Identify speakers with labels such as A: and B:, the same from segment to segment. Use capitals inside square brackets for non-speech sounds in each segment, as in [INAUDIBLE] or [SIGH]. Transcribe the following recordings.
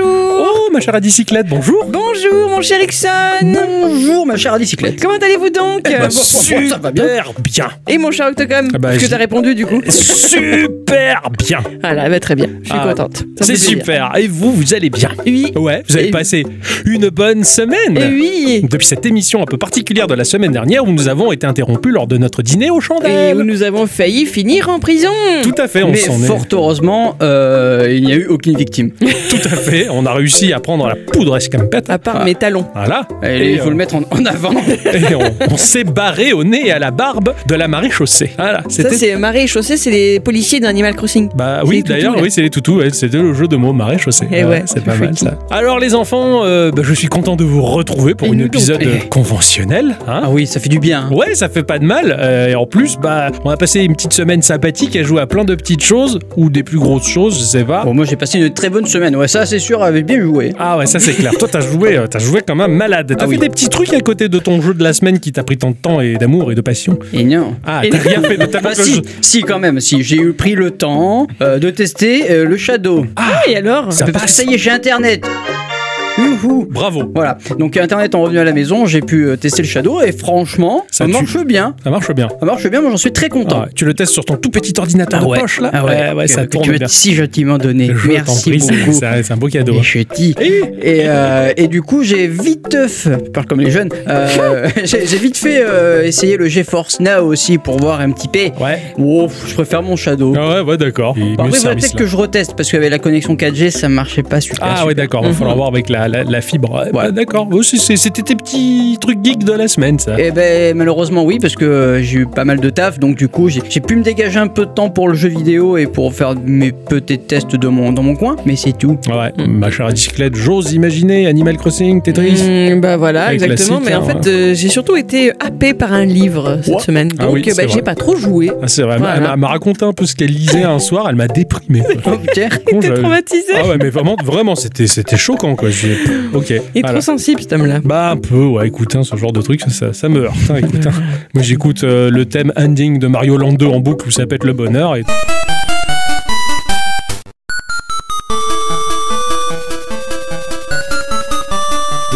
A: Oh, ma chère Adicyclette, bonjour.
B: Bonjour mon cher Ixon
C: Bonjour ma chère Adicyclette.
B: Comment allez-vous donc
C: Eh ben,
B: Bon-
C: ça va bien.
A: Bah,
C: Eh ben,
A: Super bien.
B: Et mon cher Octocom
A: Ah bah,
B: Parce que
A: je-
B: t'as répondu du coup
A: Super bien.
B: Voilà, bah, très bien, je suis
A: Ah,
B: contente. Ça me fait
A: C'est
B: plaisir.
A: super. Et vous, vous allez bien
B: Oui,
A: Ouais, vous avez
B: Et-
A: passé une bonne semaine.
B: et oui
A: Depuis cette émission un peu particulière de la semaine dernière où nous avons été interrompus lors de notre dîner aux
B: Et où
A: chandelles.
B: nous avons failli finir en prison
A: Tout à fait, on
C: Mais
A: s'en est.
C: fort heureusement, euh, il n'y a eu
A: [LAUGHS]
C: aucune victime.
A: Tout à fait, on a réussi à prendre la poudre escampette.
B: À part mes talons.
A: Voilà.
C: Et Ah. il faut
A: euh,
C: le mettre en, en
A: [LAUGHS]
C: avant.
A: et on, on s'est barré au nez et à la barbe de la marée chaussée. Voilà,
B: Ça,
A: c'était.
B: c'est marée et chaussée, c'est les policiers d'Animal Crossing.
A: Bah
B: c'est
A: oui,
B: les toutous,
A: d'ailleurs,
B: là.
A: oui, c'est les toutous. ouais, C'était le jeu de mots marée chaussée.
B: Eh
A: Voilà,
B: ouais,
A: c'est pas
B: je
A: mal
B: suis
A: ça. Alors les enfants, euh, bah, je suis content de vous retrouver pour
B: Et
A: un
B: nous donc.
A: épisode
C: Eh.
A: conventionnel. hein.
C: Ah oui, ça fait du bien.
A: Ouais, ça fait pas de mal. euh, et en plus, bah, on a passé une petite semaine sympathique à jouer à plein de petites choses ou des plus grosses choses, je sais pas.
C: Bon, moi j'ai passé une très bonne semaine. Ouais, ça c'est sûr, avait bien joué.
A: Ah ouais, ça c'est clair. Toi, t'as joué, euh, t'as joué comme un malade. T'as
C: Ah
A: fait
C: oui.
A: des petits trucs à côté de ton jeu de la semaine qui t'a pris tant de temps et d'amour et de passion.
C: Et non.
A: Ah,
B: Et-
A: t'as rien fait de ta
C: [LAUGHS] Bah si, si quand même, si j'ai eu pris le temps euh, de tester euh, le Shadow.
B: Ah, et alors
A: Ça
C: parce que
A: passe.
C: ça y est, j'ai internet. Youhou.
A: Bravo.
C: Voilà, donc internet en revenu à la maison, j'ai pu euh, tester le Shadow et franchement,
A: Ça
C: ça
A: tue.
C: marche bien.
A: Ça marche bien.
C: Ça marche bien, moi j'en suis très
A: Ah
C: content.
A: ouais, tu le testes sur ton tout petit ordinateur de poche là
C: Ah
A: ouais, bah, ouais,
C: que-
A: ça
C: que tu
A: tourne
C: m'as
A: bien.
C: si gentiment donné.
A: Je t'en
C: Merci
A: prie, c'est-
C: beaucoup.
A: c'est c'est un beau cadeau. hein.
C: Et je dis.
A: Et
C: Et, euh, et du coup, j'ai vite fait, je parle comme les jeunes, euh, [LAUGHS] j'ai j'ai vite fait euh, essayer le GeForce Now aussi pour voir un petit peu.
A: ouais.
C: Oh, je préfère mon Shadow.
A: Ah ouais, ouais, d'accord. Il
C: Bon,
A: mieux
C: après,
A: ce
C: faudrait
A: service,
C: peut-être
A: là.
C: que je reteste parce qu'avec la connexion 4G, ça marchait pas super.
A: Ah ouais, d'accord, va falloir voir avec la, la, la fibre. Ouais, bah, d'accord. Oh, c'est- c'est- C'était tes petits trucs geeks de la semaine, ça.
C: Et ben malheureusement oui parce que euh, j'ai eu pas mal de taf donc du coup j'ai j'ai pu me dégager un peu de temps pour le jeu vidéo et pour faire mes petits tests de mon, dans mon coin mais c'est
A: [LAUGHS]
C: tout.
A: Ouais, ma chère bicyclette, j'ose imaginer Animal Crossing,
C: Mhm.
A: Tetris.
B: Hmm, bah voilà,
A: Les
B: exactement. Mais en
A: classiques,
B: fait, euh, j'ai surtout été happée par un livre cette
A: Ouah.
B: semaine.
A: Ah
B: Donc,
A: oui,
B: euh, bah,
A: c'est
B: j'ai
A: vrai.
B: pas trop joué.
A: Ah, c'est vrai, elle m'a-
B: Voilà.
A: elle m'a raconté un peu ce qu'elle lisait un soir, elle m'a
C: [LAUGHS]
A: déprimé. quoi.
C: Oh, putain.
A: Con,
B: T'es
A: j'avais-
B: traumatisée.
A: ah ouais, mais vraiment, vraiment c'était c'était choquant quoi. J'ai- Ok.
B: Il est
A: voilà.
B: trop sensible cet homme-là.
A: Bah un peu, ouais, écoute, hein, ce genre de truc, ça- ça, ça me heurte. hein, écoute, [LAUGHS] hein. Moi j'écoute euh, le thème ending de Mario Land 2 en boucle où ça pète le bonheur. Et...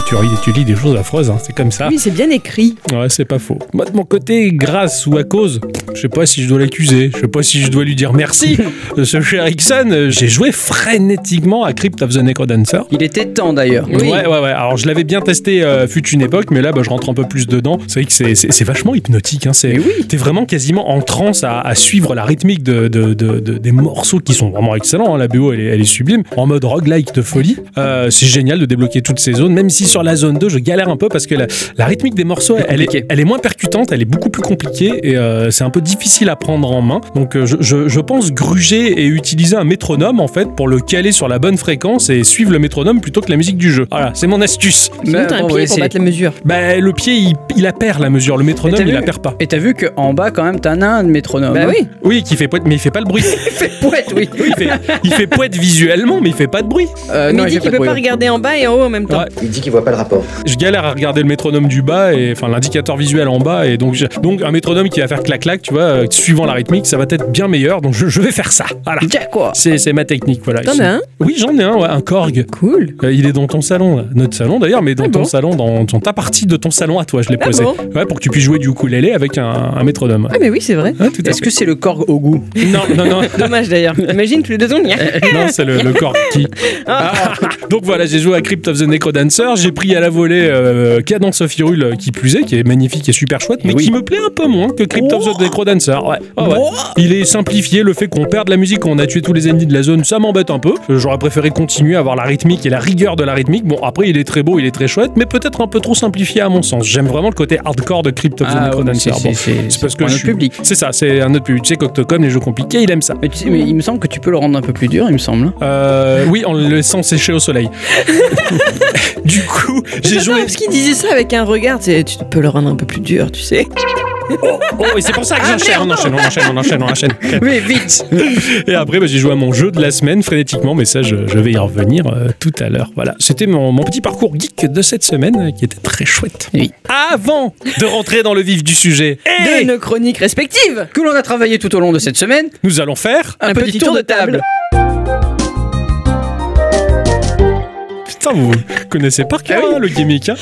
A: Tu, ris- tu lis des choses affreuses, hein, c'est comme ça.
B: Oui, c'est bien écrit.
A: Ouais, c'est pas faux. Moi, de mon côté, grâce ou à cause, je sais pas si je dois l'accuser, je sais pas si je dois lui dire [LAUGHS] merci. Euh, Ce cher Ixon, euh, j'ai joué frénétiquement à Crypt of the Necrodancer.
C: Il était temps d'ailleurs.
B: Oui.
A: Ouais, ouais, ouais. Alors, je l'avais bien testé, euh, fut une époque, mais là, bah, je rentre un peu plus dedans. C'est vrai que c'est- c'est c'est vachement hypnotique. Hein, c'est-
C: Mais oui.
A: T'es vraiment quasiment en transe à, à suivre la rythmique de, de- de- de- des morceaux qui sont vraiment excellents. hein. La BO, elle est, elle est sublime. En mode roguelike de folie. Euh, c'est génial de débloquer toutes ces zones, même si sur la zone 2, je galère un peu parce que la, la rythmique des morceaux, elle est,
C: compliqué.
A: elle est moins percutante, elle est beaucoup plus compliquée et euh, c'est un peu difficile à prendre en main. Donc, euh, je, je- je pense gruger et utiliser un métronome en fait pour le caler sur la bonne fréquence et suivre le métronome plutôt que la musique du jeu. Voilà, c'est mon astuce.
B: Sinon,
C: Bah,
B: t'as un
C: bon,
B: pied
C: ouais,
B: pour
C: c'est-
B: battre la mesure.
A: Bah, le pied, il, il la perd la mesure. Le métronome,
C: t'as
A: il
C: vu
A: la perd pas.
C: Et t'as vu qu'en bas quand même t'en as un de métronome.
B: Bah
C: hein. [LAUGHS]
B: oui.
A: Oui, qui fait poète, mais il fait pas le bruit.
C: Poète, oui.
A: Oui, il fait, il fait poète visuellement, mais il fait pas de bruit.
C: Euh,
B: Mais
C: non,
B: il
C: j'ai
B: dit
C: pas
B: qu'il
C: de
B: peut pas
C: bruit.
B: regarder en bas et en haut en même temps.
A: Ouais.
D: Il dit qu'il voit pas le rapport.
A: Je galère à regarder le métronome du bas et enfin l'indicateur visuel en bas et donc j'ai- donc un métronome qui va faire clac clac, tu vois, euh, suivant la rythmique, ça va être bien meilleur. Donc je, je vais faire ça. Voilà.
C: Tiens, quoi
A: C'est c'est ma technique, voilà.
B: T'en as un
A: Oui, j'en ai un, ouais, un Korg.
B: Cool.
A: Euh, il est dans ton salon, là. notre salon d'ailleurs, mais dans
B: Ah
A: ton
B: bon
A: salon, dans, dans ta partie de ton salon à toi, je l'ai
B: Ah
A: posé.
B: bon
A: ouais, pour que tu puisses jouer du ukulélé avec un, un métronome.
B: Ah mais oui, c'est
A: [LAUGHS]
B: vrai.
A: Ouais, tout à
C: Est-ce
A: fait.
C: que c'est le corps au goût
A: Non, non, non,
B: Dommage d'ailleurs. Imagine tous les deux ans. gna.
A: [LAUGHS] non, c'est le, le Korg qui. Ah. Donc voilà, j'ai joué à Crypt of the Necrodancer, j'ai pris à la volée euh, Cadence of Hyrule euh, qui plus est, qui est magnifique et super chouette, mais
C: Eh oui. Oh.
A: qui me plaît un peu moins que Crypt of the Necrodancer. Ouais. Ah ouais. Il est simplifié, le fait qu'on perde la musique, qu'on a tué tous les ennemis de la zone, ça m'embête un peu. Euh, J'aurais préféré continuer à avoir la rythmique et la rigueur de la rythmique. Bon, après, il est très beau, il est très chouette, mais peut-être un peu trop simplifié à mon sens. J'aime vraiment le côté hardcore de Crypt of the
C: Ah, ouais,
A: Necrodancer.
C: c'est-
A: Bon,
C: c'est- c'est-
A: c'est parce
C: c'est
A: que
C: pour
A: je
C: notre
A: suis-
C: public.
A: C'est ça, c'est un autre public. Tu sais qu'Octocom, les jeux compliqués, il aime ça.
C: mais, tu sais, mais il me semble que tu peux le rendre un peu plus dur, il me semble.
A: Euh, oui, en le laissant sécher au soleil. du coup, j'ai
B: J'adore
A: joué.
B: parce qu'il disait ça avec un regard. tu sais, Tu peux le rendre un peu plus dur, tu
A: [LAUGHS]
B: sais.
A: Oh, et c'est pour ça que j'enchaîne, on enchaîne, on enchaîne, on enchaîne, on enchaîne.
C: Mais vite
A: Et après, bah, j'ai joué à mon jeu de la semaine frénétiquement, mais ça, je, je vais y revenir euh, tout à l'heure. Voilà, c'était mon, mon petit parcours geek de cette semaine euh, qui était très chouette.
C: Oui.
A: Avant de rentrer dans le vif du sujet,
B: De nos chroniques respectives.
C: Que l'on a travaillé tout au long de cette semaine,
A: nous allons faire.
C: un, petit, tour de table.
A: Putain, vous connaissez par cœur hein, le gimmick. hein.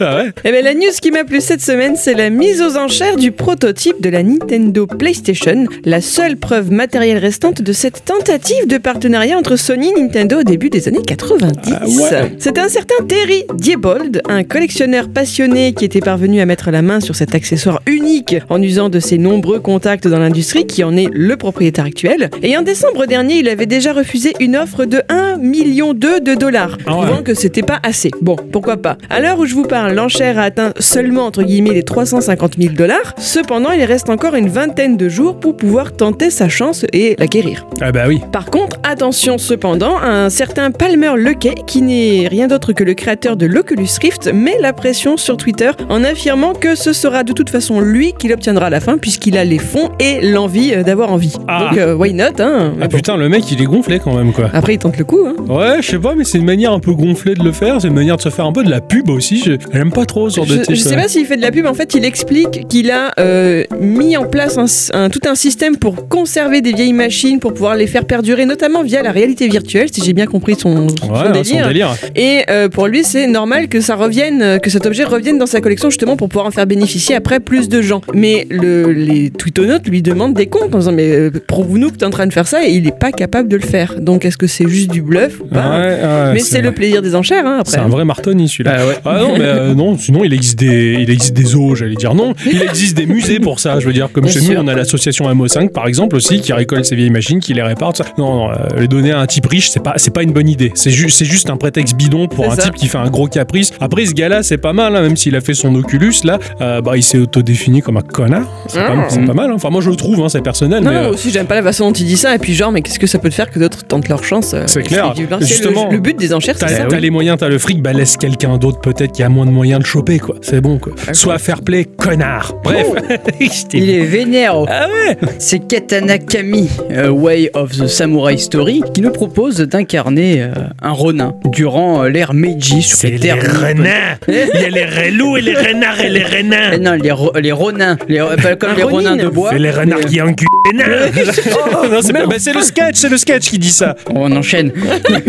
A: ah ouais.
B: Eh ben, la news qui m'a plu cette semaine, c'est la mise aux enchères du prototype de la Nintendo PlayStation, la seule preuve matérielle restante de cette tentative de partenariat entre Sony et Nintendo au début des années 90.
A: Ah ouais.
B: C'est un certain Terry Diebold, un collectionneur passionné qui était parvenu à mettre la main sur cet accessoire unique en usant de ses nombreux contacts dans l'industrie qui en est le propriétaire actuel. Et en décembre dernier, il avait déjà refusé une offre de 1 million de dollars,
A: Ah ouais.
B: trouvant que c'était pas assez. Bon, pourquoi pas. À l'heure où je vous parle, l'enchère a atteint seulement entre guillemets les 350 000 dollars. Cependant, il reste encore une vingtaine de jours pour pouvoir tenter sa chance et l'acquérir.
A: Ah bah oui.
B: Par contre, attention cependant, un certain Palmer Lequet, qui n'est rien d'autre que le créateur de l'Oculus Rift, met la pression sur Twitter en affirmant que ce sera de toute façon lui qui l'obtiendra à la fin puisqu'il a les fonds et l'envie euh, d'avoir envie.
A: Ah.
B: Donc, euh, why not hein
A: Ah putain, le mec, il est gonflé quand même, quoi.
B: Après, il tente le coup. Hein.
A: Ouais, je sais pas, mais c'est une manière un peu gonflée de le faire. C'est une manière de se faire un peu de la pub aussi. Je- J'aime pas trop ce genre de
B: Je,
A: type.
B: je sais
A: ouais.
B: pas s'il fait de la pub, en fait, il explique qu'il a euh, mis en place un, s- un- tout un système pour conserver des vieilles machines, pour pouvoir les faire perdurer, notamment via la réalité virtuelle, si j'ai bien compris son, son
A: Ouais, hein,
B: délire.
A: son délire.
B: Et euh, pour lui, c'est normal que ça revienne, euh, que cet objet revienne dans sa collection justement pour pouvoir en faire bénéficier après plus de gens. Mais le, les tweetonautes lui demandent des comptes en disant mais euh, prouve-nous que t'es en train de faire ça et il n'est pas capable de le faire. Donc est-ce que c'est juste du bluff ou pas
A: Ouais, ouais,
B: Bah, Mais c'est le plaisir des enchères hein,
A: C'est
B: après.
A: un vrai martoni celui-là.
C: Ah ouais.
A: Ah non, mais euh, non, sinon il existe des, il existe des zoos, j'allais dire non. Il existe des musées pour ça, je veux dire. Comme
B: Bien
A: chez
B: sûr.
A: nous, on a l'association MO5 par exemple aussi qui récolte ces vieilles machines, qui les répare. tout ça. Non, non, euh, les donner à un type riche, c'est pas, c'est pas une bonne idée. C'est ju- c'est juste un prétexte bidon pour
B: C'est
A: un
B: ça.
A: type qui fait un gros caprice. Après, ce gars-là, c'est pas mal, hein, même s'il a fait son Oculus là, euh, bah il s'est autodéfini comme un connard. C'est pas,
B: Ah.
A: c'est pas mal. hein. Enfin, moi je le trouve, hein, c'est personnel.
B: Non,
A: mais,
B: non,
A: euh,
B: aussi j'aime pas la façon dont il dit ça, et puis genre, mais qu'est-ce que ça peut te faire que d'autres tentent leur chance euh,
A: C'est clair.
B: du- c'est
A: Justement.
B: le, le but des enchères, c'est
A: T'as
B: ça.
A: t'as les moyens, t'as le fric, bah laisse quelqu'un d'autre peut-être qui a moins de moyens de choper quoi. C'est bon quoi.
B: Ah
A: Sois fair play, connard. Bref. [LAUGHS] Je t'ai
C: Il est vénère. Ah ouais C'est Katana Kami, euh, Way of the Samurai Story, qui nous propose d'incarner euh, un ronin durant euh, l'ère Meiji sur les terres nippones. [LAUGHS]
A: Il y a les relous et les renards et les renards
C: Eh non, les, ro- les ronins, les, euh, pas comme
B: Un
C: les
B: ronin.
C: ronins de bois. mais-
A: qui enculent les nains [LAUGHS] Non, c'est pas- bah, c'est le sketch, c'est le sketch qui dit ça
C: On enchaîne. [LAUGHS]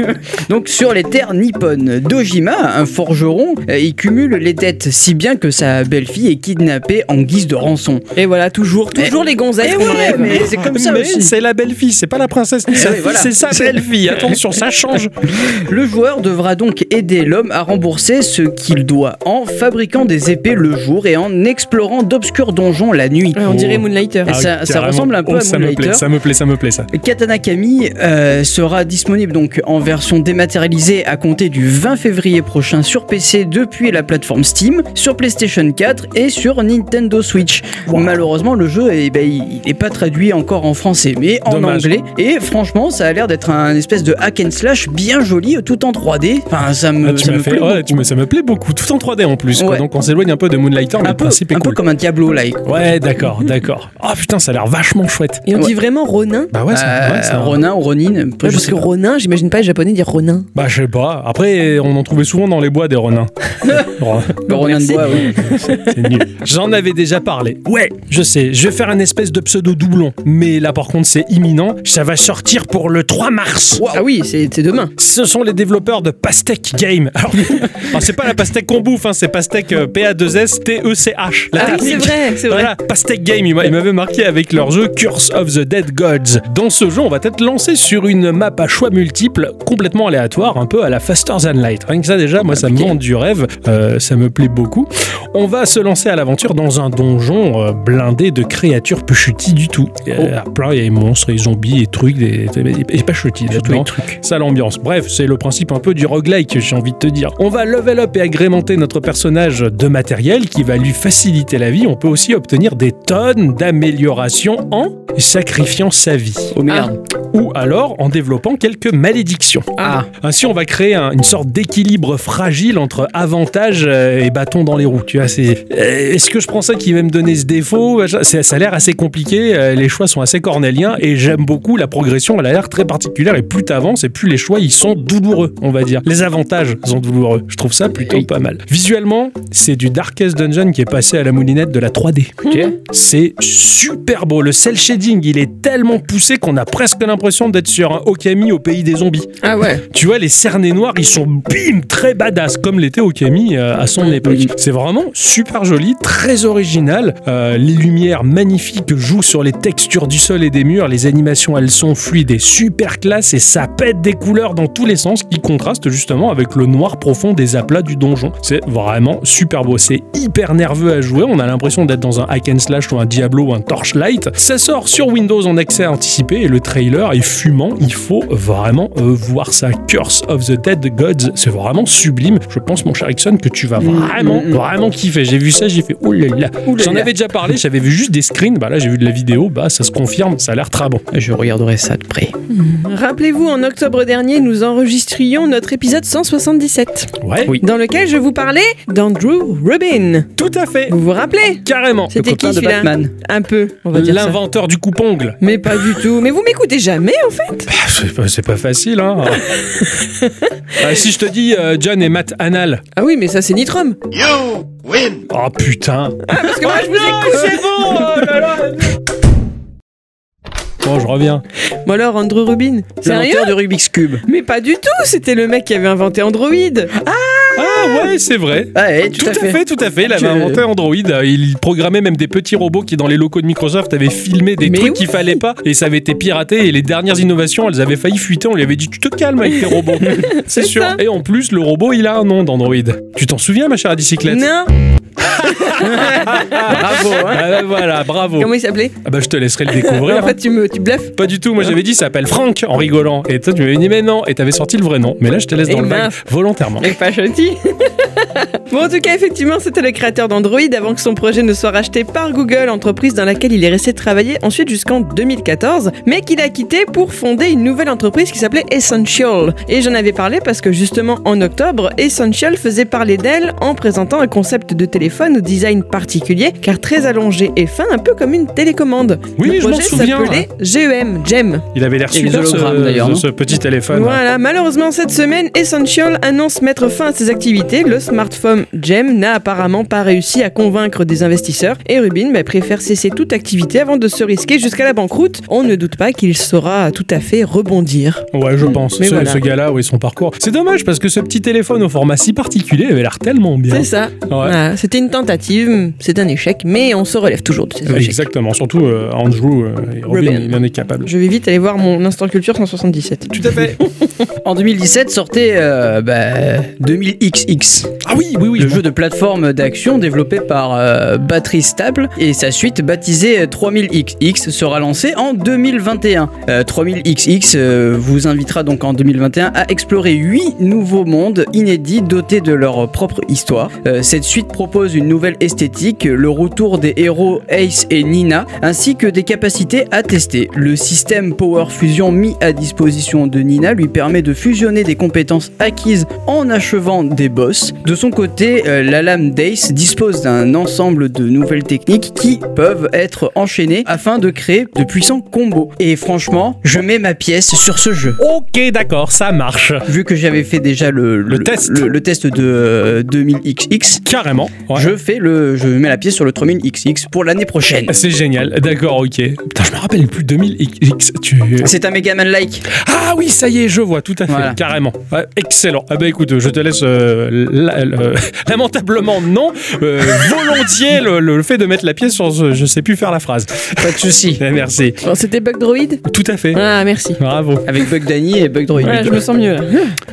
C: Donc sur les terres nippones, Dojima, un forgeron, euh, il cumule les dettes si bien que sa belle-fille est kidnappée en guise de rançon.
B: Et voilà, toujours, toujours les gonzesses qu'on rêve.
C: c'est comme ça
A: Mais
C: aussi.
A: c'est la belle-fille, c'est pas la princesse qui
C: Eh
A: sa
C: oui,
A: fille,
C: voilà.
A: c'est sa belle-fille Attention,
C: [LAUGHS]
A: ça change Ah
C: Le joueur devra donc aider l'homme à rembourser ce qu'il doit en fabriquant des épées le jour et en explorant d'obscurs donjons la nuit.
B: Ouais, on
A: Oh.
B: dirait Moonlighter.
C: Ah, ça- ça
A: carrément.
C: ressemble un peu
A: Oh,
C: à
A: ça me plaît,
C: Moonlighter.
A: ça me plaît, ça me plaît ça
C: Katana Kami euh, sera disponible donc en version dématérialisée à compter du 20 février prochain sur PC depuis la plateforme Steam, sur PlayStation 4 et sur Nintendo Switch. Malheureusement, le jeu eh ben, il n'est pas traduit encore en français, mais en
A: Dommage.
C: anglais. Et franchement, ça a l'air d'être un espèce de hack and slash bien joli, tout en 3D. Enfin, ça me,
A: Ah, tu
C: ça
A: m'as
C: me
A: fait-
C: plaît
A: ouais,
C: beaucoup.
A: tu me- ça me plaît beaucoup, tout en 3D en plus. quoi.
C: Ouais.
A: Donc on s'éloigne un peu de Moonlighter, mais
C: un
A: le
C: peu,
A: principe est
C: un peu
A: cool.
C: comme un Diablo-like.
A: Ouais, d'accord, d'accord. Ah putain, ça a l'air vachement chouette.
B: Et on
C: Ouais.
B: dit vraiment Ronin
A: Bah ouais, ça,
C: Euh,
A: ouais, ça-
C: Ronin ou Ronin,
B: Ouais,
C: je
B: parce
C: sais
B: que Ronin, j'imagine pas les japonais dire Ronin.
A: Bah je sais pas. Après, on en trouvait souvent dans les bois
B: [LAUGHS]
A: des renins. Ren-
C: pas, Ronin de
B: Merci.
C: bois,
A: [LAUGHS]
C: oui.
A: C'est nul. J'en avais déjà parlé. Ouais, je sais. Je vais faire un espèce de pseudo doublon. Mais là, par contre, c'est imminent. Ça va sortir pour le 3 mars.
B: Ah oui, c'est c'est demain.
A: Ce sont les développeurs de Pastèque Game. Alors, [LAUGHS] alors, c'est pas la pastèque qu'on bouffe, hein, c'est pastèque euh, P-A-2-S-T-E-C-H. E La
B: Ah oui, c'est
A: technique.
B: vrai, c'est vrai.
A: Voilà, Pastèque Game, il m'a- il m'avait marqué avec leur jeu Curse of the Dead Gods. Dans ce jeu, on va être lancé sur une map à choix multiples, complètement aléatoire, un peu à la Faster Than Light. Rien que ça, déjà, moi, ça me vend du rêve, euh, ça me plaît beaucoup. On va se lancer à l'aventure dans un donjon euh, blindé de créatures plus chuties du tout. Il y a plein, il y a des monstres, et des zombies, et trucs, des, des- des- et pas chutis,
C: Surtout les
A: dedans.
C: trucs.
A: Ça l'ambiance. Bref, c'est le principe un peu du roguelike, j'ai envie de te dire. On va level up et agrémenter notre personnage de matériel qui va lui faciliter la vie. On peut aussi obtenir des tonnes d'améliorations en sacrifiant sa vie.
C: Oh merde.
A: Ou alors en développant quelques malédictions.
C: Ah,
A: Ainsi, on va créer un- une sorte d'équilibre fragile entre avantages euh, et bâtons dans les roues. Tu vois, c'est euh, est-ce que je prends ça qui va me donner ce défaut machin C'est- Ça a l'air assez compliqué. euh, Les choix sont assez cornéliens et j'aime beaucoup la progression. Elle a l'air très particulière et plus t'avances et plus les choix ils sont douloureux, on va dire. Les avantages sont douloureux. Je trouve ça plutôt
C: Oui.
A: pas mal. Visuellement,
C: Hum.
A: c'est du Darkest Dungeon qui est passé à la moulinette de la 3D.
C: ok.
A: C'est super beau. Le cel shading, il est tellement poussé qu'on a presque l'impression d'être sur un Okami au pays des zombies.
B: Ah ouais.
A: Tu vois, les cernets noirs, ils sont bim, très badass, comme l'était Okami euh, à son époque. C'est vraiment super joli, très original. Euh, les lumières magnifiques jouent sur les textures du sol et des murs. Les animations, elles sont fluides et super classe et ça pète des couleurs dans tous les sens qui contrastent justement avec le noir profond des aplats du donjon. C'est vraiment super beau. C'est hyper nerveux à jouer. On a l'impression d'être dans un hack and slash ou un Diablo ou un Torchlight. Ça sort sur Windows en accès anticipé et le trailer est fumant. Il faut vraiment euh, voir ça. Curse of the Dead Gods, c'est vraiment sublime. Je pense, mon cher Ixon, que tu vas vraiment,
C: mm, mm.
A: vraiment kiffer. J'ai vu ça, j'ai fait oulala.
C: Ouh là
A: J'en
C: là.
A: avais déjà parlé, j'avais vu juste des screens. Bah là, j'ai vu de la vidéo. Bah, ça se confirme, ça a l'air très bon.
C: Je regarderai ça de près.
B: Rappelez-vous, en octobre dernier, nous enregistrions notre épisode 177,
A: Ouais,
C: Oui.
B: dans lequel je vous parlais d'Andrew Rubin.
A: tout à fait.
B: Vous vous rappelez
A: Carrément.
B: C'était qui
C: copain de
B: celui-là
C: Batman.
B: Un peu, on va dire ça.
A: L'inventeur du coupongle.
B: Mais pas du tout. Mais vous m'écoutez jamais hein. en fait.
A: Bah, c'est pas, c'est pas facile, hein.
C: [LAUGHS]
A: Ah, si je te dis euh, John et Matt Anal.
B: Ah oui, mais ça c'est Nitrom.
D: You win!
A: Oh putain.
B: Parce
A: Oh
B: que moi je vous écoute.
A: C'est bon. Bon, je reviens.
B: Bon alors Andrew Rubin. Sérieux
C: L'inventeur du Rubik's Cube.
B: Mais pas du tout. C'était le mec qui avait inventé Android.
A: Ah ouais, c'est vrai.
C: Ouais,
A: Tout, à fait. tout à fait. Il avait
C: Je-
A: inventé Android. Euh, Il programmait même des petits robots qui, dans les locaux de Microsoft, avaient filmé des
B: Mais
A: trucs
B: oui.
A: qu'il fallait pas et ça avait été piraté. Et les dernières innovations, elles avaient failli fuiter. On lui avait dit Tu te calmes
B: [LAUGHS]
A: avec tes robots. C'est sûr.
B: ça.
A: Et en plus, le robot, il a un nom d'Android. Tu t'en souviens, ma chère à bicyclette
B: Non.
C: Bravo.
B: [LAUGHS]
C: hein.
A: Ah bah voilà, bravo.
B: Comment il s'appelait
A: Ah bah je te laisserai
B: [LAUGHS]
A: le
B: En
A: découvrir.
B: fait, tu me, tu bluffes.
A: Pas du tout, moi j'avais dit il s'appelle Franck en rigolant. Et toi tu m'avais dit mais non, et t'avais sorti le vrai nom. Mais là je te laisse
B: Eh
A: dans le
B: ben.
A: bac volontairement.
B: Mais pas gentil. [LAUGHS] bon, en tout cas, effectivement, c'était le créateur d'Android avant que son projet ne soit racheté par Google, entreprise dans laquelle il est resté travailler ensuite jusqu'en 2014, mais qu'il a quitté pour fonder une nouvelle entreprise qui s'appelait Essential. Et j'en avais parlé parce que justement en octobre, Essential faisait parler d'elle en présentant un concept de téléphone au design particulier, car très allongé et fin, un peu comme une télécommande.
A: Oui,
B: le
A: je m'en
B: projet
A: souviens.
B: s'appelait E GEM, GEM.
A: Il avait l'air
C: Et les
A: super ce,
C: hologrammes, d'ailleurs,
A: ce-
C: non
A: ce petit téléphone.
B: Voilà, malheureusement cette semaine, Essential annonce mettre fin à ses activités. Le smartphone Gem n'a apparemment pas réussi à convaincre des investisseurs et Rubin bah, préfère cesser toute activité avant de se risquer jusqu'à la banqueroute. On ne doute pas qu'il saura tout à fait rebondir.
A: Ouais, je pense.
B: Mais
A: ce
B: voilà.
A: ce gars-là, oui, son parcours. C'est dommage parce que ce petit téléphone au format si particulier avait l'air tellement bien.
B: C'est ça.
A: Ouais.
B: Voilà, C'était une tentative, c'est un échec, mais on se relève toujours de ces
A: Oui,
B: échecs.
A: Exactement, surtout euh, Andrew euh, et Robin,
B: Robin.
A: il en est capable.
B: Je vais vite aller voir mon Instant Culture 177.
A: Tout à fait.
C: En 2017 sortait euh, bah, 2000XX,
A: Ah oui, oui, oui.
C: le jeu de plateforme d'action développé par euh, Battery Stable et sa suite baptisée euh, 3000XX sera lancé en 2021. Euh, 3000XX euh, vous invitera donc en 2021 à explorer 8 nouveaux mondes inédits dotés de leur propre histoire. Euh, cette suite propose une nouvelle esthétique, le retour des héros Ace et Nina, ainsi que des capacités à tester. Le système Power Fusion mis à disposition de Nina lui permet de fusionner des compétences acquises en achevant des boss. De son côté, euh, la lame d'Ace dispose d'un ensemble de nouvelles techniques qui peuvent être enchaînées afin de créer de puissants combos. Et franchement, je mets ma pièce sur ce jeu.
A: Ok, d'accord, ça marche.
C: Vu que j'avais fait déjà le,
A: test.
C: le, le test de euh, 2000XX,
A: Carrément. Ouais.
C: je fais le, je mets la pièce sur le 3000XX pour l'année prochaine.
A: Ah, C'est génial, d'accord, ok. Putain, je me rappelle plus 2000 X. Tu...
C: C'est un Megaman like.
A: Ah oui, ça y est, je vois, tout à fait,
C: Voilà.
A: carrément. Ouais, excellent. Ah bah écoute, je te laisse euh, la- la- euh, [LAUGHS] lamentablement non, euh, volontiers le, le fait de mettre la pièce sur ce, je sais plus faire la phrase.
C: Pas de soucis.
A: Eh, Merci.
B: Bon, C'était Bug Droid
A: Tout à fait.
B: Ah, merci.
A: Bravo.
C: Avec Bug Danny et Bug Droid.
B: Voilà, je me sens mieux. là.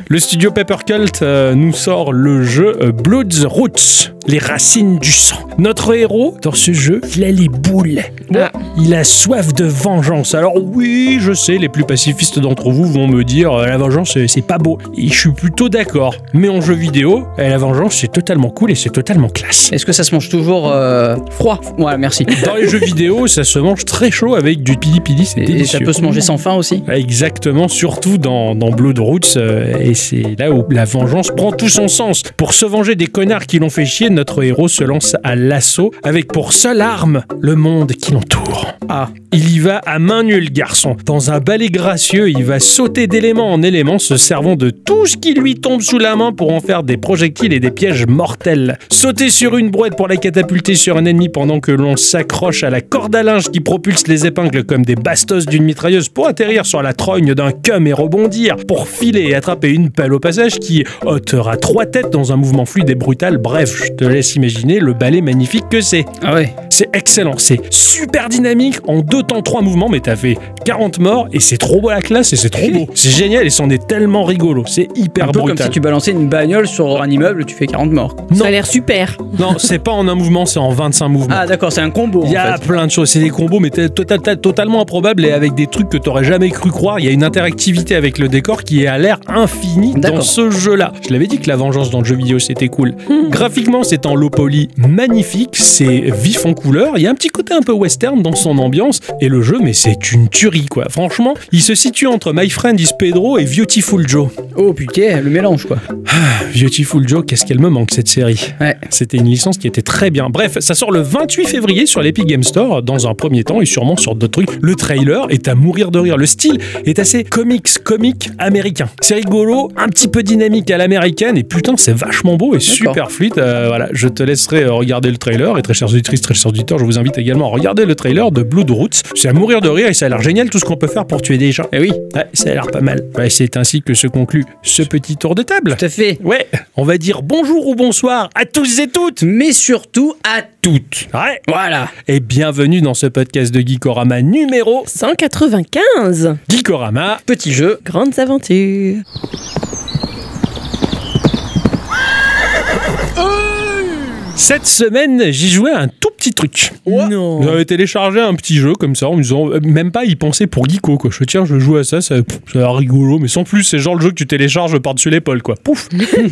A: Le studio Paper Cult euh, nous sort le jeu euh, Blood's Roots, les racines du sang. Notre héros, dans ce jeu, il a les boules.
B: Ah.
A: Il a soif de vengeance. Alors oui, je sais, les plus pacifistes d'entre vous vont me dire euh, la vengeance euh, c'est pas beau. Et je suis plutôt d'accord. Mais en jeu vidéo, euh, la vengeance c'est totalement cool et c'est totalement classe.
C: Est-ce que ça se mange toujours euh, froid Voilà, [LAUGHS] merci.
A: Dans les jeux vidéo, ça se mange très chaud avec du pili pili, c'est
C: Et, et ça
A: délicieux.
C: peut se manger sans faim aussi
A: Exactement, surtout dans, dans Blood Roots, euh, et c'est là où la vengeance prend tout son sens. Pour se venger des connards qui l'ont fait chier, notre héros se lance à l'assaut, avec pour seule arme le monde qui l'entoure.
C: Ah.
A: Il y va à main nue, le garçon. Dans un balai gracieux, il va sauter d'éléments en en éléments se servant de tout ce qui lui tombe sous la main pour en faire des projectiles et des pièges mortels. Sauter sur une brouette pour la catapulter sur un ennemi pendant que l'on s'accroche à la corde à linge qui propulse les épingles comme des bastos d'une mitrailleuse pour atterrir sur la trogne d'un cum et rebondir, pour filer et attraper une pelle au passage qui ôtera trois têtes dans un mouvement fluide et brutal. Bref, je te laisse imaginer le ballet magnifique que c'est.
C: Ah ouais.
A: C'est excellent, c'est super dynamique en deux temps trois mouvements, mais t'as fait 40 morts et c'est trop beau à la classe et c'est trop
C: [LAUGHS]
A: beau. C'est génial et c'en est tellement rigolo, c'est hyper
C: Un peu
A: brutal.
C: comme si tu balançais une bagnole sur un immeuble, tu fais 40 morts. quoi.
A: Non.
D: Ça a l'air super.
A: Non, c'est pas en un mouvement, c'est en 25 mouvements.
C: Ah d'accord, c'est un combo.
A: Il y a
C: en fait.
A: plein de choses, c'est des combos mais t'es total- total- totalement improbables et avec des trucs que t'aurais jamais cru croire. Il y a une interactivité avec le décor qui est à l'air infini dans
C: D'accord.
A: ce jeu-là. Je l'avais dit que la vengeance dans le jeu vidéo c'était cool.
C: Hmm.
A: Graphiquement c'est en low poly magnifique, c'est vif en couleur, il y a un petit côté un peu western dans son ambiance et le jeu mais c'est une tuerie quoi. Franchement, il se situe entre My Friend is Pedro et Beautiful Joe.
C: Oh putain, le mélange quoi.
A: Beautiful Joe, qu'est-ce qu'elle me manque cette série
C: Ouais.
A: C'était une licence qui était très bien. Bref, ça sort le 28 février sur l'Epic Game Store dans un premier temps et sûrement sur d'autres trucs. Le trailer est à mourir de rire. Le style est assez comics, comique américain. C'est rigolo, un petit peu dynamique à l'américaine et putain, c'est vachement beau et super fluide. Euh, voilà, je te laisserai euh, regarder le trailer et très chers auditrices, très chers auditeurs, je vous invite également à regarder le trailer de Blood Roots. C'est à mourir de rire et ça a l'air génial tout ce qu'on peut faire pour tuer des gens.
C: Eh oui,
A: Ouais, ça a l'air pas mal. Ouais, c'est ainsi que se conclut ce petit tour de table.
C: tout à fait.
A: Ouais, on va dire bonjour ou bonsoir à tous et toutes.
C: Mais surtout à toutes.
A: Ouais,
C: Voilà.
A: et bienvenue dans ce podcast de Geekorama numéro
B: 195
A: Geekorama.
C: Petit jeu.
B: Grandes aventures.
A: Cette semaine, j'y jouais à un tout petit truc.
B: Non.
A: J'avais téléchargé un petit jeu comme ça en me disant euh, même pas y penser pour Geeko quoi. Je tiens, je joue à ça, ça, pff, ça a l'air rigolo, mais sans plus, c'est genre le jeu que tu télécharges par-dessus l'épaule quoi. Pouf.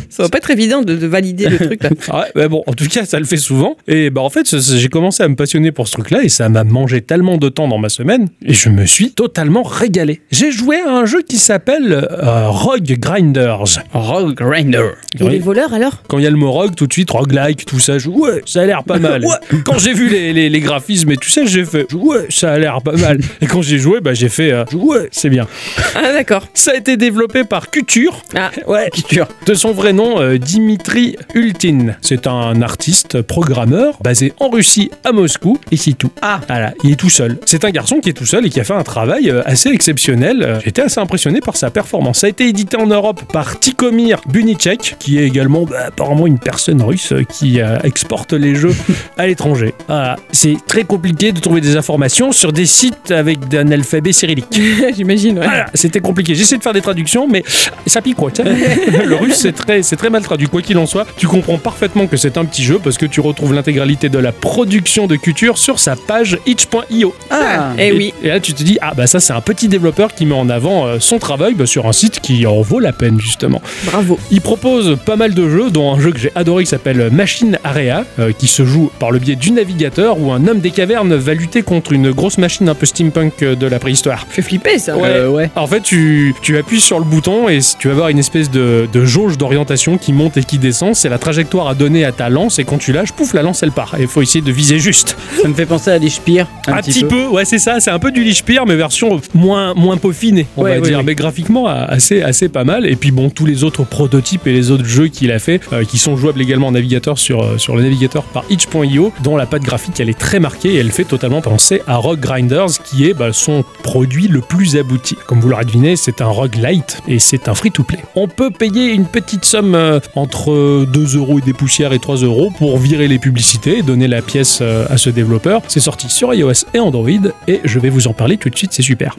B: Ça va pas être évident de, de valider le truc [LAUGHS] là.
A: Ah Ouais, mais bon, en tout cas, ça le fait souvent. Et bah, en fait, ça- ça- j'ai commencé à me passionner pour ce truc-là et ça m'a mangé tellement de temps dans ma semaine et je me suis totalement régalé. J'ai joué à un jeu qui s'appelle euh, Rogue Grinders.
C: Rogue Grinder.
D: Et les voleurs alors
A: Quand il y a le mot rogue, tout de suite, roguelike, tout ça, je ouais, ça a l'air pas mal.
C: Ouais.
A: Quand j'ai vu les, les- les graphismes et tout ça, j'ai fait ouais, ça a l'air pas mal. Et quand j'ai joué, bah, j'ai fait euh, ouais, c'est bien.
B: Ah d'accord.
A: Ça a été développé par Culture.
B: Ah.
A: Ouais,
C: Qui dure.
A: de son vrai nom, euh, Dimitri Ultin. C'est un artiste programmeur basé en Russie, à Moscou, et c'est tout.
C: Ah.
A: Voilà, il est tout seul. C'est un garçon qui est tout seul et qui a fait un travail euh, assez exceptionnel. Euh, J'étais assez impressionné par sa performance. Ça a été édité en Europe par Tikomir Bunicek, qui est également bah, apparemment une personne russe euh, qui euh, exporte les jeux à l'étranger. Voilà. C'est très compliqué de trouver des informations sur des sites avec un alphabet cyrillique.
B: [LAUGHS] J'imagine, ouais.
A: Voilà, Ah, c'était compliqué. J'essaie de faire des traductions, mais ça
B: [LAUGHS]
A: pique quoi. tu sais. le russe, c'est très, c'est très mal traduit. Quoi qu'il en soit, tu comprends parfaitement que c'est un petit jeu parce que tu retrouves l'intégralité de la production de culture sur sa page itch.io.
C: Ah.
B: Eh oui.
A: Et là, tu te dis, ah bah ça, c'est un petit développeur qui met en avant euh, son travail bah, sur un site qui en vaut la peine justement.
B: Bravo.
A: Il propose pas mal de jeux, dont un jeu que j'ai adoré qui s'appelle Machine Area, euh, qui se joue par le biais du navigateur où un homme des cavernes va lutter contre une grosse machine un peu steampunk euh, de la préhistoire.
B: Fait flipper ça.
A: Ouais.
C: Euh, ouais.
A: En fait, tu, tu appuies sur le bouton et tu vas avoir une espèce de, de jauge d'orientation qui monte et qui descend. C'est la trajectoire à donner à ta lance et quand tu lâches, pouf, la lance elle part. Et il faut essayer de viser juste.
C: Ça me fait penser à des spires.
A: Un, petit, peu. ouais, c'est ça. C'est un peu du Lichpire, mais version euh, moins, moins peaufinée, on
C: Ouais,
A: va
C: ouais,
A: dire.
C: ouais.
A: Mais graphiquement, a- assez, assez pas mal. Et puis bon, tous les autres prototypes et les autres jeux qu'il a fait, euh, qui sont jouables également en navigateur sur, euh, sur le navigateur par itch.io, dont la patte graphique elle est très marquée et elle fait totalement penser à Rock Grinders, qui est bah, son produit le plus abouti. Comme vous l'aurez deviné, c'est un roguelite et c'est un free-to-play. On peut payer une petite somme euh, entre euh, 2 euros et des poussières et 3 euros pour virer les publicités et donner la pièce euh, à ce développeur. C'est sorti sur iOS et Android et je vais vous en parler tout de suite, c'est super.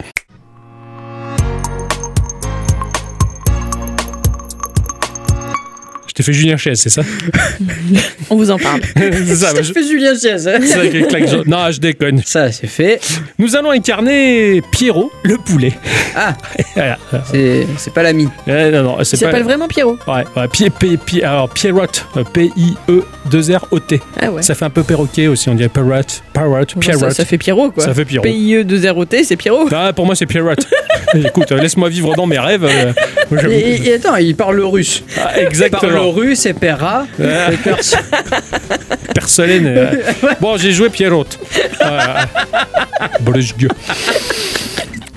A: Je t'ai fait Julien Chies, c'est ça
B: On vous en parle.
A: [LAUGHS] C'est ça, bah, je-
C: fais Julien Chiaz. hein.
A: c'est vrai que les claques, je- Non, je déconne.
C: [LAUGHS] Ça, c'est fait.
A: Nous allons incarner Pierrot, le poulet.
C: Ah.
A: [LAUGHS] Voilà.
C: C'est c'est pas l'ami.
A: Euh, non, non, c'est
B: C'est
A: pas...
B: pas vraiment Pierrot.
A: Ouais, ouais, Pi- Pi- Pi- alors Pierrot, euh, P-I-E-2-R-O-T.
B: Ah ouais.
A: Ça fait un peu perroquet aussi, on dirait Parrot, Parrot,
B: Bon,
A: Pierrot.
B: ça, ça fait Pierrot quoi.
A: Ça fait Pierrot.
B: PIE 2 E t c'est Pierrot.
A: Ah, pour moi, c'est Pierrot. Écoute, euh, laisse-moi vivre dans mes rêves. euh, moi,
C: Ah,
A: j'avoue que-
C: Et, et attends, il parle le russe.
A: Ah,
C: Il parle le
A: exactement.
C: russe et Perra.
A: Ah. Personnel.
B: [LAUGHS]
A: euh. Bon, j'ai joué Pierrot. Euh, Brusque.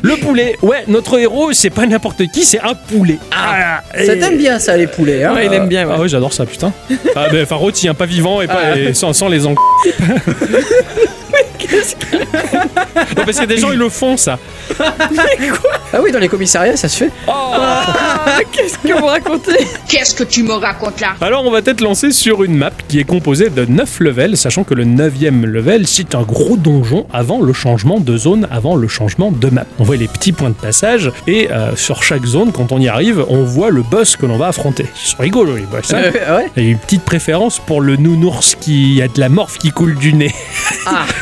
A: Le poulet, ouais, notre héros, c'est pas n'importe qui, c'est un poulet. Ah,
C: Ça
A: et-
C: t'aime bien ça les poulets hein
B: Ouais, il aime bien. ouais.
A: Ah ouais, j'adore ça, putain. Ah, ben, Farot, il y a un pas vivant et, pas,
C: Ah.
A: et sans,
B: [LAUGHS]
A: sans les en. Non, parce que des gens, ils le font, ça.
C: Ah oui dans les commissariats ça se fait.
B: Ah, Qu'est-ce [LAUGHS] que vous racontez
D: Qu'est-ce que tu me racontes là
A: Alors, on va peut-être lancer sur une map qui est composée de 9 levels, sachant que le 9ème level, c'est un gros donjon avant le changement de zone, avant le changement de map. On voit les petits points de passage, et euh, sur chaque zone, quand on y arrive, on voit le boss que l'on va affronter. Ils sont rigolos, les boss. hein.
C: [LAUGHS] Euh, ouais.
A: Il y a une petite préférence pour le nounours qui a de la morve qui coule du nez. [LAUGHS]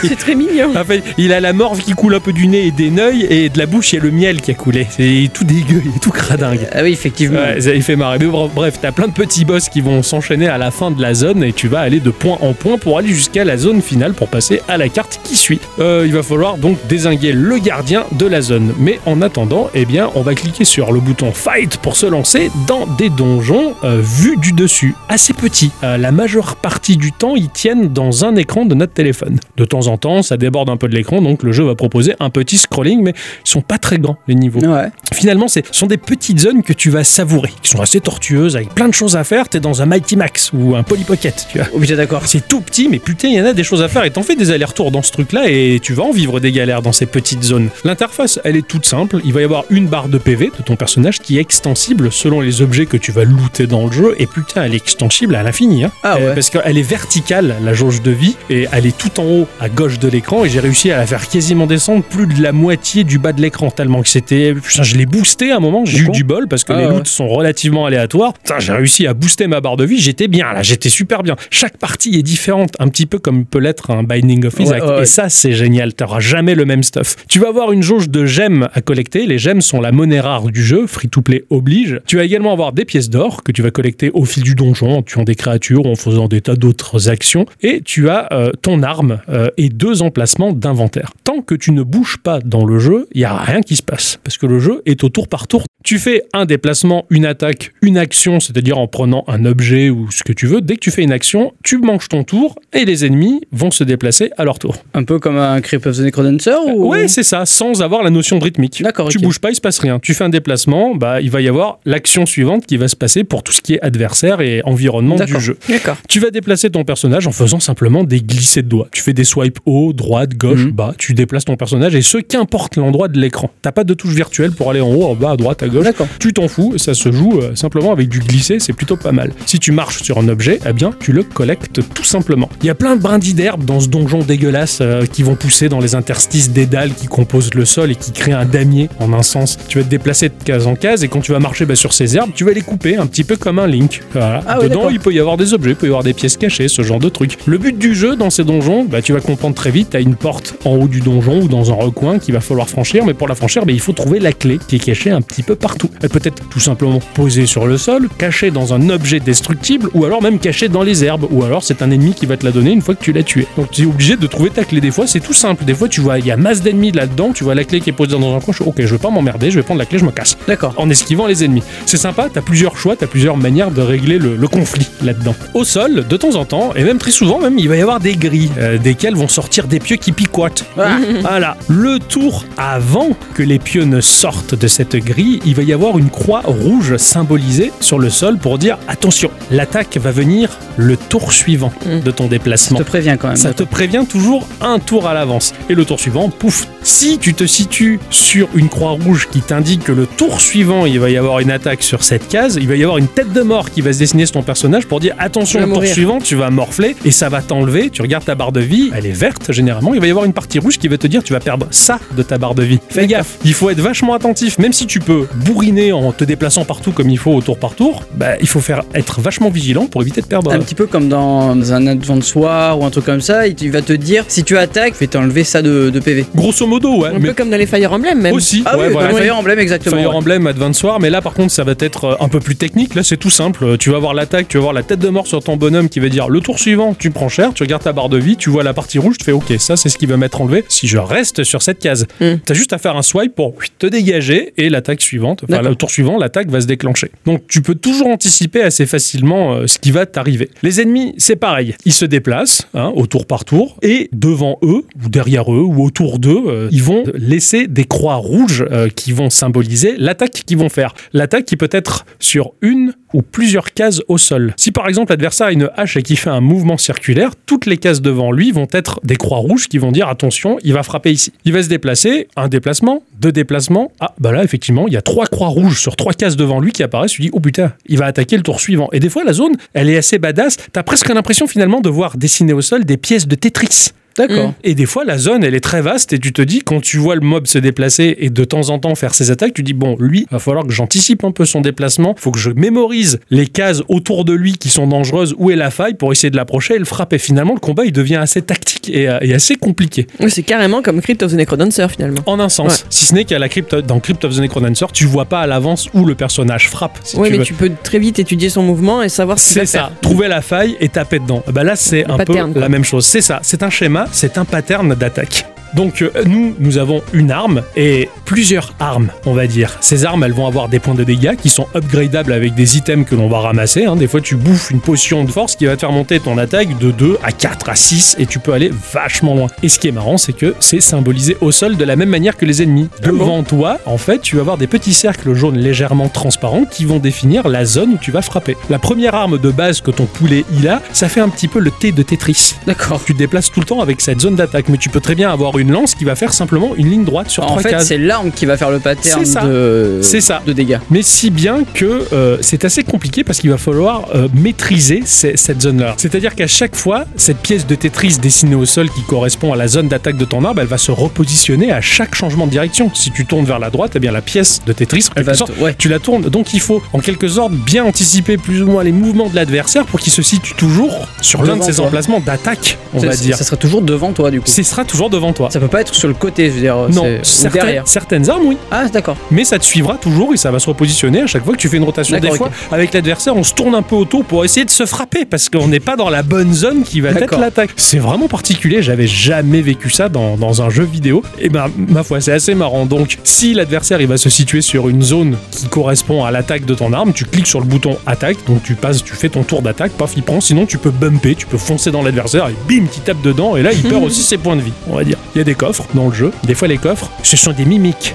B: C'est très mignon.
A: En fait, il a la morve qui coule un peu du nez et des neuils, et de la bouche, il y a le miel qui a coulé. C'est tout dégueu, il est tout cradingue.
C: Ah oui effectivement.
A: Ouais, ça, il fait marrer. Mais bref, bref, t'as plein de petits boss qui vont s'enchaîner à la fin de la zone et tu vas aller de point en point pour aller jusqu'à la zone finale pour passer à la carte qui suit. Euh, il va falloir donc désinguer le gardien de la zone. Mais en attendant, eh bien, on va cliquer sur le bouton Fight pour se lancer dans des donjons euh, vus du dessus, assez petits. Euh, la majeure partie du temps, ils tiennent dans un écran de notre téléphone. De temps en temps, ça déborde un peu de l'écran, donc le jeu va proposer un petit scrolling, mais ils sont pas très grands les niveaux.
C: Ouais.
A: Finalement, ce sont des petites zones que tu vas savourer, qui sont assez tortueuses, avec plein de choses à faire. T'es dans un Mighty Max ou un Polly Pocket, tu vois.
C: Oh, putain, d'accord.
A: C'est tout petit, mais putain, il y en a des choses à faire et t'en fais des allers-retours dans ce truc-là et tu vas en vivre des galères dans ces petites zones. L'interface, elle est toute simple. Il va y avoir une barre de PV de ton personnage qui est extensible selon les objets que tu vas looter dans le jeu et putain, elle est extensible à l'infini. Hein.
C: Ah
A: Euh,
C: ouais.
A: Parce qu'elle est verticale, la jauge de vie, et elle est tout en haut à gauche de l'écran et j'ai réussi à la faire quasiment descendre plus de la moitié du bas de l'écran tellement que c'était. Putain, je l'ai boosté à un moment, j'ai eu
C: Bon.
A: du bol parce que
C: Ah
A: les
C: ouais.
A: loots sont relativement aléatoires. Putain, j'ai réussi à booster ma barre de vie, j'étais bien là, j'étais super bien. Chaque partie est différente, un petit peu comme peut l'être un Binding of Isaac.
C: Ouais, ouais, ouais.
A: Et ça, c'est génial, t'auras jamais le même stuff. Tu vas avoir une jauge de gemmes à collecter, les gemmes sont la monnaie rare du jeu, free to play oblige. Tu vas également avoir des pièces d'or que tu vas collecter au fil du donjon, en tuant des créatures, en faisant des tas d'autres actions. Et tu as euh, ton arme euh, et deux emplacements d'inventaire. Tant que tu ne bouges pas dans le jeu, il n'y a rien qui se passe, parce que le jeu est au tour par tour. Tu fais un déplacement, une attaque, une action, c'est-à-dire en prenant un objet ou ce que tu veux. Dès que tu fais une action, tu manges ton tour et les ennemis vont se déplacer à leur tour.
C: Un peu comme un Creep of the Necrodancer ou
A: Ouais, c'est ça, sans avoir la notion de rythmique.
C: Oh. D'accord,
A: Tu
C: ok.
A: bouges pas, il se passe rien. Tu fais un déplacement, bah il va y avoir l'action suivante qui va se passer pour tout ce qui est adversaire et environnement du
C: D'accord.
A: jeu.
B: D'accord.
A: Tu vas déplacer ton personnage en faisant simplement des glissés de doigts. Tu fais des swipes haut, droite, gauche,
C: Mhm.
A: bas. Tu déplaces ton personnage et ce qu'importe l'endroit de l'écran. T'as pas de touche virtuelle pour aller en haut, en bas, à droite, à gauche.
C: D'accord.
A: Tu t'en fous, ça se joue euh, simplement avec du glisser, c'est plutôt pas mal. Si tu marches sur un objet, eh bien, tu le collectes tout simplement. Il y a plein de brindilles d'herbe dans ce donjon dégueulasse euh, qui vont pousser dans les interstices des dalles qui composent le sol et qui créent un damier en un sens. Tu vas te déplacer de case en case et quand tu vas marcher bah, sur ces herbes, tu vas les couper un petit peu comme un link. Voilà.
C: Ah ouais,
A: Dedans,
C: d'accord.
A: il peut y avoir des objets, il peut y avoir des pièces cachées, ce genre de trucs. Le but du jeu dans ces donjons, bah, tu vas comprendre très vite, tu as une porte en haut du donjon ou dans un recoin qu'il va falloir franchir, mais pour la franchir, bah, il faut trouver la clé qui est cachée un petit peu partout. Elle peut être tout simplement posée sur le sol, cachée dans un objet destructible, ou alors même cachée dans les herbes, ou alors c'est un ennemi qui va te la donner une fois que tu l'as tué. Donc tu es obligé de trouver ta clé. Des fois, c'est tout simple. Des fois, tu vois, il y a masse d'ennemis là-dedans, tu vois la clé qui est posée dans un coin, je- ok, je vais pas m'emmerder, je vais prendre la clé, je me casse
C: D'accord.
A: en esquivant les ennemis. C'est sympa, t'as plusieurs choix, t'as plusieurs manières de régler le, le conflit là-dedans. Au sol, de temps en temps, et même très souvent même, il va y avoir des grilles, euh, desquelles vont sortir des pieux qui picotent.
C: Ah.
A: Voilà, le tour avant que les pieux ne sortent de cette grille, il va y avoir une croix rouge symbolisée sur le sol pour dire attention, l'attaque va venir le tour suivant de ton déplacement.
C: Je te préviens
B: Ah,
C: quand même.
A: Ça te prévient toujours un tour à l'avance. Et le tour suivant, pouf. Si tu te situes sur une croix rouge qui t'indique que le tour suivant, il va y avoir une attaque sur cette case, il va y avoir une tête de mort qui va se dessiner sur ton personnage pour dire attention,
B: Tu vas
A: le tour
B: mourir.
A: suivant, tu vas morfler et ça va t'enlever. Tu regardes ta barre de vie, elle est verte généralement. Il va y avoir une partie rouge qui va te dire tu vas perdre ça de ta barre de vie. Fais gaffe, il faut être vachement attentif. Même si tu peux bourriner en te déplaçant partout comme il faut au tour par tour, bah, il faut faire être vachement vigilant pour éviter de perdre. euh,
C: Un petit peu comme dans un Advance War ou un truc comme ça, il va te dire si tu attaques, je vais t'enlever ça de, de PV.
A: Grosso modo, ouais.
B: Un
A: mais
B: peu comme dans les Fire Emblem même.
A: aussi,
C: Ah
A: ouais,
C: oui,
A: voilà.
C: dans Fire Emblem, exactement.
A: Fire
C: ouais.
A: Emblem Advance War, mais là par contre ça va être euh, un peu plus technique. Là c'est tout simple. Euh, Tu vas voir l'attaque, tu vas voir la tête de mort sur ton bonhomme qui va dire le tour suivant, tu prends cher, tu regardes ta barre de vie, tu vois la partie rouge, tu fais ok, ça c'est ce qui va m'être enlevé si je reste sur cette case.
B: Mm.
A: T'as juste à faire un swipe pour oui, te dégager déclenchée et l'attaque suivante, enfin
C: D'accord.
A: le tour suivant, l'attaque va se déclencher. Donc tu peux toujours anticiper assez facilement euh, ce qui va t'arriver. Les ennemis, c'est pareil. Ils se déplacent hein, au tour par tour et devant eux, ou derrière eux, ou autour d'eux, euh, ils vont laisser des croix rouges euh, qui vont symboliser l'attaque qu'ils vont faire. L'attaque qui peut être sur une ou plusieurs cases au sol. Si par exemple l'adversaire a une hache et qui fait un mouvement circulaire, toutes les cases devant lui vont être des croix rouges qui vont dire attention, il va frapper ici. Il va se déplacer, un déplacement, deux déplacements. Ah bah là effectivement, il y a trois croix rouges sur trois cases devant lui qui apparaissent. Tu dis oh putain, il va attaquer le tour suivant. Et des fois la zone, elle est assez badass. T'as presque l'impression finalement de voir dessiner au sol des pièces de Tetris.
C: D'accord.
A: Et des fois, la zone, elle est très vaste et tu te dis, quand tu vois le mob se déplacer et de temps en temps faire ses attaques, tu dis, bon, lui, va falloir que j'anticipe un peu son déplacement, faut que je mémorise les cases autour de lui qui sont dangereuses, où est la faille pour essayer de l'approcher et le frapper. Finalement, le combat, il devient assez tactique et, euh, et assez compliqué.
B: Oui, C'est carrément comme Crypt of the Necrodancer finalement.
A: En un sens, si ce n'est qu'à la crypte, dans Crypt of the Necrodancer, tu vois pas à l'avance où le personnage frappe. Si
B: oui,
A: tu
B: mais
A: veux.
B: tu peux très vite étudier son mouvement et savoir ce qu'il
A: C'est
B: va
A: ça,
B: faire.
A: trouver la faille et taper dedans. Bah là, c'est un peu
B: pattern, quoi.
A: la même chose. C'est ça, c'est un schéma, c'est un pattern d'attaque. Donc euh, nous, nous avons une arme et plusieurs armes, on va dire. Ces armes, elles vont avoir des points de dégâts qui sont upgradables avec des items que l'on va ramasser. hein. Des fois, tu bouffes une potion de force qui va te faire monter ton attaque de 2 à 4 à 6 et tu peux aller vachement loin. Et ce qui est marrant, c'est que c'est symbolisé au sol de la même manière que les ennemis. Devant toi, en fait, tu vas avoir des petits cercles jaunes légèrement transparents qui vont définir la zone où tu vas frapper. La première arme de base que ton poulet il a, ça fait un petit peu le T de Tetris.
C: D'accord.
A: Tu te déplaces tout le temps avec cette zone d'attaque, mais tu peux très bien avoir une lance qui va faire simplement une ligne droite sur
C: En
A: trois
C: fait,
A: cases.
C: c'est l'arme qui va faire le pattern
A: C'est ça.
C: de...
A: C'est ça.
C: de dégâts.
A: mais si bien que euh, c'est assez compliqué parce qu'il va falloir euh, maîtriser ces- cette zone-là. C'est-à-dire qu'à chaque fois, cette pièce de Tetris dessinée au sol qui correspond à la zone d'attaque de ton arbre, elle va se repositionner à chaque changement de direction. Si tu tournes vers la droite, eh bien la pièce de Tetris, en
C: Elle va
A: quelque sorte,
C: t- ouais.
A: tu la tournes. Donc il faut, en quelque sorte, bien anticiper plus ou moins les mouvements de l'adversaire pour qu'il se situe toujours sur l'un de
C: Devant
A: ses
C: toi.
A: emplacements d'attaque, on
C: Ça-
A: va
C: ça-
A: dire.
C: Ça sera toujours devant toi, du coup.
A: Ce sera toujours devant toi.
C: Ça peut pas être sur le côté, je veux dire.
A: Non,
C: c'est- ou
A: certaines-
C: derrière.
A: certaines armes, oui
C: Ah, d'accord.
A: mais ça te suivra toujours et ça va se repositionner à chaque fois que tu fais une rotation. Des
C: D'accord,
A: fois,
C: ok.
A: avec l'adversaire, on se tourne un peu autour pour essayer de se frapper parce qu'on n'est pas dans la bonne zone qui va être
C: D'accord.
A: l'attaque. C'est vraiment particulier, j'avais jamais vécu ça dans, dans un jeu vidéo. Et ben, ma foi, c'est assez marrant. Donc, si l'adversaire il va se situer sur une zone qui correspond à l'attaque de ton arme, tu cliques sur le bouton attaque, donc tu passes, tu fais ton tour d'attaque, paf, il prend. Sinon, tu peux bumper, tu peux foncer dans l'adversaire et bim, tu tapes dedans et là,
C: [LAUGHS]
A: il perd aussi ses points de vie, on va dire. Il y a des coffres dans le jeu. Des fois, les coffres, ce sont des mimiques.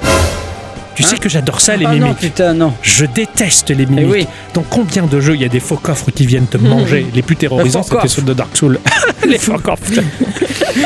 A: Tu
C: Hein
A: sais que j'adore ça, les
C: ah non,
A: mimiques.
C: putain, non.
A: Je déteste les mimiques.
C: oui.
A: Dans combien de jeux il y a des faux coffres qui viennent te manger Les plus terrorisants,
C: Les faux
A: c'était
C: coffres.
A: ceux de Dark [LAUGHS] Souls. les faux coffres. [LAUGHS]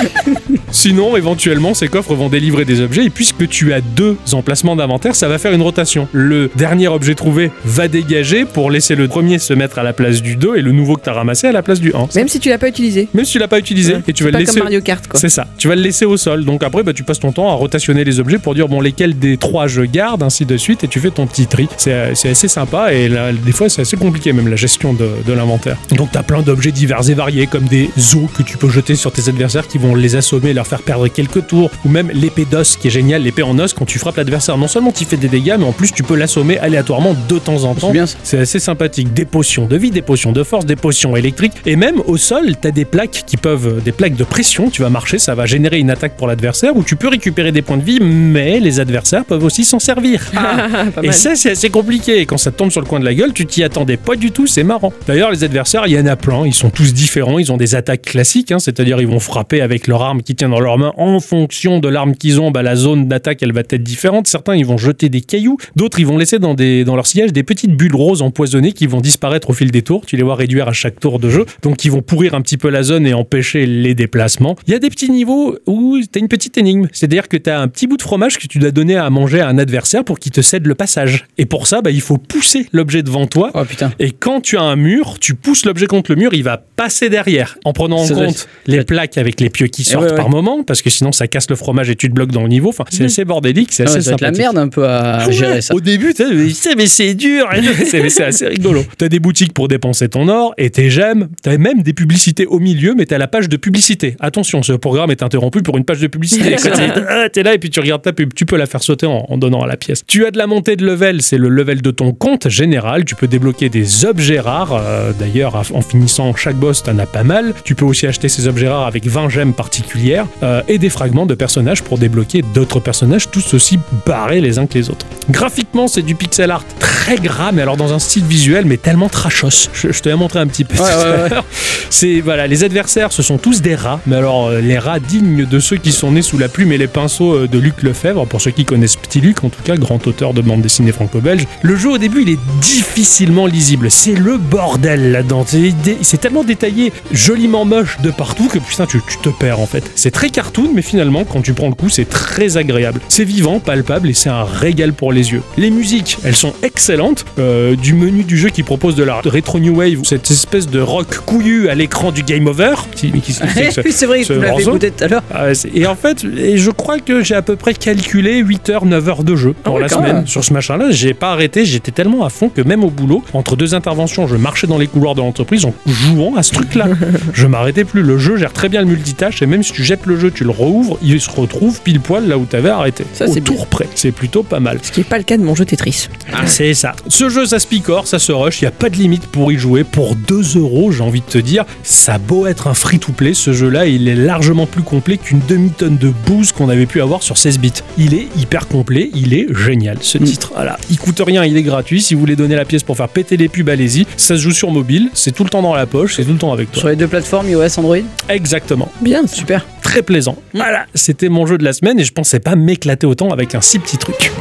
A: Sinon, éventuellement, ces coffres vont délivrer des objets et puisque tu as deux emplacements d'inventaire, ça va faire une rotation. Le dernier objet trouvé va dégager pour laisser le premier se mettre à la place du 2 et le nouveau que tu as ramassé à la place du 1.
B: Même si tu l'as pas utilisé.
A: Même si tu l'as pas utilisé
B: Ouais.
A: et tu
B: C'est
A: vas le
B: pas
A: laisser
B: comme Mario Kart quoi.
A: c'est ça. Tu vas le laisser au sol. Donc après, bah, tu passes ton temps à rotationner les objets pour dire bon lesquels des trois je garde, ainsi de suite, et tu fais ton petit tri. C'est euh, c'est assez sympa et là, des fois c'est assez compliqué même la gestion de, de l'inventaire. Donc t'as plein d'objets divers et variés comme des os que tu peux jeter sur tes adversaires qui vont les assommer, et leur faire perdre quelques tours, ou même l'épée d'os qui est géniale, l'épée en os quand tu frappes l'adversaire. Non seulement tu fais des dégâts, mais en plus tu peux l'assommer aléatoirement de temps en temps.
C: C'est bien ça.
A: C'est assez sympathique. Des potions de vie, des potions de force, des potions électriques. Et même au sol, t'as des plaques qui peuvent. des plaques de pression. Tu vas marcher, ça va générer une attaque pour l'adversaire ou tu peux récupérer des points de vie, mais les adversaires peuvent aussi s'en servir.
B: Ah, pas
A: Et
B: mal.
A: ça, c'est assez compliqué. Et quand ça te tombe sur le coin de la gueule, tu t'y attendais pas du tout. C'est marrant. D'ailleurs, les adversaires, il y en a plein. Ils sont tous différents. Ils ont des attaques classiques, hein, c'est-à-dire ils vont frapper avec leur arme qui tient dans leur main. En fonction de l'arme qu'ils ont, bah, la zone d'attaque, elle va être différente. Certains, ils vont jeter des cailloux. D'autres, ils vont laisser dans, des, dans leur sillage des petites bulles roses empoisonnées qui vont disparaître au fil des tours. Tu les vois réduire à chaque tour de jeu. Donc, ils vont pourrir un petit peu la zone et empêcher les déplacements. Il y a des petits niveaux où t'as une petite énigme. C'est-à-dire que t'as un petit bout de fromage que tu dois donner à manger à un adversaire pour qu'il te cède le passage. Et pour ça, bah, il faut pousser l'objet devant toi.
C: Oh putain.
A: Et quand tu as un mur, tu pousses l'objet contre le mur, il va passer derrière, en prenant en
C: Ça doit
A: compte les plaques avec les pieux qui
C: Eh
A: sortent
C: ouais, ouais.
A: par moment, parce que sinon ça casse le fromage et tu te bloques dans le niveau. Enfin, c'est assez bordélique, c'est
C: Ah ouais,
A: assez
C: ça doit être la
A: sympathique. Ah
C: merde un peu à
A: Ouais,
C: gérer ça.
A: Au début, tu sais, mais c'est- mais c'est dur, [LAUGHS] c'est mais c'est assez rigolo. T'as des boutiques pour dépenser ton or et tes gemmes. T'as même des publicités au milieu, mais t'as la page de publicité. [LAUGHS] Attention, ce programme est interrompu pour une page de publicité. Quand t'es ah, t'es là et puis tu regardes ta pub. Tu peux la faire sauter en, en donnant à la pièce. Tu as de la montée de level, c'est le level de ton compte général. Tu peux débloquer des objets rares. euh, D'ailleurs, en finissant chaque boss, t'en as pas mal. Tu peux aussi acheter ces objets rares avec 20 gemmes particulières euh, et des fragments de personnages pour débloquer d'autres personnages, tous aussi barrés les uns que les autres. Graphiquement, c'est du pixel art très gras, mais alors dans un style visuel, mais tellement trashos. Je, je te l'ai montré un petit peu tout
C: Ouais,
A: à
C: ouais,
A: [LAUGHS]
C: ouais.
A: l'heure. C'est voilà, les adversaires, ce sont tous des rats, mais alors euh, les rats dignes de ceux qui sont nés sous la plume et les pinceaux euh, de Luc Lefebvre, pour ceux qui connaissent Petit Luc, en tout cas, grand auteur de bande dessinée franco-belge. Le jeu au début, il est difficilement lisible. C'est le bordel là-dedans. C'est dé- C'est tellement détaillé, joliment moche de partout que putain, tu, tu te perds en fait. C'est très cartoon, mais finalement, quand tu prends le coup, c'est très agréable. C'est vivant, palpable et c'est un régal pour les yeux. Les musiques, elles sont excellentes. Euh, du menu du jeu qui propose de la rétro new wave, cette espèce de rock couillu à l'écran du game over. Qui, qui- qui- qui-
C: [LAUGHS] [LAUGHS] oui, c'est vrai,
A: ce
C: tu me l'avais
A: morceau.
C: goûté tout à l'heure.
A: Ah ouais, c'est- et en fait, et je crois que j'ai à peu près calculé 8 heures, 9 heures de jeu pour
C: Ah ouais,
A: la
C: quand
A: semaine.
C: même.
A: Sur ce machin-là, j'ai pas arrêté, j'étais tellement à fond que même au boulot, entre deux interventions, je marchais dans les couloirs de l'entreprise en jouant à ce
C: [LAUGHS]
A: truc-là. je m'arrêtais plus. Le jeu gère très bien le multitâche et même si tu jettes le jeu, tu le rouvres, il se retrouve pile poil là où t'avais arrêté.
B: Ça,
A: au
B: c'est
A: tour près. C'est plutôt pas mal.
B: Ce qui n'est pas le cas de mon jeu Tetris.
A: Ah, c'est ça. Ce jeu, ça se picore, ça se rush, il n'y a pas de limite pour y jouer. Pour 2 euros, j'ai envie de te dire, ça a beau être un free-to-play, ce jeu-là, il est largement plus complet qu'une demi-tonne de bouse qu'on avait pu avoir sur 16 bits. Il est hyper complet, il est génial, ce titre. Voilà. Il coûte rien, il est gratuit. Si vous voulez donner la pièce pour faire péter les pubs, allez-y. Ça se joue sur mobile, c'est tout le temps dans la poche, c'est tout le temps avec toi.
C: Sur les deux plateformes, iOS, Android.
A: Exactement
B: Bien.
C: Super.
A: très plaisant. Voilà, c'était mon jeu de la semaine et je pensais pas m'éclater autant avec un si petit truc.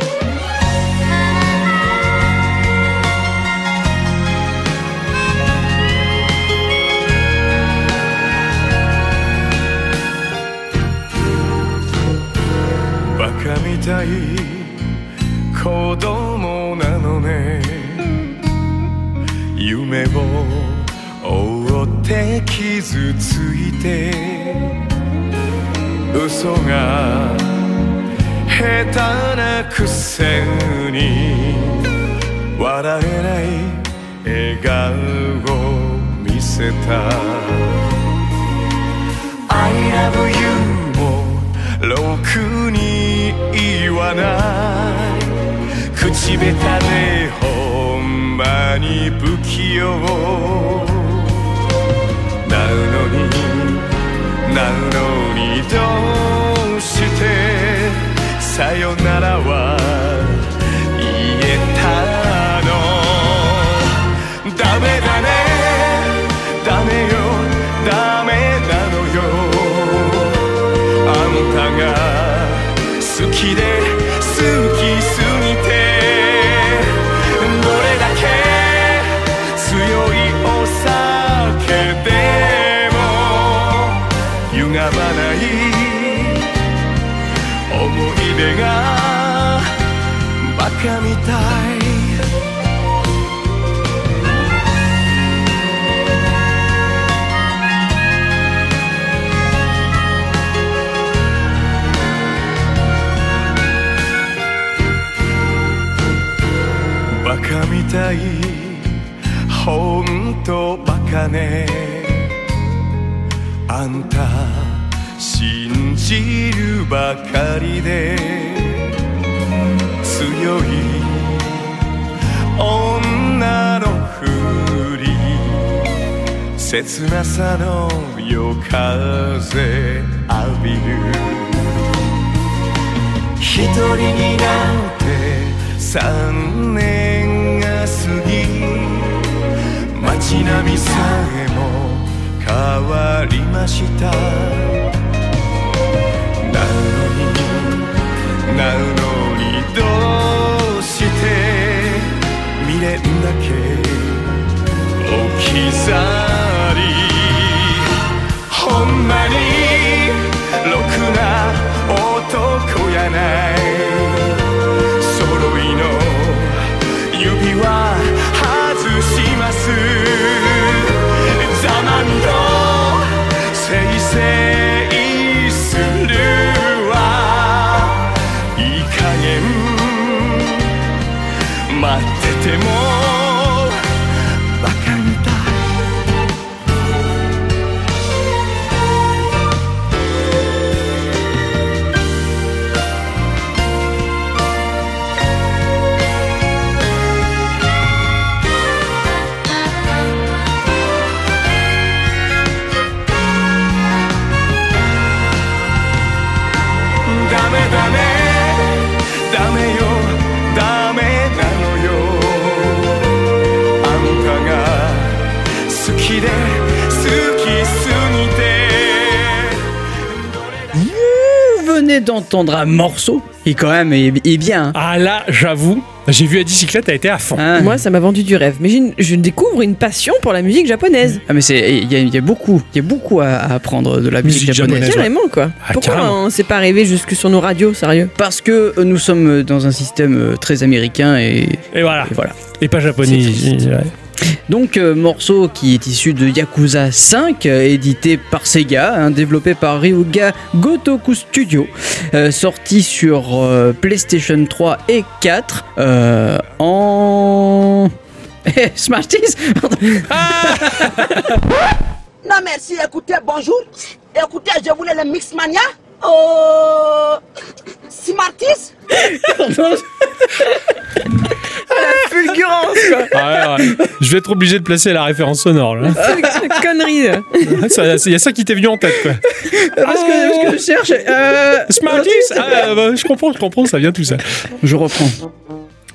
E: バカみたい子供なのね夢を追って傷ついて嘘が下手なくせに笑えない笑顔を見せた I love you もろくに言わない口下手でほんまに不器用なのになのにどうしてさよならは言えたのダメだねダメよダメなのよあんたが好きで好きすぎてどれだけ強いお酒でも歪まない思い出がバカみたいバカみたいほんとバカねあんた信じるばかりで強い女のふり切なさの夜風浴びる一人になって三年が過ぎ街並みさえも変わりましたなのになのにどうして未練だけ置き去りほんまにろくな男やない揃いの指輪外しますざまみろせいせいするわいい加減待っててもバカみたい
F: 「
C: venez d'entendre un morceau qui quand même est, est bien. hein.
A: Ah là, j'avoue, j'ai vu la bicyclette, elle était à fond.
C: Hein.
B: Moi, ça m'a vendu du rêve. Mais j'ai une- je découvre une passion pour la musique japonaise.
C: Ah mais c'est il y, a- il y a beaucoup il y a beaucoup à, à apprendre de la musique,
A: Musique
C: japonaise.
A: japonaise.
B: Carrément, quoi.
A: Ah,
B: Pourquoi
A: carrément.
B: on s'est pas arrivé jusque sur nos radios,
A: [LAUGHS]
B: sérieux
C: Parce que euh, nous sommes euh, dans un système euh, très américain et,
A: Et voilà.
C: et voilà.
A: Et pas japonais.
C: C'est triste.
A: ouais.
C: Donc euh, morceau qui est issu de Yakuza 5, euh, édité par Sega, hein, développé par Ryuga Gotoku Studio, euh, sorti sur euh, PlayStation 3 et 4 euh, en... [LAUGHS] Eh, Smarties Pardon.
F: Non merci, écoutez, bonjour. Écoutez, je voulais le Mixmania. Euh... Smartis
B: Fulgurance,
A: Ah ouais, ouais. Je vais être obligé de placer la référence sonore. [LAUGHS] là.
B: quoi. Connerie. là.
A: Ça- c'est- Il y a ça qui t'est venu en tête. Quoi.
C: Parce
A: Ah.
C: que, parce que je cherche... euh,
A: Smarties Ah, bah, Je comprends, je comprends, ça vient tout ça.
C: Je reprends.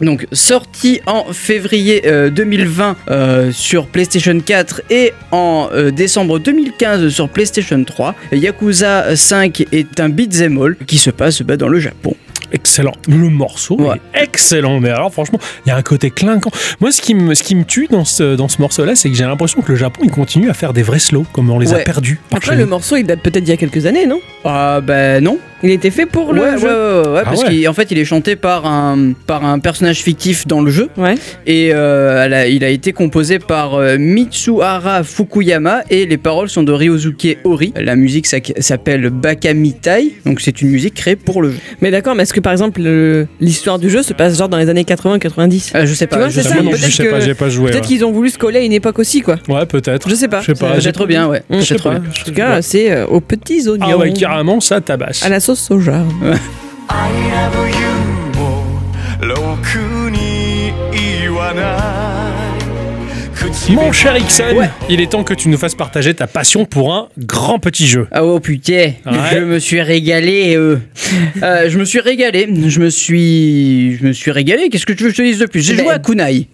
C: Donc sorti en février euh, 2020 euh, sur PlayStation 4 et en euh, décembre 2015 sur PlayStation 3, Yakuza 5 est un beat'em all qui se passe bah, dans le Japon.
A: Excellent. Le morceau
C: Ouais.
A: est excellent. Mais alors, franchement, il y a un côté clinquant. Moi, ce qui me, ce qui me tue dans ce, dans ce morceau-là, c'est que j'ai l'impression que le Japon, il continue à faire des vrais slow, comme on les a
C: Ouais.
A: perdus. par
B: Après,
A: chez
B: le
A: nous.
B: morceau, il date peut-être d'il y a quelques années, non
C: Ah bah non.
B: Il était fait pour
C: Ouais,
B: le
C: ouais, ouais,
B: jeu.
C: ouais, ouais,
A: Ah
C: parce
A: ouais.
C: qu'en fait il est chanté par un, par un personnage fictif dans le jeu
B: Ouais.
C: et euh, elle a- il a été composé par euh, Mitsuhara Fukuyama et les paroles sont de Ryosuke Ori. La musique s'ac- s'appelle Bakamitai, donc c'est une musique créée pour le jeu.
B: Mais d'accord, mais est-ce que par exemple le- l'histoire du jeu se passe genre dans les années 80-90
C: Euh, je sais pas.
B: Tu vois,
C: je
B: c'est
C: sais
A: Ah,
B: ça,
A: moi
C: pas.
A: non plus,
B: peut-être
A: je sais
B: que-
A: pas, j'ai pas joué.
B: Peut-être
A: ouais.
B: qu'ils ont voulu se coller à une époque aussi, quoi.
A: Ouais, peut-être.
B: Je sais pas.
A: Je sais pas.
B: C'est-
A: j'ai-
C: Peut-être Euh, bien, ouais.
B: Mm.
A: Je sais
C: Peut-être
A: pas.
C: bien.
A: Je
B: En
A: sais
B: tout
A: pas.
B: cas, c'est euh, aux petits oignons.
A: Ah ouais, carrément, ça tabasse.
B: À la sauce soja.
E: I love you をろくに言わない
A: Mon cher Ixon, il est temps que tu nous fasses partager ta passion pour un grand petit jeu.
C: Ah oh putain, je me suis régalé. euh. Euh, je me suis régalé. Je me suis, je me suis régalé. Qu'est-ce que tu veux que je te dise de plus J'ai
B: Ben-
C: joué à Kunai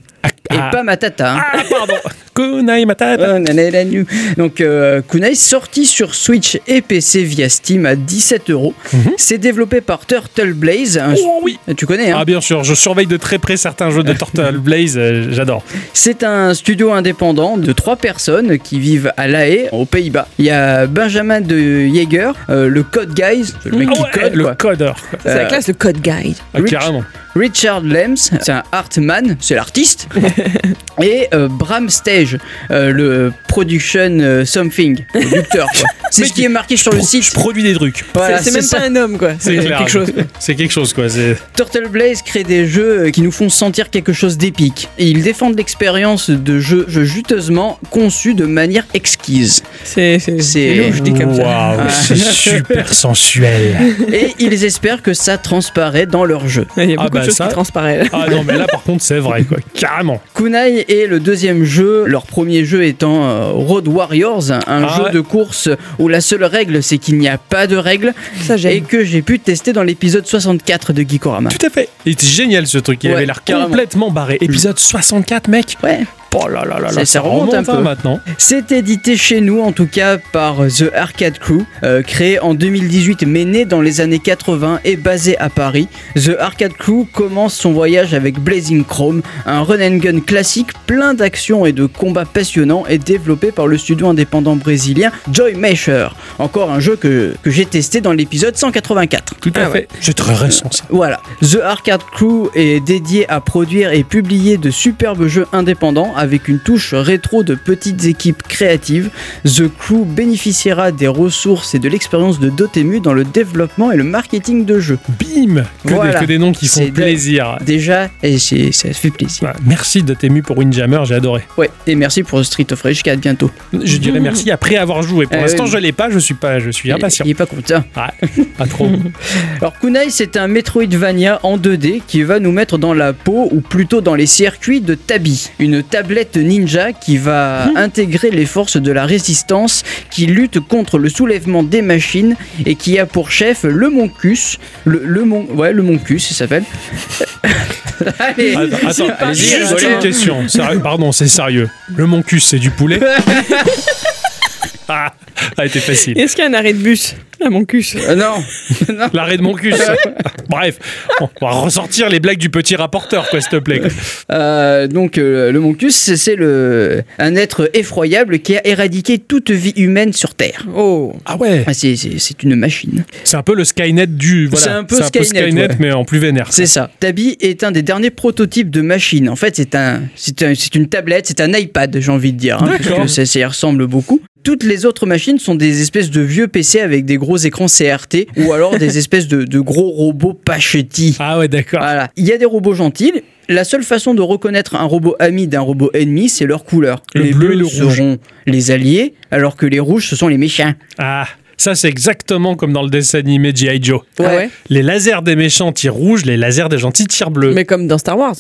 C: et
A: ah.
C: pas Matata. hein.
A: Ah, pardon Kunai Matata
C: Oh, nanana, nu. Donc euh, Kunai sorti sur Switch et PC via Steam à 17 euros.
A: Mhm.
C: C'est développé par Turtle Blaze. un-
A: Oh oui
C: Tu connais, hein
A: Ah bien sûr, je surveille de très près certains jeux de Turtle Blaze, euh, j'adore.
C: C'est un studio indépendant de trois personnes qui vivent à La Haye, aux Pays-Bas. Il y a Benjamin de Jaeger, euh, le Code Guys, le mec
A: Ah ouais,
C: qui code,
A: le
C: quoi.
A: codeur,
B: C'est la classe, le code guide.
A: Ah,
C: Rich.
A: carrément.
C: Richard Lems,
A: Ah.
C: c'est un artman,
A: [LAUGHS]
C: c'est l'artiste. Et euh, Bram Stage, euh, le production euh, something, producteur.
A: [LAUGHS]
C: quoi. C'est
A: Mec,
C: ce qui est marqué sur le
A: Pro-
C: site.
A: Je produis des trucs.
C: Voilà,
B: c'est c'est même
C: ça.
B: pas un homme, quoi.
A: C'est clair.
B: quelque chose.
A: C'est quelque chose quoi. c'est-
C: Turtle Blaze crée des jeux euh, qui nous font sentir quelque chose d'épique. Et ils défendent l'expérience de jeux jeux juteusement conçus de manière
A: [LAUGHS]
C: exquise.
B: C'est c'est-
C: C'est-
B: c'est louche, dit comme ça.
C: Ah.
A: Waouh, c'est super sensuel.
C: Et ils espèrent que ça transparaît dans leur jeu.
B: [LAUGHS] Il y a
A: Ah
B: beaucoup
A: bah
B: de choses
A: ça.
B: qui transparaissent.
A: Ah non mais là par contre c'est vrai quoi, carrément.
C: Kunai est le deuxième jeu, leur premier jeu étant euh, Road Warriors, un
A: Ah
C: jeu
A: ouais.
C: de course où la seule règle c'est qu'il n'y a pas de règle
B: [LAUGHS] Ça,
C: et
B: j'aime.
C: que j'ai pu tester dans l'épisode 64 de Geekorama.
A: Tout à fait. Il était génial ce truc, il
C: Ouais,
A: avait l'air
C: carrément. Mm.
A: complètement barré. Épisode 64 mec.
C: Ouais.
A: Oh là là là là,
C: Ça- ça remonte un
A: hein,
C: peu.
A: maintenant.
C: C'est édité chez nous en tout cas par euh, The Arcade Crew, euh, créé en 2018 mais né dans les années 80 et basé à Paris. The Arcade Crew commence son voyage avec Blazing Chrome, un run and gun classique plein d'actions et de combats passionnants et développé par le studio indépendant brésilien Joy Masher. Encore un jeu que, que j'ai testé dans l'épisode 184.
A: Tout à
C: Ah ouais.
A: fait. C'est très récent ça.
C: Voilà, The Arcade Crew est dédié à produire et publier de superbes jeux indépendants avec une touche rétro de petites équipes créatives. The Crew bénéficiera des ressources et de l'expérience de Dotemu dans le développement et le marketing de jeux.
A: Bim que,
C: Voilà.
A: des, que des noms qui font
C: C'est dingue.
A: plaisir.
C: Déjà, et c'est- ça fait plaisir.
A: Ouais, Bah, merci de t'ému pour Windjammer, j'ai adoré.
C: Ouais, et merci pour Street of Rage 4 bientôt.
A: Je
C: [LAUGHS]
A: dirais merci après avoir joué. Pour
C: Eh
A: l'instant,
C: oui.
A: je
C: Eh,
A: l'ai pas, je suis pas, je suis impatient.
C: Il est pas content.
A: Pas
C: [LAUGHS]
A: trop.
C: Alors Kunai, c'est un Metroidvania en 2D qui va nous mettre dans la peau ou plutôt dans les circuits de Tabi, une tablette ninja qui va intégrer les forces de la résistance qui lutte contre le soulèvement des machines et qui a pour chef le Moncus, le, le Mon, ouais le Moncus, il s'appelle. [LAUGHS] Allez,
A: Attends, attends,
C: c'est parti,
A: juste
C: rigolez,
A: une
C: hein. [LAUGHS]
A: question. Sérieux, pardon, c'est sérieux. Le moncus, c'est du poulet. Ah, a été facile.
B: Est-ce qu'il y a un arrêt de bus à mon cul
C: Euh, non, non.
A: L'arrêt de mon
C: [LAUGHS]
A: cul. ça. Bref, on va ressortir les blagues du petit rapporteur, quoi, s'il te plaît.
C: Euh, donc euh, le Moncus, c'est- c'est le un être effroyable qui a éradiqué toute vie humaine sur Terre.
B: Oh
A: Ah ouais,
C: Ah, c'est- c'est c'est une machine.
A: c'est un peu le Skynet du. Voilà,
C: C'est un peu Skynet, ouais.
A: mais en plus vénère. quoi.
C: C'est ça. Tabi est un des derniers prototypes de machine. En fait, c'est un, c'est un- c'est une tablette, c'est un iPad, j'ai envie de dire, hein, parce
A: D'accord.
C: que ça, ça y ressemble beaucoup. Toutes les autres machines sont des espèces de vieux PC avec des gros écrans CRT ou alors
A: [LAUGHS]
C: des espèces de, de gros robots pachetti.
A: Ah ouais, d'accord.
C: Voilà. Il y a des robots gentils. La seule façon de reconnaître un robot ami d'un robot ennemi, c'est leur couleur.
A: Le
C: les
A: bleu et
C: bleus
A: le rouge.
C: seront les alliés, alors que les rouges, ce sont les méchants.
A: Ah, ça, c'est exactement comme dans le dessin animé G.I. Joe.
B: Ah ouais.
A: Les lasers des méchants tirent rouge, les lasers des gentils tirent bleu. Mais,
B: Mais comme dans Star Wars.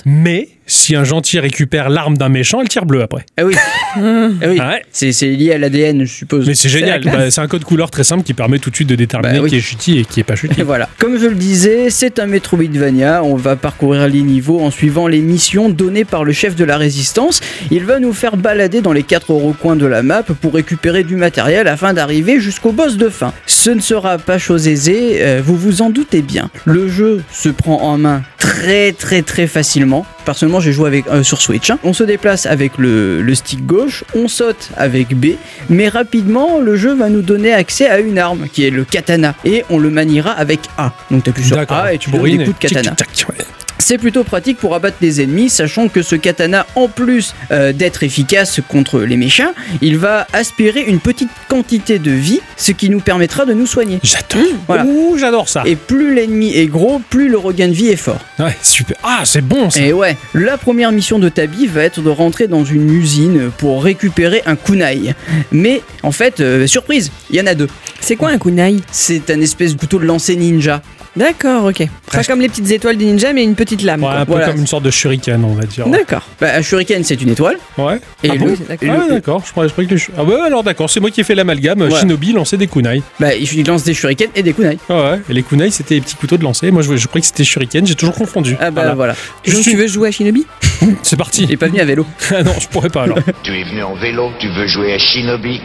A: si un gentil récupère l'arme d'un méchant, elle tire bleu après.
C: Ah
A: [LAUGHS]
C: oui. Ah oui.
A: Ah ouais.
C: C'est c'est lié à l'ADN, je suppose.
A: Mais c'est génial.
C: la classe.
A: Bah, c'est un code couleur très simple qui permet tout de suite de déterminer
C: Bah oui.
A: qui est chuti et qui est pas chuti.
C: Et voilà. Comme je le disais, c'est un Metroidvania. On va parcourir les niveaux en suivant les missions données par le chef de la résistance. Il va nous faire balader dans les quatre recoins de la map pour récupérer du matériel afin d'arriver jusqu'au boss de fin. Ce ne sera pas chose aisée, euh, vous vous en doutez bien. Le jeu se prend en main très très très facilement. Personnellement, j'ai joué avec, euh, sur Switch. hein. On se déplace avec le, le stick gauche, on saute avec B, mais rapidement, le jeu va nous donner accès à une arme qui est le katana et on le maniera avec A. Donc t'appuies [LAUGHS] sur A et tu donnes
A: bourrines
C: des coups de
A: tic,
C: katana.
A: tic, tac, ouais.
C: C'est plutôt pratique pour abattre les ennemis, sachant que ce katana, en plus euh, d'être efficace contre les méchants, il va aspirer une petite quantité de vie, ce qui nous permettra de nous soigner.
A: J'adore.
C: Mmh, Voilà.
A: Ouh, j'adore ça.
C: Et plus l'ennemi est gros, plus le regain de vie est fort.
A: Ouais, super. Ah, c'est bon ça.
C: Et ouais, la première mission de Tabi va être de rentrer dans une usine pour récupérer un kunai. Mais en fait, euh, surprise, il y en a deux.
B: C'est quoi un kunai
C: C'est un espèce de couteau de lancer ninja.
B: D'accord, ok. Pas
A: Presque.
B: comme les petites étoiles des ninjas, mais une petite lame.
A: Ouais, un
B: quoi.
A: peu
C: Voilà.
A: comme une sorte de shuriken, on va dire. Ouais.
B: D'accord.
C: Bah, un shuriken, c'est une étoile.
A: Ouais.
C: Et
A: Ah bon
C: le-
B: Oui, d'accord.
C: et
A: Ah,
C: le-
A: d'accord. Je crois, je croyais que les shu- Ah, ouais, alors d'accord. C'est moi qui ai fait l'amalgame.
C: Ouais.
A: Shinobi lançait des kunai.
C: bah, il lance des shurikens et des kunai.
A: Ah ouais. Et les kunai, c'était les petits couteaux de lancer. Moi, je, je croyais que c'était shuriken. J'ai toujours confondu.
C: Ah bah
A: Voilà.
C: voilà.
A: Je
B: Donc
A: suis-
B: tu veux jouer à Shinobi
A: C'est
C: Il est
A: parti.
C: pas venu à vélo.
A: ah non, je pourrais pas alors.
G: Tu es venu en vélo, tu veux jouer à Shinobi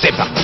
G: C'est parti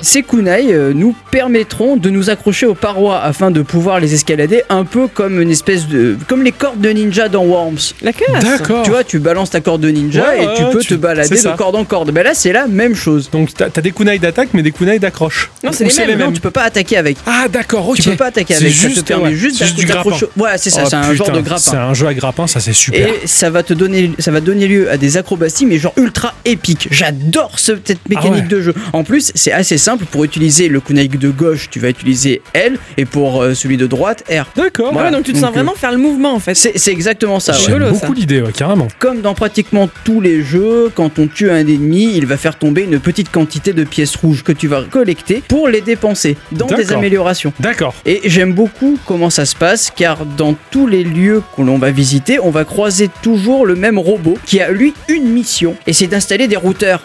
C: Ces kunai euh, nous permettront de nous accrocher aux parois afin de pouvoir les escalader un peu comme une espèce de comme les cordes de ninja dans Worms.
B: La classe
A: D'accord.
C: Ah, Tu vois, tu balances ta corde de ninja
A: Oh. Ouais,
C: et tu
A: ouais,
C: peux
A: tu-
C: te
A: c'est
C: balader
A: ça.
C: de corde en corde. Mais là, c'est la même chose.
A: Donc t'as t'as des kunai d'attaque, mais des kunai d'accroche.
B: Non, c'est
A: Ou
B: les mêmes,
C: Non, tu peux pas attaquer avec.
A: Ah d'accord, ok.
C: Tu peux pas attaquer
A: C'est
C: avec. ça
A: juste,
C: te permet
A: ouais,
C: juste
A: c'est juste du
C: t'accrocher- Ouais, c'est ça.
A: Oh,
C: c'est un genre
A: putain,
C: de grappin.
A: C'est un jeu à grappin, ça c'est super.
C: Et ça va te donner, ça va donner lieu à des acrobaties, mais genre ultra épiques. J'adore ce- cette mécanique
A: Ah ouais.
C: de jeu. En plus, c'est assez simple. Pour utiliser le kunai de gauche, tu vas utiliser L, et pour euh, celui de droite, R.
A: D'accord.
B: Ah ouais,
C: Voilà.
B: donc tu te sens
C: Donc, euh,
B: vraiment faire le mouvement en fait.
C: C'est c'est exactement ça. ouais.
A: J'aime
B: rigolo, ça.
A: beaucoup l'idée, ouais, carrément.
C: Comme dans pratiquement tous les jeux, quand on tue un ennemi, il va faire tomber une petite quantité de pièces rouges que tu vas collecter pour les dépenser dans des
A: D'accord.
C: améliorations.
A: D'accord.
C: Et j'aime beaucoup comment ça se passe, car dans tous les lieux que l'on va visiter, on va croiser toujours le même robot qui a lui une mission, et c'est d'installer des routeurs.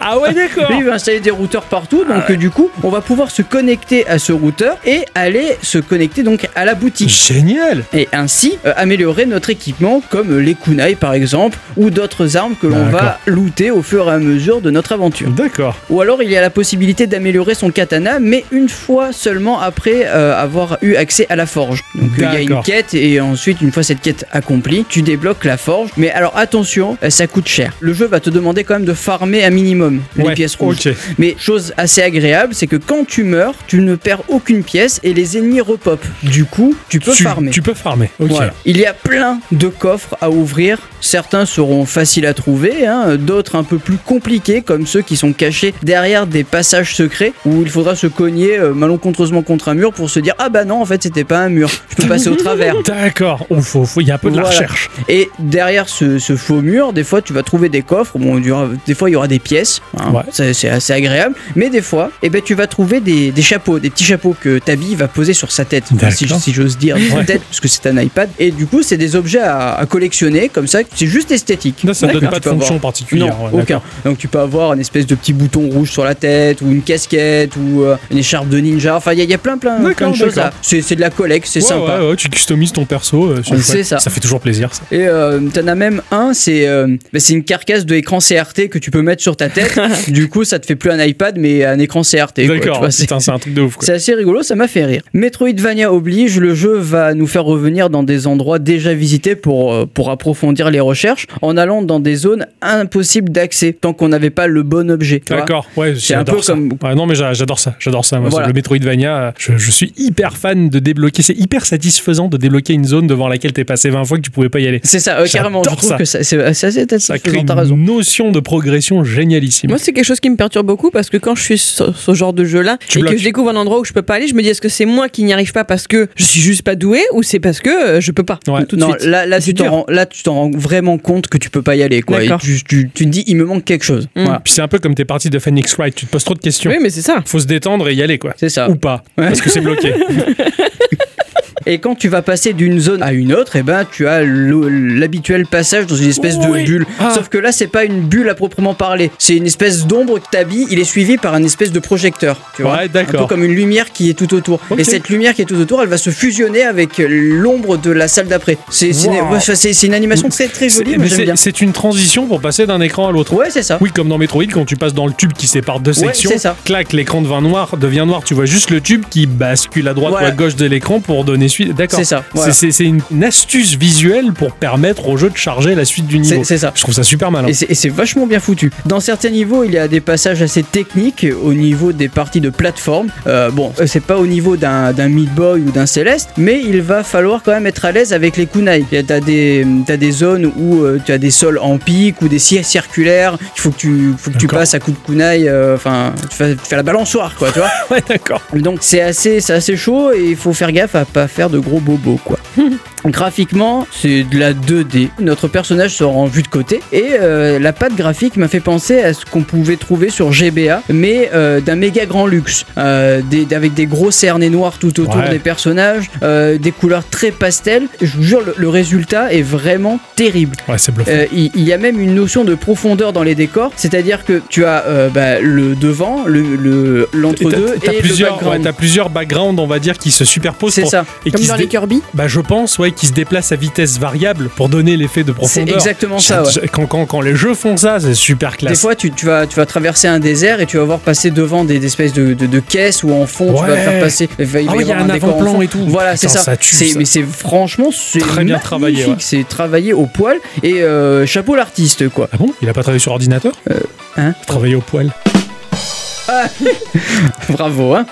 A: Ah [LAUGHS] ouais, d'accord.
C: Lui il va installer des routeurs partout, donc euh, du coup, on va pouvoir se connecter à ce routeur et aller se connecter donc à la boutique.
A: Génial.
C: Et ainsi euh, améliorer notre équipement, comme euh, les kunai par exemple, ou d'autres armes que l'on
A: D'accord.
C: va looter au fur et à mesure de notre aventure.
A: D'accord.
C: Ou alors il y a la possibilité d'améliorer son katana, mais une fois seulement après euh, avoir eu accès à la forge. Donc euh, il y a une
A: D'accord.
C: quête et ensuite une fois cette quête accomplie, tu débloques la forge. Mais alors attention, euh, ça coûte cher. Le jeu va te demander quand même de farmer un minimum les
A: Ouais,
C: pièces rouges.
A: Ok.
C: Mais chose assez agréable, c'est que quand tu meurs, tu ne perds aucune pièce et les ennemis repopent. Du coup, tu peux
A: tu,
C: farmer.
A: tu peux farmer. Ok.
C: Voilà. Il y a plein de coffres à ouvrir. Certains seront faciles à trouver, hein, d'autres un peu plus compliqués, comme ceux qui sont cachés derrière des passages secrets où il faudra se cogner euh, malencontreusement contre un mur pour se dire Ah bah non, en fait, c'était pas un mur, je peux passer au travers.
A: D'accord. Oh, faut- faut- Il y a un peu de la
C: Voilà.
A: recherche.
C: Et derrière ce, ce faux mur, des fois, tu vas trouver des coffres. Bon, il y aura- des fois, il y aura des pièces. hein.
A: Ouais.
C: Ça, C'est assez agréable. Mais des fois, eh ben, tu vas trouver des, des chapeaux, des petits chapeaux que Tabi va poser sur sa tête, Enfin, si,
A: D'accord.
C: si j'ose dire, sur sa
A: Ouais.
C: tête, parce que c'est un iPad. Et du coup, c'est des objets à, à collectionner, comme ça. C'est juste esthétique.
A: Là, ça donne
C: D'accord.
A: pas de
C: Tu peux avoir-
A: fonction particulière.
C: non,
A: ouais,
C: aucun. Donc tu peux avoir une espèce de petit bouton rouge sur la tête ou une casquette ou euh, une écharpe de ninja. Enfin, il y, a- il y a plein plein, plein
A: D'accord,
C: de choses.
A: d'accord.
C: à- C'est c'est de la collecte, c'est
A: Ouais,
C: sympa.
A: ouais, ouais, tu customises ton perso. euh,
C: C'est
A: chouette.
C: ça.
A: Ça fait toujours plaisir. Ça.
C: Et euh, t'en
A: [LAUGHS]
C: as même un, c'est euh, bah, c'est une carcasse de écran CRT que tu peux mettre sur ta tête. du coup, ça te fait plus un iPad, mais un écran CRT. quoi, tu
A: D'accord,
C: vois, c'est-
A: putain, c'est un truc de ouf. quoi.
C: c'est assez rigolo, ça m'a fait rire. Metroidvania oblige, le jeu va nous faire revenir dans des endroits déjà visités pour, euh, pour approfondir les recherches en allant dans des zones impossibles d'accès tant qu'on n'avait pas le bon objet. tu vois.
A: D'accord, ouais,
C: C'est un
A: j'adore
C: peu
A: ça.
C: comme-
A: Ouais, non, mais j'a- j'adore ça, j'adore ça. Moi,
C: Voilà.
A: Le Metroidvania, euh, je, je suis hyper fan de débloquer. C'est hyper satisfaisant de débloquer une zone devant laquelle t'es passé 20 fois que tu pouvais pas y aller.
C: C'est ça, euh, carrément. Je
A: J'adore
C: trouve
A: ça.
C: que ça- c'est c'est assez
A: Ça crée
C: satisfaisant, t'as raison.
A: une notion de progression génialissime.
B: Moi, c'est quelque chose qui me perturbe beaucoup parce que quand je suis sur ce genre de jeu-là
A: Tu
B: et que
A: bloques.
B: je découvre un endroit où je peux pas aller, je me dis est-ce que c'est moi qui n'y arrive pas parce que je suis juste pas doué ou c'est parce que euh, je peux pas
A: Ouais.
B: tout de
C: non,
B: suite.
C: là, là,
B: C'est
C: tu t'en
B: dur.
C: rends, là, tu t'en rends vraiment compte que tu peux pas y aller. Quoi. Et
B: D'accord.
C: tu, tu- tu te dis, il me manque quelque chose.
B: Mm.
C: Voilà.
A: Puis c'est un peu comme tes parties de Phoenix Wright, tu te poses trop de questions.
B: Oui, mais c'est ça.
A: Faut se détendre et y aller, quoi.
C: C'est ça.
A: Ou pas, parce que c'est bloqué.
C: [LAUGHS] Et quand tu vas passer d'une zone à une autre, et ben tu as le- l'habituel passage dans une espèce de
A: Oui.
C: bulle.
A: Ah.
C: Sauf que là, c'est pas une bulle à proprement parler. C'est une espèce d'ombre que t'habilles. Il est suivi par un espèce de projecteur. Tu vois
A: Ouais, d'accord.
C: Un peu comme une lumière qui est tout autour.
A: Ok.
C: Et cette lumière qui est tout autour, elle va se fusionner avec l'ombre de la salle d'après. C'est c'est une-
A: Wow.
C: ouais, c'est- c'est une animation très très jolie.
A: C'est-
C: Moi,
A: mais
C: j'aime bien.
A: c'est c'est une transition pour passer d'un écran à l'autre.
C: Ouais, c'est ça.
A: Oui, comme dans Metroid, quand tu passes dans le tube qui sépare deux
C: Ah. Ouais,
A: sections,
C: c'est ça.
A: clac, l'écran devient noir, devient noir. Tu vois juste le tube qui bascule à droite
C: Voilà.
A: ou à gauche de l'écran pour donner suite. D'accord.
C: C'est ça, voilà.
A: C'est- C'est c'est une une astuce visuelle pour permettre au jeu de charger la suite du niveau.
C: C'est- c'est ça.
A: Je trouve ça super malin.
C: Et c'est- Et c'est vachement bien foutu. Dans certains niveaux, il y a des passages assez techniques au niveau des parties de plateforme. Euh, bon, euh, c'est pas au niveau d'un d'un Meat Boy ou d'un Céleste, mais il va falloir quand même être à l'aise avec les kunai. Il y a- T'as des, t'as des zones où euh, tu as des sols en pic ou des sièges circulaires. Il faut que tu, faut que tu
A: D'accord.
C: passes à coup de kunai. euh, Enfin, tu, fais, tu fais la balançoire, quoi, tu vois.
A: Ouais, d'accord.
C: Donc c'est assez, c'est assez chaud et il faut faire gaffe à pas faire de gros bobos
A: [LAUGHS]
C: quoi. Graphiquement, c'est de la 2D. Notre personnage sort en vue de côté et euh, la patte graphique m'a fait penser à ce qu'on pouvait trouver sur GBA, mais euh, d'un méga grand luxe, Euh, des- avec des gros cernets noirs tout autour
A: Ouais.
C: des personnages, euh, des couleurs très pastel. Je vous jure, le- le résultat est vraiment terrible.
A: Ouais, c'est bluffant.
C: Euh, il, il y a même une notion de profondeur dans les décors, c'est-à-dire que tu as euh, bah, le devant, le- le
A: Et t'as-
C: l'entre-deux
A: t'as
C: et, le
A: plusieurs, ouais,
C: background.
A: t'as plusieurs backgrounds, on va dire, qui se superposent.
C: c'est
A: pour-
C: ça,
A: Et
B: Comme
A: qui
B: dans
A: se
B: les
A: dé-
B: Kirby.
A: bah, je pense, ouais, qui se déplacent à vitesse variable pour donner l'effet de
C: c'est
A: profondeur.
C: exactement ça. ouais.
A: Quand, quand, quand les jeux font ça, c'est super
C: Des
A: classe.
C: fois, tu, tu vas, tu vas traverser un désert et tu vas voir passer devant des, des espèces de, de- de caisses ou en fond, tu vas
A: Ouais.
C: faire passer. Il va, il
A: Ah
C: va
A: ouais,
C: y avoir
A: il y a un
C: décor en
A: avant-plan
C: fond.
A: et tout.
C: Voilà, c'est
A: Putain,
C: ça.
A: ça tue,
C: C'est-
A: ça.
C: Mais c'est franchement, c'est
A: Très bien
C: magnifique.
A: travaillé, ouais.
C: C'est travaillé au poil et euh, chapeau l'artiste, quoi. [LAUGHS]
A: Ah bon Il a pas travaillé sur ordinateur
C: hein
A: Travaillé au poil. [LAUGHS]
C: Bravo, hein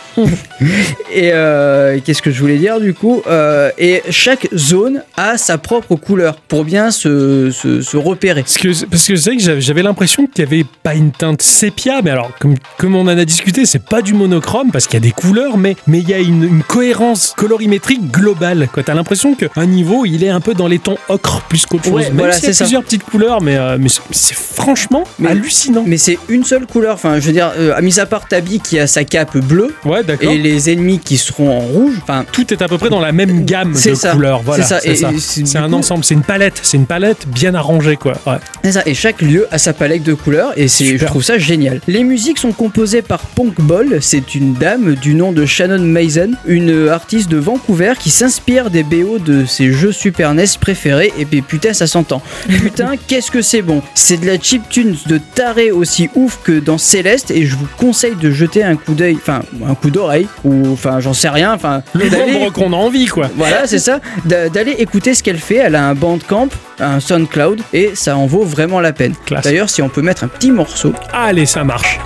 C: Et euh, qu'est-ce que je voulais dire du coup Euh, Et chaque zone a sa propre couleur pour bien se, se- se repérer.
A: Parce que, parce que c'est vrai que j'avais- j'avais l'impression qu'il n'y avait pas une teinte sépia, mais alors, comme, comme on en a discuté, c'est pas du monochrome parce qu'il y a des couleurs, mais mais il y a une, une cohérence colorimétrique globale. quoi. T'as l'impression qu'un niveau, il est un peu dans les tons ocre plus qu'autre
C: Ouais,
A: chose. Même
C: voilà,
A: s'il y a
C: c'est ça.
A: plusieurs petites couleurs, mais, euh, mais c'est- c'est franchement
C: Mais-
A: hallucinant.
C: Mais c'est une seule couleur, enfin je veux dire, euh, à mis à part Tabi qui a sa cape bleue
A: ouais, d'accord.
C: et les ennemis qui seront en rouge, enfin
A: Tout est à peu près dans la même gamme
C: Euh, C'est
A: de
C: ça,
A: couleurs. Voilà,
C: c'est ça,
A: c'est
C: et-
A: ça.
C: et c'est-
A: C'est
C: du
A: un
C: coup-
A: ensemble, c'est une palette, c'est une palette bien arrangée, quoi. Ouais.
C: C'est ça, et chaque lieu a sa palette de couleurs, et c'est, je
A: Super.
C: trouve ça génial. Les musiques sont composées par Punk Ball, c'est une dame du nom de Shannon Mason, une artiste de Vancouver qui s'inspire des BO de ses jeux Super NES préférés, et puis putain,
A: [LAUGHS]
C: ça s'entend. Putain, qu'est-ce que c'est bon C'est de la chiptune de taré aussi ouf que dans Céleste, et je vous conseille de jeter un coup d'œil, enfin, un coup d'oreille, ou enfin, j'en sais rien, enfin,
A: Le
C: d'aller-
A: nombre qu'on a envie, quoi.
C: voilà, c'est ça. D'a- D'aller écouter ce qu'elle fait. Elle a un bandcamp, un SoundCloud, et ça en vaut vraiment la peine.
A: Classe.
C: D'ailleurs, si on peut mettre un petit morceau.
A: Allez, ça marche.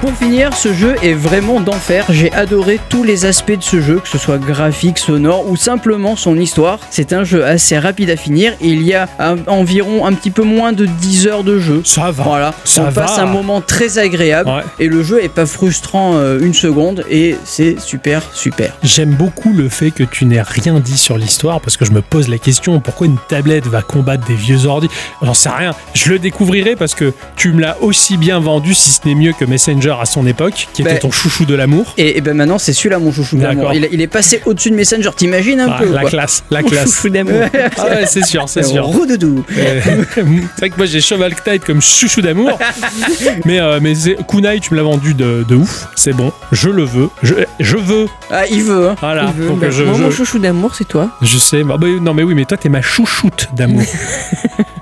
C: pour finir, ce jeu est vraiment d'enfer. J'ai adoré tous les aspects de ce jeu, que ce soit graphique, sonore ou simplement son histoire. C'est un jeu assez rapide à finir. Il y a un- environ un petit peu moins de 10 heures de jeu.
A: Ça va.
C: Voilà,
A: Ça
C: on
A: va.
C: passe un moment très agréable
A: Ouais.
C: et le jeu est pas frustrant euh, une seconde et c'est super super.
A: J'aime beaucoup le fait que tu n'aies rien dit sur l'histoire parce que je me pose la question pourquoi une tablette va combattre des vieux ordi J'en sais rien. Je le découvrirai parce que tu me l'as aussi bien vendu, si ce n'est mieux que Messenger à son époque, qui
C: Ben,
A: était ton chouchou de l'amour.
C: Et, et ben maintenant c'est celui-là mon chouchou de l'amour.
A: D'accord.
C: Il, il est passé au-dessus de Messenger, t'imagines un
A: Ah,
C: peu
A: la
C: quoi.
A: classe, la
C: Mon
A: classe. [LAUGHS]
C: chouchou d'amour.
A: Ah ouais, c'est sûr, c'est sûr.
C: Redoudou.
A: Euh, c'est vrai que moi j'ai Cheval Knight comme chouchou d'amour. mais euh, mais c'est- Kunai, tu me l'as vendu de, de ouf. C'est bon, je le veux. Je, je veux.
C: Ah, il veut. hein.
A: Voilà.
B: Il veut,
A: Donc,
B: bah,
A: je,
B: moi, mon
A: je,
B: chouchou d'amour, c'est toi.
A: je sais. Bah, bah, non, mais oui, mais toi t'es ma chouchoute d'amour.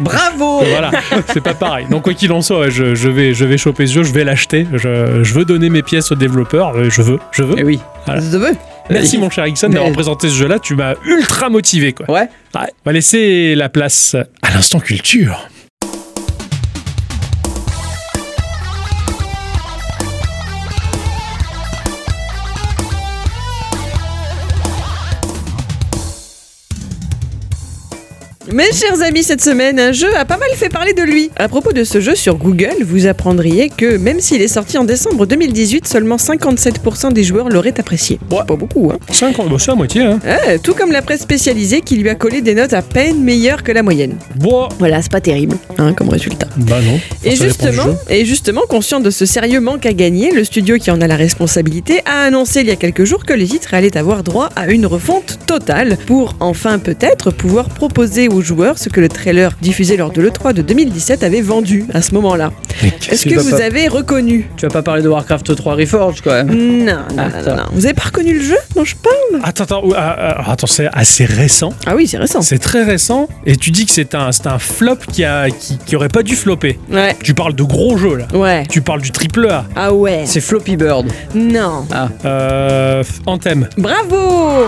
C: Bravo.
A: voilà, c'est pas pareil. Donc quoi qu'il en soit, ouais, je, je vais, je vais choper ce jeu, je vais l'acheter, je, je veux donner mes pièces au développeur, euh, je veux, je veux.
C: Eh oui.
A: Voilà.
C: Je te veux.
A: Merci mon cher Ixon
C: Mais-
A: d'avoir présenté ce jeu-là, tu m'as ultra motivé quoi.
C: Ouais.
A: Ouais. On va laisser la place à l'instant culture.
B: Mes chers amis, cette semaine, un jeu a pas mal fait parler de lui. À propos de ce jeu sur Google, vous apprendriez que même s'il est sorti en décembre 2018, seulement 57% des joueurs l'auraient apprécié. C'est Pas beaucoup, hein.
A: 50, bon, c'est à moitié. Hein.
B: Ah, tout comme la presse spécialisée qui lui a collé des notes à peine meilleures que la moyenne.
A: Bon,
B: Voilà, c'est pas terrible, hein, comme résultat.
A: bah non.
B: Et
A: ça dépend du
B: justement,
A: jeu.
B: et justement, conscient de ce sérieux manque à gagner, le studio qui en a la responsabilité a annoncé il y a quelques jours que le titre allait avoir droit à une refonte totale pour enfin peut-être pouvoir proposer aux joueurs ce que le trailer diffusé lors de l'E3 de 2017 avait vendu à ce moment-là. Est-ce que
C: qu'il va
B: vous
C: pas-
B: avez reconnu
C: Tu vas pas parler de Warcraft 3 Reforged quoi.
B: Non, non,
C: Ah,
B: non,
C: ça.
B: non. Vous avez pas reconnu le jeu dont je parle
A: Attends, attends, ouais, ah, ah, attends, c'est assez récent.
B: Ah oui, c'est récent.
A: C'est très récent. Et tu dis que c'est un, c'est un flop qui, a, qui, qui aurait pas dû flopper.
B: Ouais.
A: Tu parles de gros jeux là.
B: Ouais.
A: Tu parles du triple A.
B: Ah ouais.
C: C'est Floppy Bird.
B: Non.
A: Euh, Anthem.
B: Bravo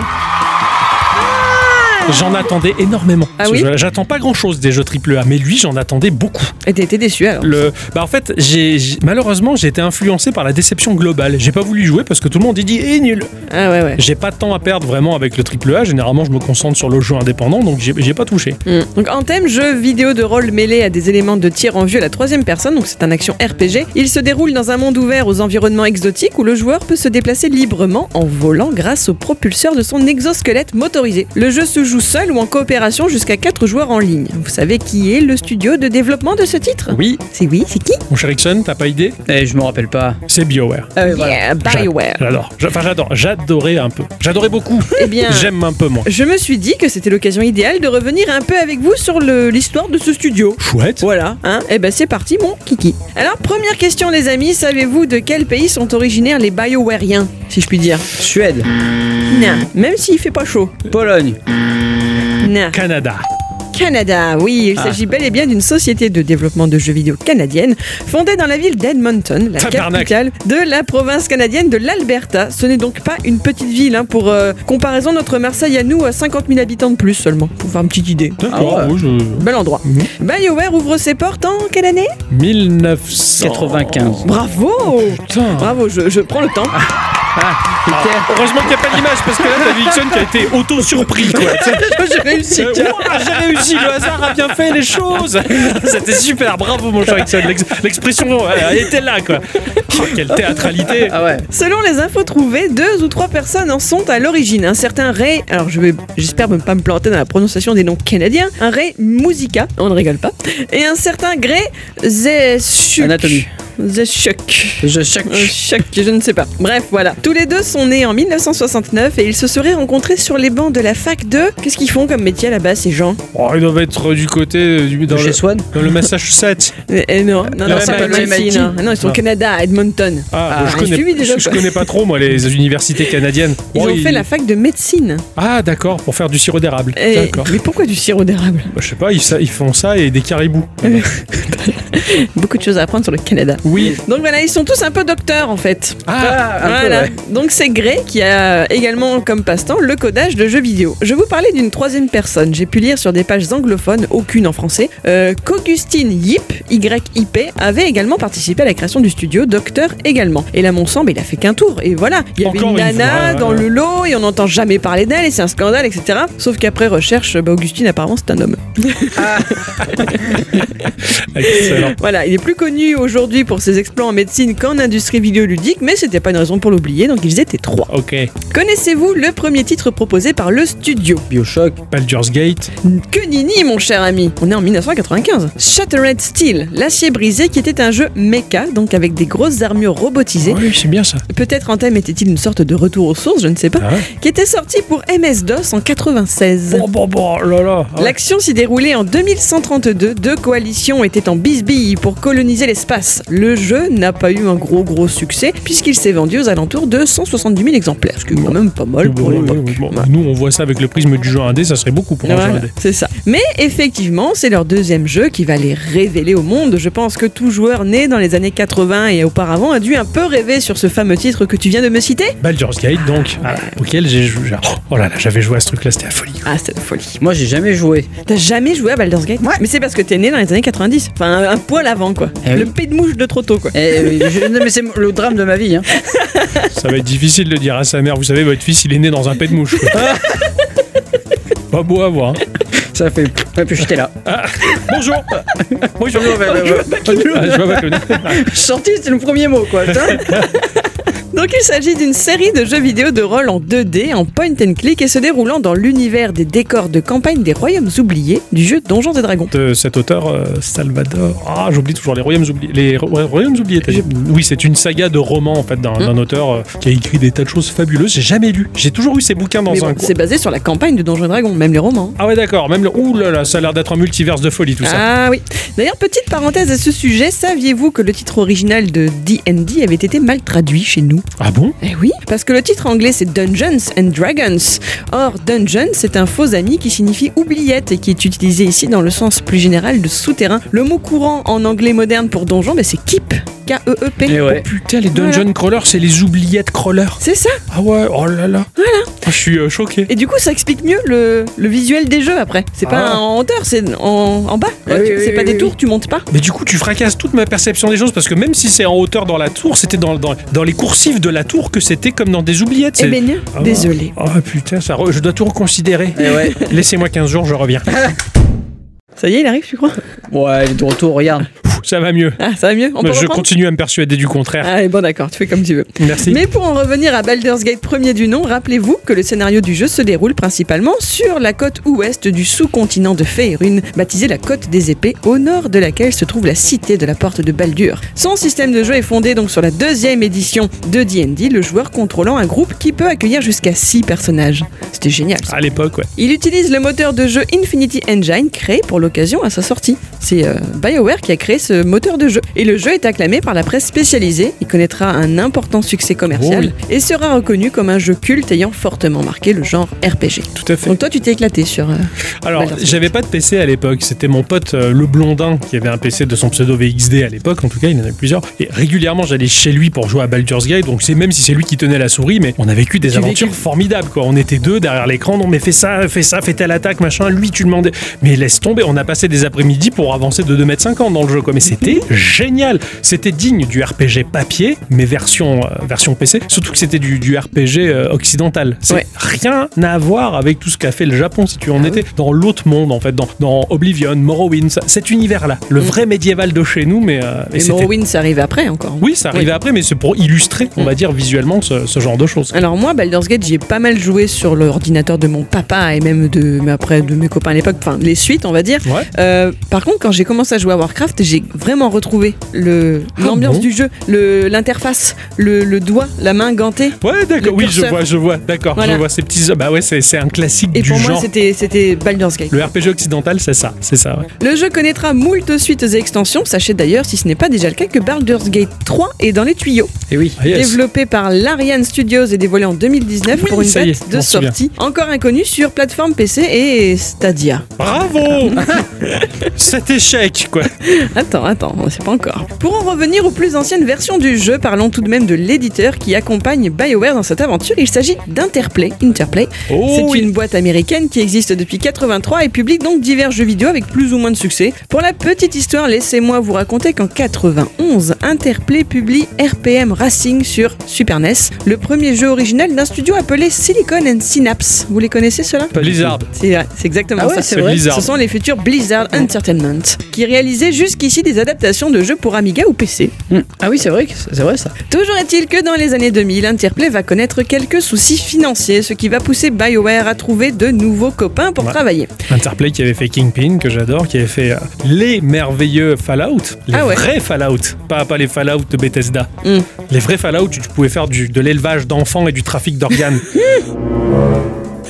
A: J'en attendais énormément.
B: Ah
A: Ce
B: oui
A: jeu-là. J'attends pas grand-chose des jeux AAA, mais lui, j'en attendais beaucoup.
B: Et t'as été déçu alors
A: Le... Bah, en fait, j'ai j'ai- malheureusement, j'ai été influencé par la déception globale. J'ai pas voulu y jouer parce que tout le monde y dit « Eh, nul
B: Ah ouais, ouais. !»
A: J'ai pas de temps à perdre vraiment avec le AAA. Généralement, je me concentre sur le jeu indépendant, donc j'ai j'ai pas touché.
B: Mm. Donc en thème jeu vidéo de rôle mêlé à des éléments de tir en vue à la troisième personne, donc c'est un action RPG, il se déroule dans un monde ouvert aux environnements exotiques où le joueur peut se déplacer librement en volant grâce au propulseur de son exosquelette motorisé. Le jeu se joue seul ou en coopération jusqu'à 4 joueurs en ligne. Vous savez qui est le studio de développement de ce titre
A: Oui.
B: C'est oui, c'est qui
A: Mon cher Ixon, t'as pas idée
C: Eh, je me rappelle pas.
A: C'est BioWare.
C: Ah oui, voilà.
B: Yeah, Bioware.
A: J'adore. J'- Enfin, j'adore. J'adorais un peu. J'adorais beaucoup.
B: Eh bien,
A: J'aime un peu moins.
B: je me suis dit que c'était l'occasion idéale de revenir un peu avec vous sur le- l'histoire de ce studio.
A: Chouette.
B: Voilà, hein, et ben c'est parti mon kiki. Alors première question les amis, savez-vous de quel pays sont originaires les BioWareiens, si je puis dire
C: Suède,
A: Hmm.
B: Non. Même s'il fait pas chaud.
C: Pologne.
A: Hmm.
B: Non.
A: Canada.
B: Canada, oui, il
A: Ah.
B: s'agit bel et bien d'une société de développement de jeux vidéo canadienne fondée dans la ville d'Edmonton, la
A: Tabarnak.
B: capitale de la province canadienne de l'Alberta. Ce n'est donc pas une petite ville, hein, pour euh, comparaison notre Marseille à nous à 50 000 habitants de plus seulement, pour faire une petite idée.
A: D'accord.
C: Ah ouais.
A: oui, je-
B: Bel endroit.
A: Mhm.
B: BioWare ouvre ses portes en quelle année
A: 1900.
C: 95.
B: Bravo
A: Oh, Putain.
B: Bravo, je, je prends le temps.
A: Ah, heureusement qu'il n'y a pas d'image parce que là t'as vu Ixon qui a été
B: [LAUGHS]
A: auto-surpris quoi. Tu sais,
C: J'ai réussi.
A: Euh, ouah, j'ai réussi, le hasard a bien fait les choses.
B: [LAUGHS]
A: C'était super, bravo mon cher Ixon. L'ex- L'expression, euh, elle était là quoi. Oh, quelle théâtralité.
C: Ah ouais.
B: Selon les infos trouvées, deux ou trois personnes en sont à l'origine. Un certain Ray, alors je vais, j'espère ne pas me planter dans la prononciation des noms canadiens, un Ray Musica, on ne rigole pas, et un certain Gray Zeschuk.
C: Anatomie.
B: Zeschuk.
C: Je choc.
A: Euh,
B: Un choc, je ne sais pas. Bref, voilà. Tous les deux sont nés en 1969 et ils se seraient rencontrés sur les bancs de la fac de. Qu'est-ce qu'ils font comme métier là-bas, ces gens
A: Oh, ils doivent être du côté euh, du, dans,
C: Chez
A: le,
C: Swan.
A: dans le Massachusetts.
B: Eh, eh, Non, non, non,
A: Le
B: c'est pas le
A: MIT.
B: MIT, non. non, ils sont au
A: Non.
B: Canada, à Edmonton.
A: Ah,
C: Ah,
A: je,
B: j'ai suivi
A: connais,
B: déjà,
A: je- je
B: quoi.
A: connais pas trop moi les universités canadiennes.
B: Ils
A: Oh,
B: ont fait la fac de médecine.
A: Ah d'accord, pour faire du sirop d'érable.
B: Et-
A: D'accord.
B: Mais pourquoi du sirop d'érable [LAUGHS]
A: Bah, je sais pas, ils, ça- ils font ça et des caribous.
B: Beaucoup de choses à apprendre sur le Canada.
A: Oui.
B: Donc voilà, ils sont tous un peu docteurs en fait.
C: Ah, un peu,
B: voilà.
C: ouais.
B: Donc c'est Gray qui a également comme passe-temps le codage de jeux vidéo. Je vous parlais d'une troisième personne. J'ai pu lire sur des pages anglophones, aucune en français, euh, qu'Augustine Yip, YIP, avait également participé à la création du studio, docteur également. Et là, mon sang, mais il a fait qu'un tour. Et voilà, il y avait
A: Encore
B: une
A: une fois,
B: nana
A: ouais,
B: dans
A: ouais.
B: le lot et on n'entend jamais parler d'elle et c'est un scandale, etc. Sauf qu'après recherche, bah, Augustine apparemment c'est un homme. Ah.
A: Excellent.
B: Voilà, il est plus connu aujourd'hui pour ses exploits en médecine qu'en industrie vidéoludique, mais c'était pas une raison pour l'oublier, donc ils étaient trois.
A: Ok.
B: Connaissez-vous le premier titre proposé par le studio
C: Bioshock.
A: Baldur's Gate.
B: Que nini, mon cher ami On est en 1995. Shattered Steel, l'acier brisé, qui était un jeu mecha, donc avec des grosses armures robotisées.
A: Oui, c'est bien ça.
B: Peut-être en thème était-il une sorte de retour aux sources, je ne sais pas,
A: Ah ouais.
B: qui était sorti pour MS-DOS en 96.
A: Bon, bon, bon, bah, là là. Ah ouais.
B: L'action s'y déroulait en 2132. Deux coalitions étaient en bisbille pour coloniser l'espace. Le jeu n'a pas eu un gros gros succès puisqu'il s'est vendu aux alentours de 170 000 exemplaires, ce qui est quand même pas mal pour
A: Oui, oui,
B: l'époque.
A: oui, bon, Nous, on voit ça avec le prisme du jeu indé, ça serait beaucoup pour un jeu
B: Voilà,
A: indé.
B: c'est ça. Mais effectivement, c'est leur deuxième jeu qui va les révéler au monde. Je pense que tout joueur né dans les années 80 et auparavant a dû un peu rêver sur ce fameux titre que tu viens de me citer.
A: Baldur's Gate, donc, ah, auquel j'ai joué. Oh là là, j'avais joué à ce truc-là, c'était
B: [LAUGHS]
A: la folie.
B: Ah, c'est la folie.
C: Moi, j'ai jamais joué.
B: T'as jamais joué à Baldur's Gate Mais c'est parce que t'es né dans les années 90. Enfin, un, un poil avant, quoi.
C: Eh oui.
B: Le pé de mouche de trop tôt, quoi.
C: Eh, je- non, mais c'est le drame de ma vie. hein.
A: Ça va être difficile de dire à sa mère, vous savez, votre fils, il est né dans un pet de
B: [LAUGHS]
A: mouche. quoi. [LAUGHS] Pas beau à voir. hein.
C: Ça fait. Ouais, puis j'étais là.
A: Ah. Bonjour
C: [LAUGHS]
A: Bonjour, Ah, je
C: Je
A: vois pas que le-
C: suis sorti, c'était le premier mot, quoi. putain.
B: Donc il s'agit d'une série de jeux vidéo de rôle en 2D, en point and click et se déroulant dans l'univers des décors de campagne des royaumes oubliés du jeu Donjons et Dragons.
A: de cet auteur euh, Salvador. Ah, j'oublie toujours les Royaumes oubliés. Les Ro- Ro- Royaumes oubliés. t'as dit. Oui, c'est une saga de romans en fait
B: Hein
A: d'un d'un auteur euh, qui a écrit des tas de choses fabuleuses. J'ai jamais lu. J'ai toujours eu ces bouquins dans
B: Mais
A: un
B: bon,
A: coin.
B: c'est basé sur la campagne de Donjons et Dragons, même les romans. hein.
A: Ah ouais, d'accord. Même le... Ouh là là, ça a l'air d'être un multiverse de folie tout ça.
B: Ah oui. D'ailleurs, petite parenthèse à ce sujet, saviez-vous que le titre original de D&D avait été mal traduit chez nous
A: Ah bon
B: Eh oui, parce que le titre anglais c'est Dungeons and Dragons. Or, dungeon c'est un faux ami qui signifie oubliette et qui est utilisé ici dans le sens plus général de souterrain. Le mot courant en anglais moderne pour donjon, ben, c'est keep, E K-E-E-P.
C: Et ouais.
A: Oh, Putain, les dungeon
B: Voilà.
A: crawlers, c'est les oubliettes crawlers.
B: C'est ça.
A: Ah ouais, oh là là. Ah, je suis euh, choqué.
B: Et du coup, ça explique mieux le, le visuel des jeux après. C'est pas
A: Ah.
B: en hauteur, c'est en, en bas.
C: Ah oui,
B: Tu-
C: oui,
B: c'est
C: oui,
B: pas des
C: oui,
B: tours, tu montes pas.
A: Mais du coup, tu fracasses toute ma perception des choses parce que même si c'est en hauteur dans la tour, c'était dans, dans, dans les coursives de la tour que c'était comme dans des oubliettes.
B: Eh
A: C'est-
B: ben,
A: Ah ouais.
B: désolé.
A: Oh putain, ça re- je dois tout reconsidérer.
C: Eh ouais.
A: [LAUGHS] Laissez-moi 15 jours, je reviens.
B: Ah. Ça y est, il arrive, tu crois
C: Ouais, il est de retour, regarde.
A: Pff, ça va mieux.
B: Ah, ça va mieux On peut
A: je
B: reprendre
A: continue à me persuader du contraire.
B: Ah, bon, d'accord, tu fais comme tu veux.
A: Merci.
B: Mais pour en revenir à Baldur's Gate premier du nom, rappelez-vous que le scénario du jeu se déroule principalement sur la côte ouest du sous-continent de Faerun, baptisée la côte des épées, au nord de laquelle se trouve la cité de la porte de Baldur. Son système de jeu est fondé donc sur la deuxième édition de D&D, le joueur contrôlant un groupe qui peut accueillir jusqu'à 6 personnages. C'était génial. ça.
A: À l'époque, ouais.
B: Il utilise le moteur de jeu Infinity Engine créé pour l'occasion à sa sortie. C'est euh, BioWare qui a créé ce moteur de jeu. Et le jeu est acclamé par la presse spécialisée. Il connaîtra un important succès commercial et sera reconnu comme un jeu culte ayant fortement marqué le genre RPG.
A: Tout à fait.
B: Donc toi, tu t'es éclaté sur. euh,
A: Alors,
B: Baldur's Gate.
A: j'avais pas de PC à l'époque. C'était mon pote euh, le blondin qui avait un PC de son pseudo VXD à l'époque. En tout cas, il en avait plusieurs. Et régulièrement, j'allais chez lui pour jouer à Baldur's Gate. Donc, c'est même si c'est lui qui tenait la souris, mais on a vécu des
B: Tu
A: aventures
B: vécu.
A: formidables. Quoi. On était deux derrière l'écran. Non, mais fais ça, fais ça, fais telle attaque, machin. Lui, tu demandais. Mais laisse tomber. On a passé des après-midi pour avancer de 2m50 dans le jeu. Quoi. Mais c'était génial. C'était digne du RPG papier, mais version, euh, version PC. Surtout que c'était du, du RPG euh, occidental. C'est
B: Ouais. Ah
A: rien à voir avec tout ce qu'a fait le Japon si tu en étais dans l'autre monde en fait dans, dans Oblivion Morrowind ça- cet univers là le vrai médiéval de chez nous mais, euh,
B: Mm.
A: et
B: Et
A: c'était-
B: Morrowind, ça arrive après encore. hein.
A: oui ça arrivait après mais c'est pour illustrer on va dire visuellement ce, ce genre de choses
B: Alors moi, Baldur's Gate, j'y ai pas mal joué sur l'ordinateur de mon papa et même de, mais après, de mes copains à l'époque, enfin les suites, on va dire.
A: Ouais.
B: Euh, par contre, quand j'ai commencé à jouer à Warcraft, j'ai vraiment retrouvé le
A: Ah
B: l'ambiance
A: bon
B: du jeu, le l'interface, le, le doigt, la main gantée.
A: ouais d'accord
B: le
A: oui je
B: curseur.
A: vois je vois d'accord
B: Voilà.
A: je vois ces petits bah ouais c'est c'est un classique
B: Et
A: du
B: pour moi,
A: genre
B: c'était c'était Baldur's Gate.
A: le RPG occidental c'est ça c'est ça ouais.
B: Le jeu connaîtra moult suites et extensions. Sachez d'ailleurs, si ce n'est pas déjà le cas, que Baldur's Gate 3 est dans les tuyaux.
C: Et Eh oui.
A: Ah, yes.
B: Développé par l'Ariane Studios et dévoilé en 2019
A: Oui,
B: pour une
A: ça y
B: date
A: est, je
B: de
A: m'en souviens.
B: sortie encore inconnue sur plateforme PC et Stadia.
A: bravo [LAUGHS] cet échec quoi
B: Attends, attends, attends, on sait pas encore. Pour en revenir aux plus anciennes versions du jeu, parlons tout de même de l'éditeur qui accompagne BioWare dans cette aventure. Il s'agit d'Interplay. Interplay,
A: Oh
B: c'est
A: oui.
B: une boîte américaine qui existe depuis 83 et publie donc divers jeux vidéo avec plus ou moins de succès. Pour la petite histoire, laissez-moi vous raconter qu'en 91, Interplay publie RPM Racing sur Super NES, le premier jeu original d'un studio appelé Silicon and Synapse. Vous les connaissez ceux-là
A: Blizzard.
B: C'est vrai, c'est exactement
C: Ah ouais,
B: ça.
C: c'est
A: C'est vrai. Blizzard.
B: Ce sont les futurs Blizzard Entertainment, qui réalisaient jusqu'ici des adaptations de jeux pour Amiga ou PC.
C: Hmm. Ah oui, c'est vrai, que c'est c'est vrai ça.
B: Toujours est-il que dans les années 2000, Interplay va connaître quelques soucis financiers, ce qui va pousser BioWare à trouver de nouveaux copains pour
A: Ouais.
B: travailler.
A: Interplay qui avait fait Kingpin, que j'adore, qui avait fait euh, les merveilleux Fallout, les
B: Ah ouais.
A: vrais Fallout, pas, pas les Fallout de Bethesda.
B: Mm.
A: Les vrais Fallout, tu, tu pouvais faire du, de l'élevage d'enfants et du
B: [LAUGHS]
A: trafic d'organes.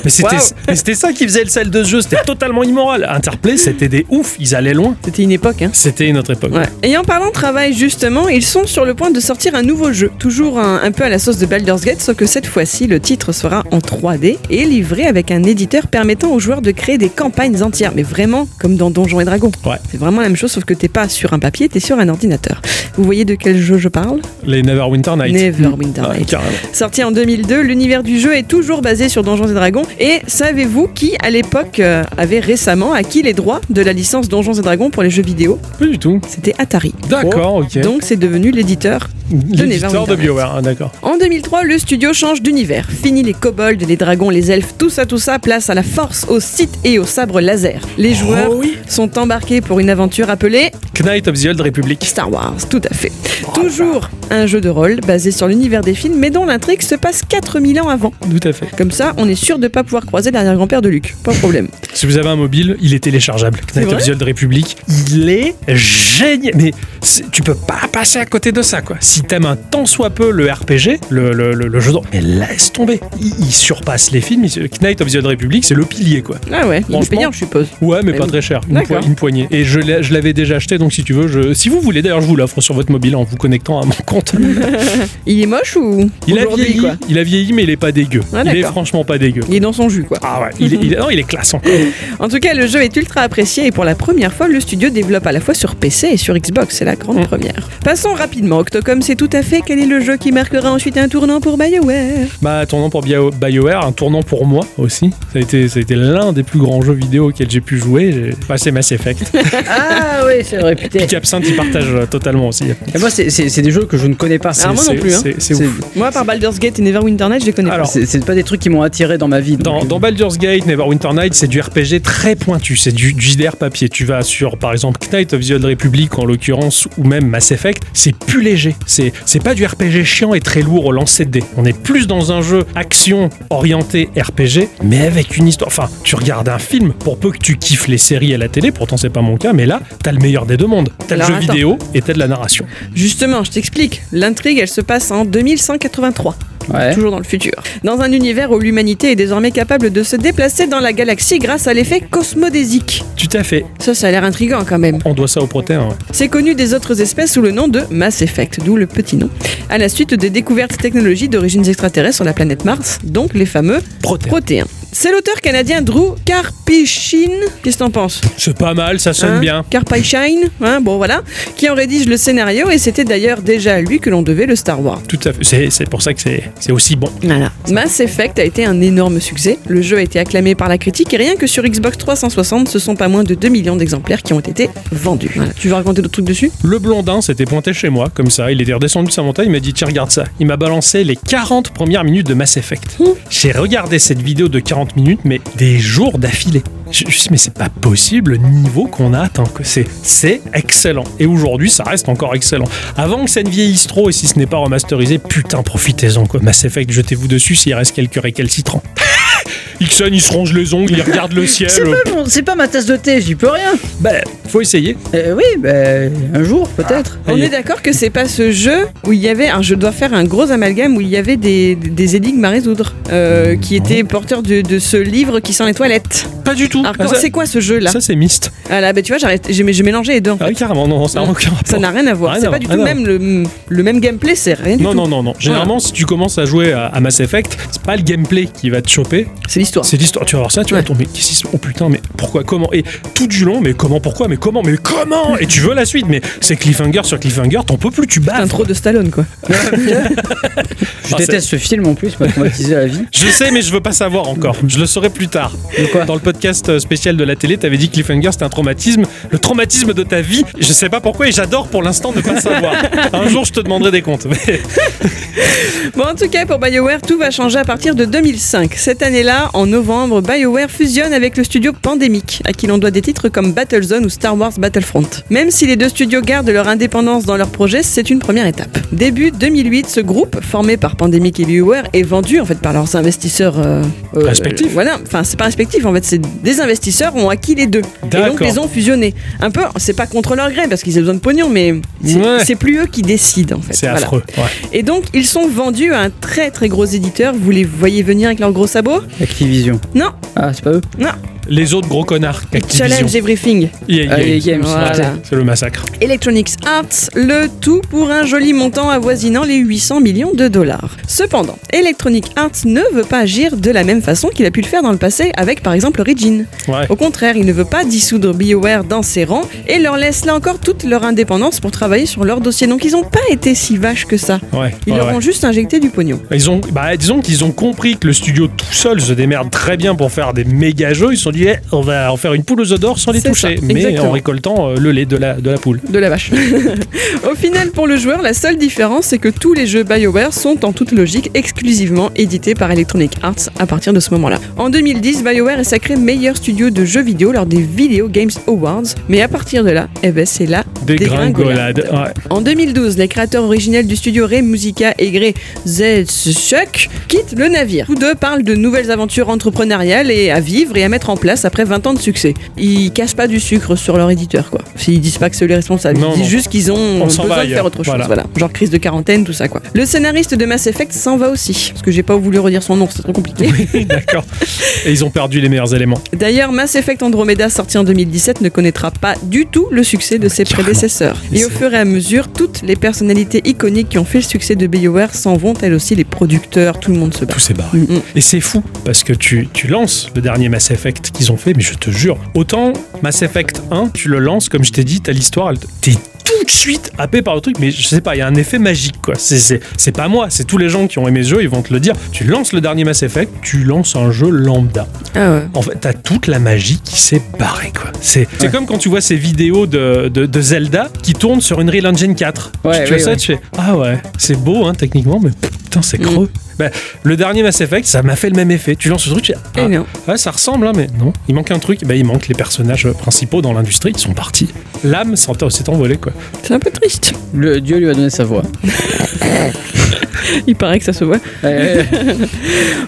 A: Mais c'était
B: Waouh.
A: mais c'était ça qui faisait le sel de ce
B: [LAUGHS]
A: jeu, c'était totalement immoral. Interplay, c'était des ouf, ils allaient loin.
B: C'était une époque, hein.
A: C'était une autre époque.
B: Ouais. Et en parlant de travail justement, ils sont sur le point de sortir un nouveau jeu, toujours un, un peu à la sauce de Baldur's Gate, sauf que cette fois-ci le titre sera en 3D et livré avec un éditeur permettant aux joueurs de créer des campagnes entières, mais vraiment comme dans Donjons et Dragons.
A: Ouais.
B: C'est vraiment la même chose, sauf que t'es pas sur un papier, t'es sur un ordinateur. Vous voyez de quel jeu je parle
A: Les Neverwinter Night.
B: Neverwinter
A: Ouais,
B: Nights.
A: carrément.
B: Sorti en 2002, l'univers du jeu est toujours basé sur Donjons et Dragons. Et savez-vous qui, à l'époque, euh, avait récemment acquis les droits de la licence Donjons et Dragons pour les jeux vidéo
A: Pas du tout.
B: C'était Atari.
A: D'accord, ok.
B: Oh, Donc c'est devenu l'éditeur.
A: L'éditeur de
B: Neverwinter Nights.
A: BioWare, hein, d'accord.
B: En 2003, le studio change d'univers. Fini les kobolds, les dragons, les elfes, tout ça, tout ça, place à la force, au site et au sabre laser. Les
A: Oh
B: joueurs sont embarqués pour une aventure appelée
A: Knight of the Old Republic.
B: Star Wars, tout à fait.
A: Oh,
B: Toujours
A: bah.
B: un jeu de rôle basé sur l'univers des films, mais dont l'intrigue se passe 4000 ans avant.
A: Tout à fait.
B: Comme ça, on est sûr de pas pouvoir croiser l'arrière-grand-père de Luc. Pas de problème.
A: Si vous avez un mobile, il est téléchargeable. Knight of
B: vrai
A: the Old Republic, il est génial. Mais c'est- tu peux pas passer à côté de ça, quoi. Si t'aimes un tant soit peu le RPG, le, le, le- le jeu de mais laisse tomber. Il, il surpasse les films. Il- Knight of the Old Republic, c'est le pilier, quoi.
B: Ah ouais, il est
A: Franchement.
B: payant, je suppose.
A: Ouais, mais
B: Mais
A: pas
B: oui.
A: très cher. Une,
B: D'accord.
A: poi- une poignée. Et je l'ai- je l'avais déjà acheté, donc si tu veux, je, si vous voulez, d'ailleurs, je vous l'offre sur votre mobile en vous connectant à mon
B: [LAUGHS]
A: compte.
B: Il est moche ou
A: Il a
B: aujourd'hui,
A: vieilli,
B: quoi
A: il a vieilli, mais il est pas dégueu.
B: Ah,
A: il est
B: d'accord.
A: franchement pas dégueu.
B: Il est dans son jus, quoi.
A: Ah ouais, il est, il est- non, il est classe encore.
B: En tout cas, le jeu est ultra apprécié et pour la première fois, le studio développe à la fois sur PC et sur Xbox. C'est la grande
A: Mm.
B: première. Passons rapidement. Octocom, c'est tout à fait quel est le jeu qui marquera ensuite un tournant pour BioWare
A: Bah, tournant pour Bio- BioWare, un tournant pour moi aussi. Ça a été, ça a été l'un des plus grands jeux vidéo auxquels j'ai pu jouer. J'ai passé Mass Effect.
C: Ah oui, c'est vrai, putain.
A: Puis Capsinthe, ils partagent euh, totalement aussi.
C: [LAUGHS] Et moi, c'est- c'est c'est des jeux que je ne connais pas.
B: Alors, moi non
A: C'est-
B: plus, hein.
A: c'est- c'est
C: C'est-
A: ouf.
B: Moi, par Baldur's Gate et Neverwinter Nights, je les connais
A: Alors,
B: pas.
C: C'est c'est pas des trucs qui m'ont attiré dans ma vie. donc,
A: Dans,
C: euh,
A: dans Baldur's Gate, Neverwinter Night, c'est du RPG très pointu, c'est du, du JDR papier. Tu vas sur, par exemple, Knight of the Old Republic en l'occurrence, ou même Mass Effect, c'est plus léger. C'est c'est pas du RPG chiant et très lourd au lancer de dés. On est plus dans un jeu action orienté RPG, mais avec une histoire. Enfin, tu regardes un film, pour peu que tu kiffes les séries à la télé, pourtant c'est pas mon cas, mais là, t'as le meilleur des deux mondes. T'as le
B: Alors,
A: jeu
B: attends.
A: vidéo et t'as de la narration.
B: Justement, je t'explique. L'intrigue, elle se passe en 2183.
C: Ouais.
B: toujours dans le futur. Dans un univers où l'humanité est désormais capable de se déplacer dans la galaxie grâce à l'effet cosmodésique.
A: Tout à fait.
B: Ça, ça a l'air intriguant quand même.
A: On doit ça aux protéins. ouais.
B: C'est connu des autres espèces sous le nom de Mass Effect, d'où le petit nom. À la suite des découvertes technologiques d'origines extraterrestres sur la planète Mars, donc les fameux
A: Protéins.
B: protéins. C'est l'auteur canadien Drew Karpyshyn. Qu'est-ce que t'en penses
A: C'est pas mal, ça sonne
B: Hein
A: bien.
B: Karpyshyn, hein, bon voilà, qui en rédige le scénario et c'était d'ailleurs déjà à lui que l'on devait le Star Wars.
A: Tout à fait. C'est- C'est pour ça que c'est c'est aussi bon.
B: Voilà. Mass Effect a été un énorme succès. Le jeu a été acclamé par la critique et rien que sur Xbox 360, ce sont pas moins de 2 millions d'exemplaires qui ont été vendus. Voilà. Tu veux raconter d'autres trucs dessus
A: Le blondin s'était pointé chez moi, comme ça. Il était redescendu de sa montagne, il m'a dit Tiens, regarde ça. Il m'a balancé les 40 premières minutes de Mass Effect.
B: Hum.
A: J'ai regardé cette vidéo de 40 minutes, mais des jours d'affilée. Je je me suis dit, mais c'est pas possible le niveau qu'on a atteint. que C'est c'est excellent. Et aujourd'hui, ça reste encore excellent. Avant que ça ne vieillisse trop et si ce n'est pas remasterisé, putain, profitez-en quoi. Mass Effect, jetez-vous dessus s'il reste quelques récalcitrants. [LAUGHS] Ixon, il se ronge les ongles, il
B: [LAUGHS]
A: regarde le ciel.
C: C'est pas, mon- c'est pas ma tasse de thé, j'y peux rien.
A: Bah, faut essayer.
C: Euh, oui, bah, un jour peut-être.
B: On
A: Allez.
B: est d'accord que c'est pas ce jeu où il y avait. Alors je dois faire un gros amalgame où il y avait
A: Ah
B: des, des énigmes à résoudre euh, qui étaient porteurs de, de ce livre qui sent les toilettes.
A: Pas du tout. tout.
B: Alors,
A: Ah,
B: quand-
A: ça-
B: c'est quoi ce jeu là
A: Ça, c'est mixte.
B: Ah là, bah tu vois, j'arrête- j'ai j'ai mélangé les deux. en
A: Ah
B: fait.
A: oui, carrément, non, ça n'a aucun rapport.
B: Ça n'a rien à voir.
A: Rien
B: C'est
A: à
B: pas
A: voir,
B: du
A: rien
B: tout
A: à
B: même le, le même gameplay, c'est rien du
A: ah Non,
B: tout.
A: non, non, non. Généralement, si tu commences à jouer à, à Mass Effect, c'est pas le gameplay qui va te choper,
B: C'est l'histoire.
A: c'est l'histoire. Tu vas voir ça, tu vas
B: Ouais.
A: tomber. Qu'est-ce qu'ils sont Oh putain, mais pourquoi Comment Et tout du long, mais comment Pourquoi Mais comment Mais comment Et tu veux la suite, mais c'est cliffhanger sur cliffhanger, t'en peux plus, tu
B: C'est un
A: baves.
B: trop de Stallone quoi.
C: Je
A: Ah,
C: déteste ce film en plus, m'a traumatisé à la vie.
A: Je sais, mais je veux pas savoir encore. Je le saurai plus tard.
C: quoi
A: Dans le podcast euh, spécial de la télé, t'avais dit que cliffhanger c'était un traumatisme, le traumatisme de ta vie. Je sais pas pourquoi et j'adore pour l'instant ne
B: [LAUGHS]
A: pas savoir. un jour, je te demanderai des comptes. [LAUGHS] Mais
B: Bon, en tout cas, pour BioWare, tout va changer à partir de 2005. Cette année-là, en novembre, BioWare fusionne avec le studio Pandemic, à qui l'on doit des titres comme Battlezone ou Star Wars Battlefront. Même si les deux studios gardent leur indépendance dans leur projet, c'est une première étape. Début 2008, ce groupe, formé par Pandemic et BioWare, est vendu en fait par leurs investisseurs euh, euh,
A: Respectifs.
B: Voilà, enfin, c'est pas respectif, en fait, c'est des investisseurs ont acquis les deux. Et donc
A: D'accord.
B: les ont fusionnés. Un peu, c'est pas contre leur gré parce qu'ils avaient besoin de pognon, mais c'est
A: Ouais.
B: c'est plus eux qui décident en fait.
A: c'est
B: Voilà.
A: affreux. ouais.
B: Et donc, ils sont vendus à un très très gros éditeur. Vous les voyez venir avec leurs gros sabots
C: Activision.
B: Non,
C: Ah, c'est pas eux
B: non.
A: Les autres gros connards. Activision.
B: Challenge Everything.
A: Yeah, yeah,
C: Ah, les
A: yeah.
C: Games.
B: Voilà.
C: putain.
A: C'est le massacre.
B: Electronics Arts, le tout pour un joli montant avoisinant les 800 millions de dollars. Cependant, Electronic Arts ne veut pas agir de la même façon qu'il a pu le faire dans le passé avec par exemple Origin.
A: Ouais.
B: Au contraire, il ne veut pas dissoudre BioWare dans ses rangs et leur laisse là encore toute leur indépendance pour travailler sur leur dossier. Donc ils n'ont pas été si vaches que ça.
A: Ouais,
B: Oh, Ils
A: ouais,
B: leur
A: ouais.
B: ont juste injecté du pognon.
A: Ils ont, bah, disons qu'ils ont compris que le studio tout seul se démerde très bien pour faire des méga jeux. Ils se sont dit, Eh, on va en faire une poule aux œufs d'or sans les
B: C'est
A: toucher,
B: ça,
A: mais
B: exactement.
A: en récoltant euh, le lait de la, de la poule.
B: De la vache. [LAUGHS] Au final, pour le joueur, la seule différence, c'est que tous les jeux BioWare sont en toute logique exclusivement édités par Electronic Arts à partir de ce moment-là. En 2010, BioWare est sacré meilleur studio de jeux vidéo lors des Video Games Awards, mais à partir de là, eh ben, c'est là
A: Des gringolades. Ouais.
B: En 2012, les créateurs originels du studio Ray Musica et Grey Zedchuk quittent le navire. Tous deux parlent de nouvelles aventures entrepreneuriales et à vivre et à mettre en place après 20 ans de succès. Ils cachent pas du sucre sur leur éditeur, quoi. Ils disent pas que c'est eux les responsables.
A: Non,
B: Ils disent
A: non.
B: juste qu'ils ont
A: On s'en
B: besoin
A: va
B: de
A: ailleurs.
B: faire autre chose. Voilà.
A: Voilà.
B: Genre crise de quarantaine, tout ça, quoi. Le scénariste de Mass Effect s'en va aussi. Parce que j'ai pas voulu redire son nom, c'est trop compliqué.
A: [LAUGHS]
B: [LAUGHS]
A: D'accord. Et ils ont perdu les meilleurs éléments.
B: D'ailleurs, Mass Effect Andromeda, sorti en 2017, ne connaîtra pas du tout le succès de ses
A: Carrément.
B: prédécesseurs. Et au
A: C'est-
B: fur et à mesure, toutes les personnalités iconiques qui ont fait le succès de BioWare s'en vont, elles aussi, les producteurs, tout le monde se bat.
A: Tout s'est barré.
B: Mm, mm.
A: Et c'est fou parce que tu, tu lances le dernier Mass Effect qu'ils ont fait, mais je te jure, autant Mass Effect 1, tu le lances, comme je t'ai dit, t'as l'histoire, elle te- t'es tout de suite happé par le truc, mais je sais pas, il y a un effet magique quoi. C'est- C'est c'est pas moi, c'est tous les gens qui ont aimé ce jeu, ils vont te le dire. Tu lances le dernier Mass Effect, tu lances un jeu lambda.
B: Ah ouais.
A: En fait, t'as toute la magie qui s'est barrée, quoi. C'est c'est comme quand tu vois ces vidéos de, de- de Zelda qui tournent sur Unreal Engine 4.
C: Ouais,
A: tu, tu vois
C: oui,
A: ça,
C: ouais. Mm.
A: tu fais Ah ouais, c'est beau, hein, techniquement, mais putain, c'est creux. Bah, le dernier Mass Effect, ça m'a fait le même effet. Tu lances le truc, tu fais,
B: Eh
A: ah,
B: non.
A: ouais, ça ressemble, hein, mais non. Il manque un truc. Bah, il manque les personnages principaux dans l'industrie, ils sont partis. L'âme s'en- s'est envolée, quoi.
B: C'est un peu triste. [LAUGHS]
C: Le Dieu lui a donné sa voix.
B: Il paraît que ça se voit.
C: Euh,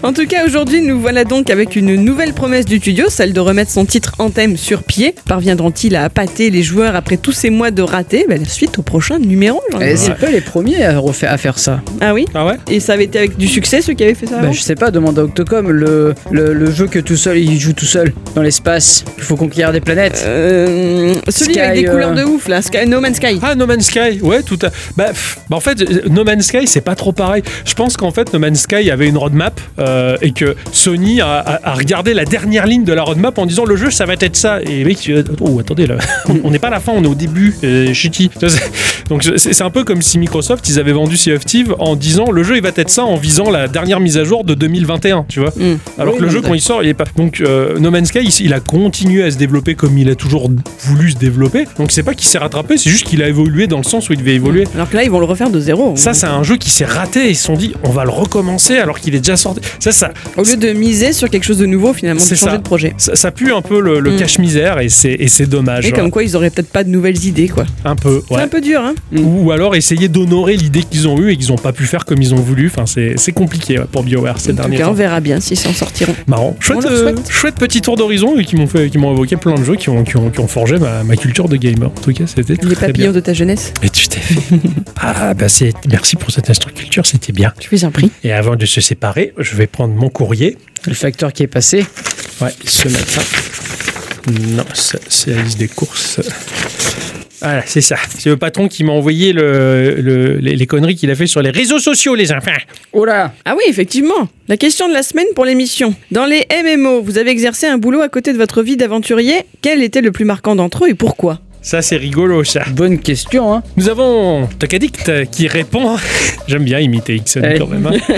B: En tout cas, aujourd'hui, nous voilà donc avec une nouvelle promesse du studio, celle de remettre son titre en thème sur pied. Parviendront-ils à appâter les joueurs après tous ces mois de ratés Bah, Suite au prochain numéro, j'ai
C: [LAUGHS]
B: envie de
C: euh,
B: dire.
C: c'est pas les premiers à, refaire, à faire ça.
B: Ah oui
A: Ah ouais
B: Et ça avait été avec du succès, ceux qui avaient fait ça avant
C: Bah, je sais pas, demande à Octocom, le, le, le jeu que tout seul, il joue tout seul, dans l'espace. Il faut conquérir des planètes.
B: Euh, celui
C: Sky,
B: avec des
C: euh,
B: couleurs de ouf là, Sky- No Man's Sky.
A: Ah, No Man's Sky, ouais, tout à. Bah, pff, bah, en fait, euh, No Man's Sky, c'est pas trop pareil. Je pense qu'en fait, No Man's Sky avait une roadmap euh, et que Sony a, a- a regardé la dernière ligne de la roadmap en disant le jeu, ça va être ça. Et mec, tu- oh, attendez, là, [LAUGHS] on- on n'est pas à la fin, on est au début, euh, shitty. Ça, c'est- [LAUGHS] Donc, je- c'est c'est un peu comme si Microsoft, ils avaient vendu Sea of Thieves en disant le jeu, il va être ça en visant la dernière mise à jour de 2021, tu vois.
B: Mm.
A: Alors
C: Oui,
A: que le
C: non,
A: jeu,
C: mais-
A: quand il sort, il est pas. Donc, euh, No Man's Sky, il, il a continué à se développer comme il a toujours voulu se développer. Donc, c'est pas qu'il s'est rattrapé, c'est juste qu'il a évolué dans le sens où il devait évoluer.
B: Alors que là, ils vont le refaire de zéro.
A: Ça, c'est un jeu qui s'est raté. Ils se sont dit, on va le recommencer alors qu'il est déjà sorti. Ça, ça,
B: Au lieu de miser sur quelque chose de nouveau, finalement, de
A: C'est
B: changer
A: ça.
B: de projet.
A: ça, ça pue un peu le, le
B: Mm.
A: cache-misère et c'est et c'est dommage. hein,
B: Et comme quoi, ils auraient peut-être pas de nouvelles idées, quoi.
A: Un peu,
B: C'est
A: ouais.
B: un peu dur, hein.
A: Ou alors essayer d'honorer l'idée qu'ils ont eue et qu'ils n'ont pas pu faire comme ils ont voulu. Enfin, c'est c'est compliqué ouais, pour BioWare ces
B: En tout
A: derniers
B: cas, on
A: temps.
B: verra bien s'ils s'en sortiront.
A: Marrant. Chouette,
B: leur
A: euh,
B: souhaite.
A: chouette petit tour d'horizon et qui m'ont fait, qui m'ont évoqué plein de jeux qui ont, qui ont, qui ont forgé ma, ma culture de gamer. En tout cas, c'était
B: Les
A: très
B: papillons
A: bien.
B: de ta jeunesse.
A: Et tu t'es fait. ah bah c'est. Merci pour cette instructure, c'était bien.
B: Je vous en prie.
A: Et avant de se séparer, je vais prendre mon courrier.
C: Le facteur qui est passé.
A: Ouais, ce matin. Non, ça, c'est la liste des courses. Voilà, c'est ça. C'est le patron qui m'a envoyé le, le- les, les conneries qu'il a fait sur les réseaux sociaux, les enfants.
C: Oh là
B: Ah oui, effectivement. La question de la semaine pour l'émission. Dans les MMO, vous avez exercé un boulot à côté de votre vie d'aventurier. Quel était le plus marquant d'entre eux et pourquoi
A: Ça, c'est rigolo, ça. [LAUGHS]
C: Bonne question, hein
A: Nous avons Tokadict qui répond. [LAUGHS] J'aime bien imiter Ixon
C: Ouais.
A: quand même.
C: [LAUGHS]
A: hein.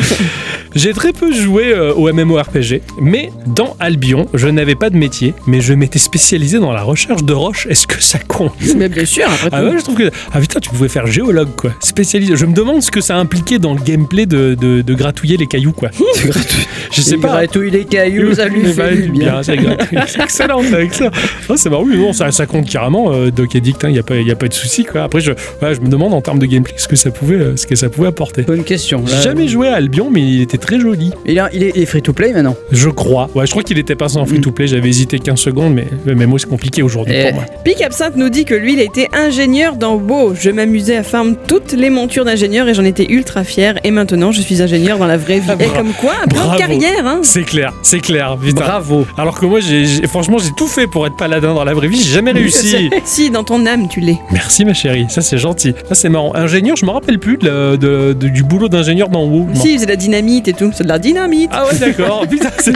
A: J'ai très peu joué euh, au MMORPG, mais dans Albion, je n'avais pas de métier, mais je m'étais spécialisé dans la recherche de roches. Est-ce que ça compte
B: Mais bien sûr, après
A: Ah ouais, je trouve que. Ah putain, tu pouvais faire géologue, quoi. Spécialisé. Je me demande ce que ça impliquait dans le gameplay de, de, de gratouiller les cailloux,
C: [LAUGHS]
A: quoi. [LAUGHS] je sais
C: Il
A: pas. hein.
C: gratouille les cailloux, ça lui
A: Mais
C: fait
A: bah,
C: du bien.
A: c'est
C: [LAUGHS]
A: gratuit. C'est excellent, c'est excellent. Non, c'est marrant, oui, non, ça, ça compte carrément. euh, Doc Addict, il n'y a, pas- y a pas de souci. Quoi. Après, je, ouais, je me demande en termes de gameplay ce que ça pouvait, euh, ce que ça pouvait apporter.
C: Bonne question.
A: J'ai
C: là.
A: jamais joué à Albion, mais il était très joli.
C: Il, a- il est, il est free to play maintenant.
A: Je crois. Ouais, je crois qu'il était passé en free to play. J'avais hésité 15 secondes, mais le mémo, c'est compliqué aujourd'hui
C: Eh.
A: pour moi.
B: Pic Absinthe nous dit que lui, il a été ingénieur dans WoW. Je m'amusais à farm toutes les montures d'ingénieur et j'en étais ultra fier. Et maintenant, je suis ingénieur dans la vraie vie. et
A: bra-
B: comme quoi, un plan
A: Ah, bravo.
B: de carrière, hein
A: C'est clair, c'est clair. Putain.
C: Bravo.
A: Alors que moi, j'ai, j'ai- franchement, j'ai tout fait pour être paladin dans la vraie vie. J'ai jamais réussi.
B: [LAUGHS] Si, dans ton âme, tu l'es.
A: Merci, ma chérie. Ça, c'est gentil. Ça, c'est marrant. Ingénieur, je me rappelle plus de la- de- de- du boulot d'ingénieur dans WoW. Je m'en
B: Si, il faisait de la dynamite et tout. C'est de la dynamite.
A: Ah ouais, d'accord. Putain, c'est.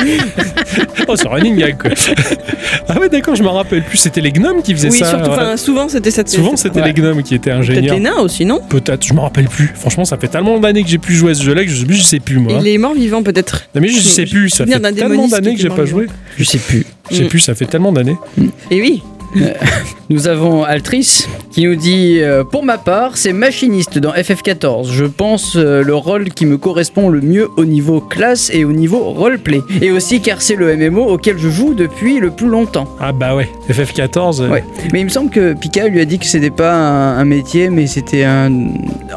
A: Oh, c'est un running gag, quoi. Ah ouais, d'accord, je m'en rappelle plus. C'était les gnomes qui faisaient
B: oui,
A: ça.
B: surtout,
A: ouais.
B: enfin, souvent, c'était cette
A: Souvent, c'était
B: Ouais.
A: les gnomes qui étaient
B: Peut-être les
A: ingénieurs.
B: nains aussi, non
A: Peut-être, je m'en rappelle plus. Franchement, ça fait tellement d'années que j'ai plus joué à ce jeu-là que je, je sais plus, moi.
B: Il est mort vivant, peut-être.
A: Non, mais je sais plus, ça
B: Il vient
A: fait
B: d'un
A: tellement
B: démoniste
A: d'années
B: qui
A: que j'ai
B: est
A: pas
B: mort
A: joué.
C: Je sais plus.
A: Je sais
B: Mm.
A: plus, ça fait tellement d'années.
B: Et oui.
C: Nous avons Altrice qui nous dit euh, Pour ma part, c'est machiniste dans FF14. Je pense euh, le rôle qui me correspond le mieux au niveau classe et au niveau roleplay. Et aussi car c'est le MMO auquel je joue depuis le plus longtemps.
A: Ah bah ouais, FF14. euh,
C: Ouais. Mais il me semble que Pika lui a dit que c'était pas un, un métier, mais c'était un...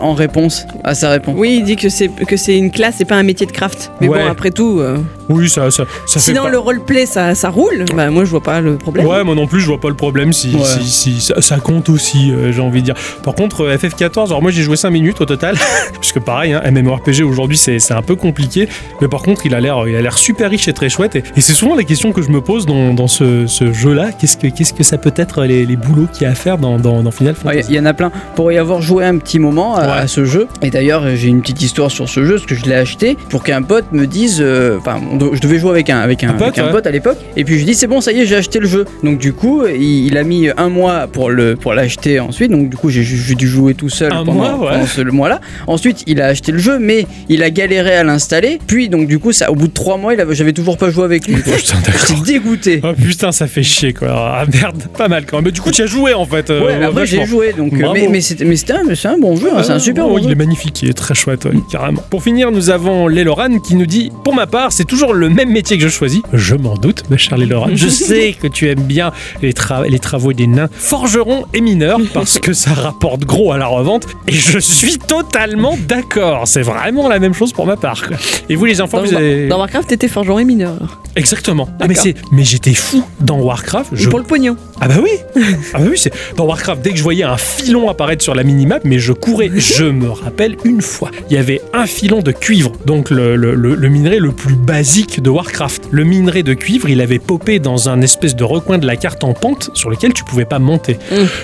C: en réponse à sa réponse.
B: Oui, il dit que c'est que c'est une classe et pas un métier de craft. Mais
A: Ouais.
B: bon, après tout, euh,
A: Oui, ça, ça, ça fait.
B: sinon
A: pas-
B: le roleplay ça, ça roule. Bah moi je vois pas le problème.
A: Ouais, moi non plus, je vois pas le problème si,
C: Ouais.
A: si, si- ça, ça compte aussi, euh, j'ai envie de dire. Par contre, euh, FF14, alors moi j'ai joué 5 minutes au total, [LAUGHS] parce que pareil, hein, MMORPG aujourd'hui c'est c'est un peu compliqué, mais par contre il a l'air il a l'air super riche et très chouette, et, et c'est souvent la question que je me pose dans, dans ce, ce jeu-là, qu'est-ce que, qu'est-ce que ça peut être les, les boulots qu'il y a à faire dans, dans, dans Final
C: Il
A: Fantasy
C: y en a plein. Pour y avoir joué un petit moment à,
A: Ouais.
C: à ce jeu, et d'ailleurs j'ai une petite histoire sur ce jeu, parce que je l'ai acheté pour qu'un pote me dise, euh, enfin on de- je devais jouer avec un, avec un,
A: Un pote,
C: avec un
A: ouais.
C: pote à l'époque, et puis je dis c'est bon ça y est j'ai acheté le jeu. Donc du coup il, il a mis un mois pour le pour l'acheter ensuite, donc du coup j'ai j'ai dû jouer tout seul
A: Un
C: pendant,
A: mois, ouais.
C: pendant ce mois-là. Ensuite il a acheté le jeu, mais il a galéré à l'installer, puis donc du coup ça, au bout de trois mois il avait- j'avais toujours pas joué avec
A: [LAUGHS]
C: lui.
A: Oh, Putain, d'accord.
C: [LAUGHS] J'étais dégoûté.
A: Oh putain, ça fait chier quoi. Ah merde, pas mal quand même. Mais du coup, tu as joué en fait. euh,
C: Ouais, après j'ai
A: vachement.
C: joué donc euh,
A: Bravo.
C: mais, mais c'était mais c'était un, mais c'est un bon jeu,
B: Ah,
C: hein, c'est un super
A: Oh,
C: bon
A: il
C: jeu.
A: est magnifique, il est très chouette, ouais, carrément. Pour finir, nous avons Léloran qui nous dit Pour ma part, c'est toujours le même métier que je choisis. Je m'en doute, ma chère Léloran.
B: [LAUGHS]
A: Je sais que tu aimes bien les, tra- les travaux des nains, forgerons et mineurs, parce que ça rapporte gros à la revente. Et je suis totalement d'accord. C'est vraiment la même chose pour ma part. quoi. Et vous, les enfants,
B: Dans,
A: vous avez.
B: dans Warcraft t'étais forgeron et mineur.
A: Exactement. Ah, mais
B: D'accord.
A: c'est. Mais j'étais fou dans Warcraft.
B: Et
A: Je
B: Pour le pognon.
A: ah bah oui Ah bah oui, c'est... Dans Warcraft, dès que je voyais un filon apparaître sur la minimap, mais je courais. Je me rappelle une fois, il y avait un filon de cuivre, donc le, le- le- le minerai le plus basique de Warcraft. Le minerai de cuivre, il avait popé dans un espèce de recoin de la carte en pente sur lequel tu pouvais pas monter.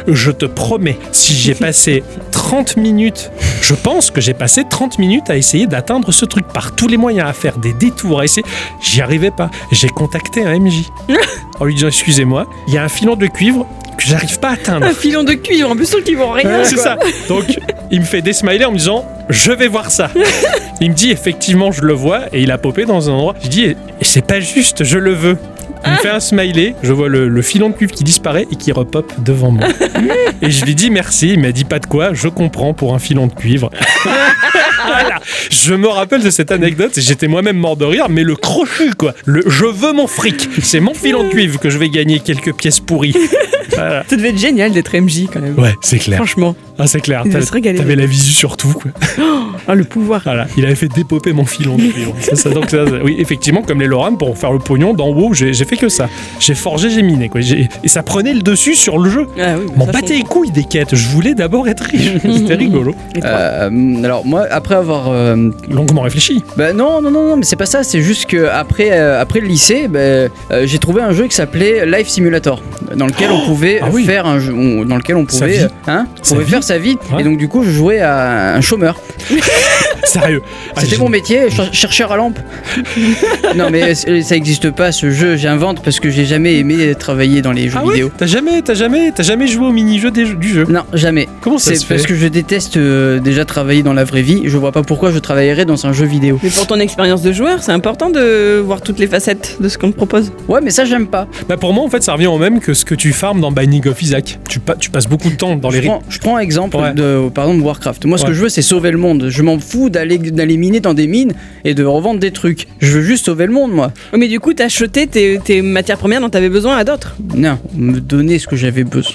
A: Je te promets, si j'ai passé 30 minutes, je pense que j'ai passé 30 minutes à essayer d'atteindre ce truc par tous les moyens, à faire des détours, à essayer. J'y arrivais pas. J'ai contacté un MJ en lui disant excusez-moi, il y a un filon de cuivre que j'arrive pas à atteindre.
B: Un filon de cuivre en plus sûr qu'ils vont rien.
A: C'est
B: quoi.
A: ça. Donc, il me fait des smileys en me disant Je vais voir ça. il me dit Effectivement, je le vois. Et il a popé dans un endroit. Je dis eh, C'est pas juste, je le veux. Il me fait un smiley. Je vois le, le filon de cuivre qui disparaît et qui repop devant moi. et je lui dis Merci. Il m'a dit Pas de quoi, je comprends pour un filon de cuivre. Voilà. Je me rappelle de cette anecdote. J'étais moi-même mort de rire, mais le crochu, quoi. Le Je veux mon fric. C'est mon filon de cuivre que je vais gagner quelques pièces pourries. Voilà.
B: Ça devait être génial d'être MJ quand même.
A: Ouais, c'est clair.
B: Franchement.
A: Ah, c'est clair.
B: Il va
A: T'avais
B: se régaler.
A: t'avais la visu sur tout, quoi. [LAUGHS]
B: Ah, le pouvoir.
A: Voilà, il avait fait dépoper mon filon de cuivre. Ça, ça, donc ça, ça- oui, effectivement, comme les Lorams, pour faire le pognon, dans WoW, j'ai j'ai fait que ça. J'ai forgé, j'ai miné, quoi. J'ai- Et ça prenait le dessus sur le jeu.
B: Ah oui,
A: M'en battait les couilles des quêtes. Je voulais d'abord être
B: [LAUGHS]
A: riche. C'était rigolo.
C: Euh, alors moi, après avoir euh,
A: Longuement réfléchi.
C: Bah non, non, non, non, mais c'est pas ça. C'est juste que après, euh, après le lycée, bah, euh, j'ai trouvé un jeu qui s'appelait Life Simulator, dans lequel on pouvait
A: Ah oui.
C: faire un jeu, on- dans lequel on
A: Sa
C: pouvait,
A: vie.
C: euh, hein, on
A: Sa
C: pouvait
A: vie.
C: faire sa vie.
A: Ouais.
C: Et donc du coup, je jouais à un chômeur.
A: Sérieux. Ah,
C: C'était
A: j'ai-
C: mon métier, cher- chercheur
A: [LAUGHS]
C: à lampe. non, mais c- ça existe pas ce jeu. J'invente parce que j'ai jamais aimé travailler dans les jeux
A: Ah ouais
C: vidéo.
A: T'as jamais, t'as jamais, t'as jamais joué au mini-jeu des jeux- du jeu.
C: Non, jamais.
A: Comment ça
C: C'est
A: se
C: parce
A: fait
C: que je déteste euh, déjà travailler dans la vraie vie. Je vois pas pourquoi je travaillerais dans un jeu vidéo.
B: Mais pour ton expérience de joueur, c'est important de voir toutes les facettes de ce qu'on te propose.
C: Ouais, mais ça j'aime pas.
A: Bah pour moi en fait ça revient au même que ce que tu farmes dans Binding of Isaac. Tu, pa- tu passes beaucoup de temps dans les
C: je
A: rythmes.
C: prends, je prends un exemple
A: Ouais.
C: de, par exemple, Warcraft. Moi, ce
A: Ouais.
C: que je veux, c'est sauver le monde. Je m'en fous d'aller d'aller miner dans des mines et de revendre des trucs. Je veux juste sauver le monde, moi.
B: Oh, Mais du coup, t'as jeté tes, tes matières premières dont t'avais besoin à d'autres.
C: Non, me donner ce que j'avais besoin.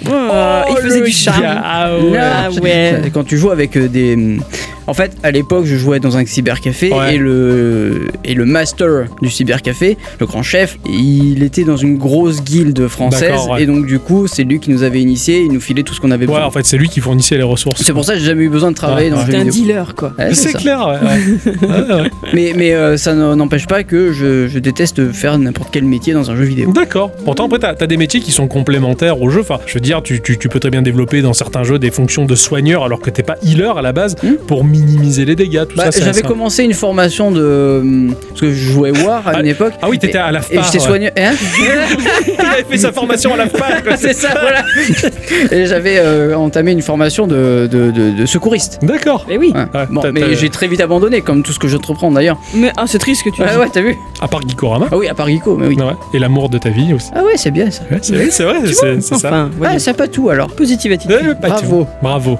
B: il faisait du Oh, charme.
A: Ah
C: Non,
A: ouais.
B: Ah
C: c'est-
B: ouais.
C: c'est- [LAUGHS] Quand tu joues avec euh, des. En fait, à l'époque, je jouais dans un cybercafé
A: Ouais.
C: et, le, et le master du cybercafé, le grand chef, il était dans une grosse guilde française.
A: D'accord, ouais.
C: Et donc, du coup, c'est lui qui nous avait initiés, il nous filait tout ce qu'on avait
A: Ouais,
C: besoin.
A: en fait c'est lui qui fournissait les ressources.
C: C'est pour ça que j'ai jamais eu besoin de travailler
A: Ouais.
C: dans le
B: T'es
C: jeu
B: un
C: vidéo.
B: dealer, quoi.
C: Ouais,
A: C'est
C: Ah, ça.
A: clair. ouais,
C: [LAUGHS]
A: ouais. Ouais, ouais.
C: Mais, mais euh, ça n- n'empêche pas que je, je déteste faire n'importe quel métier dans un jeu vidéo.
A: D'accord. Pourtant, après, t'as as des métiers qui sont complémentaires au jeu. Enfin, je veux dire, tu, tu- tu peux très bien développer dans certains jeux des fonctions de soigneur alors que t'es pas healer à la base
C: Hmm.
A: pour minimiser les dégâts. Tout
C: Bah,
A: ça, c'est-
C: J'avais
A: c'est un-
C: commencé une formation de. hum, Parce que je jouais War à
A: Ah,
C: une époque.
A: Ah oui, t'étais à la
C: Et j'étais soigneur. Hein [LAUGHS]
A: [LAUGHS] Il avait fait sa formation à la FPAR.
C: C'est ça, voilà. Et j'avais euh, entamé une formation de, de, de- de secouriste.
A: D'accord.
B: Mais oui.
C: Ouais.
A: Ouais,
C: Bon,
A: t'as- t'as-
C: mais j'ai très vite abandonné, comme tout ce que j'entreprends d'ailleurs.
B: Mais ah, c'est triste ce que tu dis.
C: Ouais, ouais, t'as vu
A: À part Gikorama.
C: Ah oui, à part Giko, mais oui.
A: Ouais. Et l'amour de ta vie aussi.
C: Ah ouais, c'est bien ça.
A: Ouais, c'est vrai, [LAUGHS] c'est vrai, c'est c'est ça.
B: Enfin, voyons.
C: Ah, c'est pas tout alors.
B: Positive attitude.
A: Ouais, pas tout.
C: Bravo.
A: Bravo.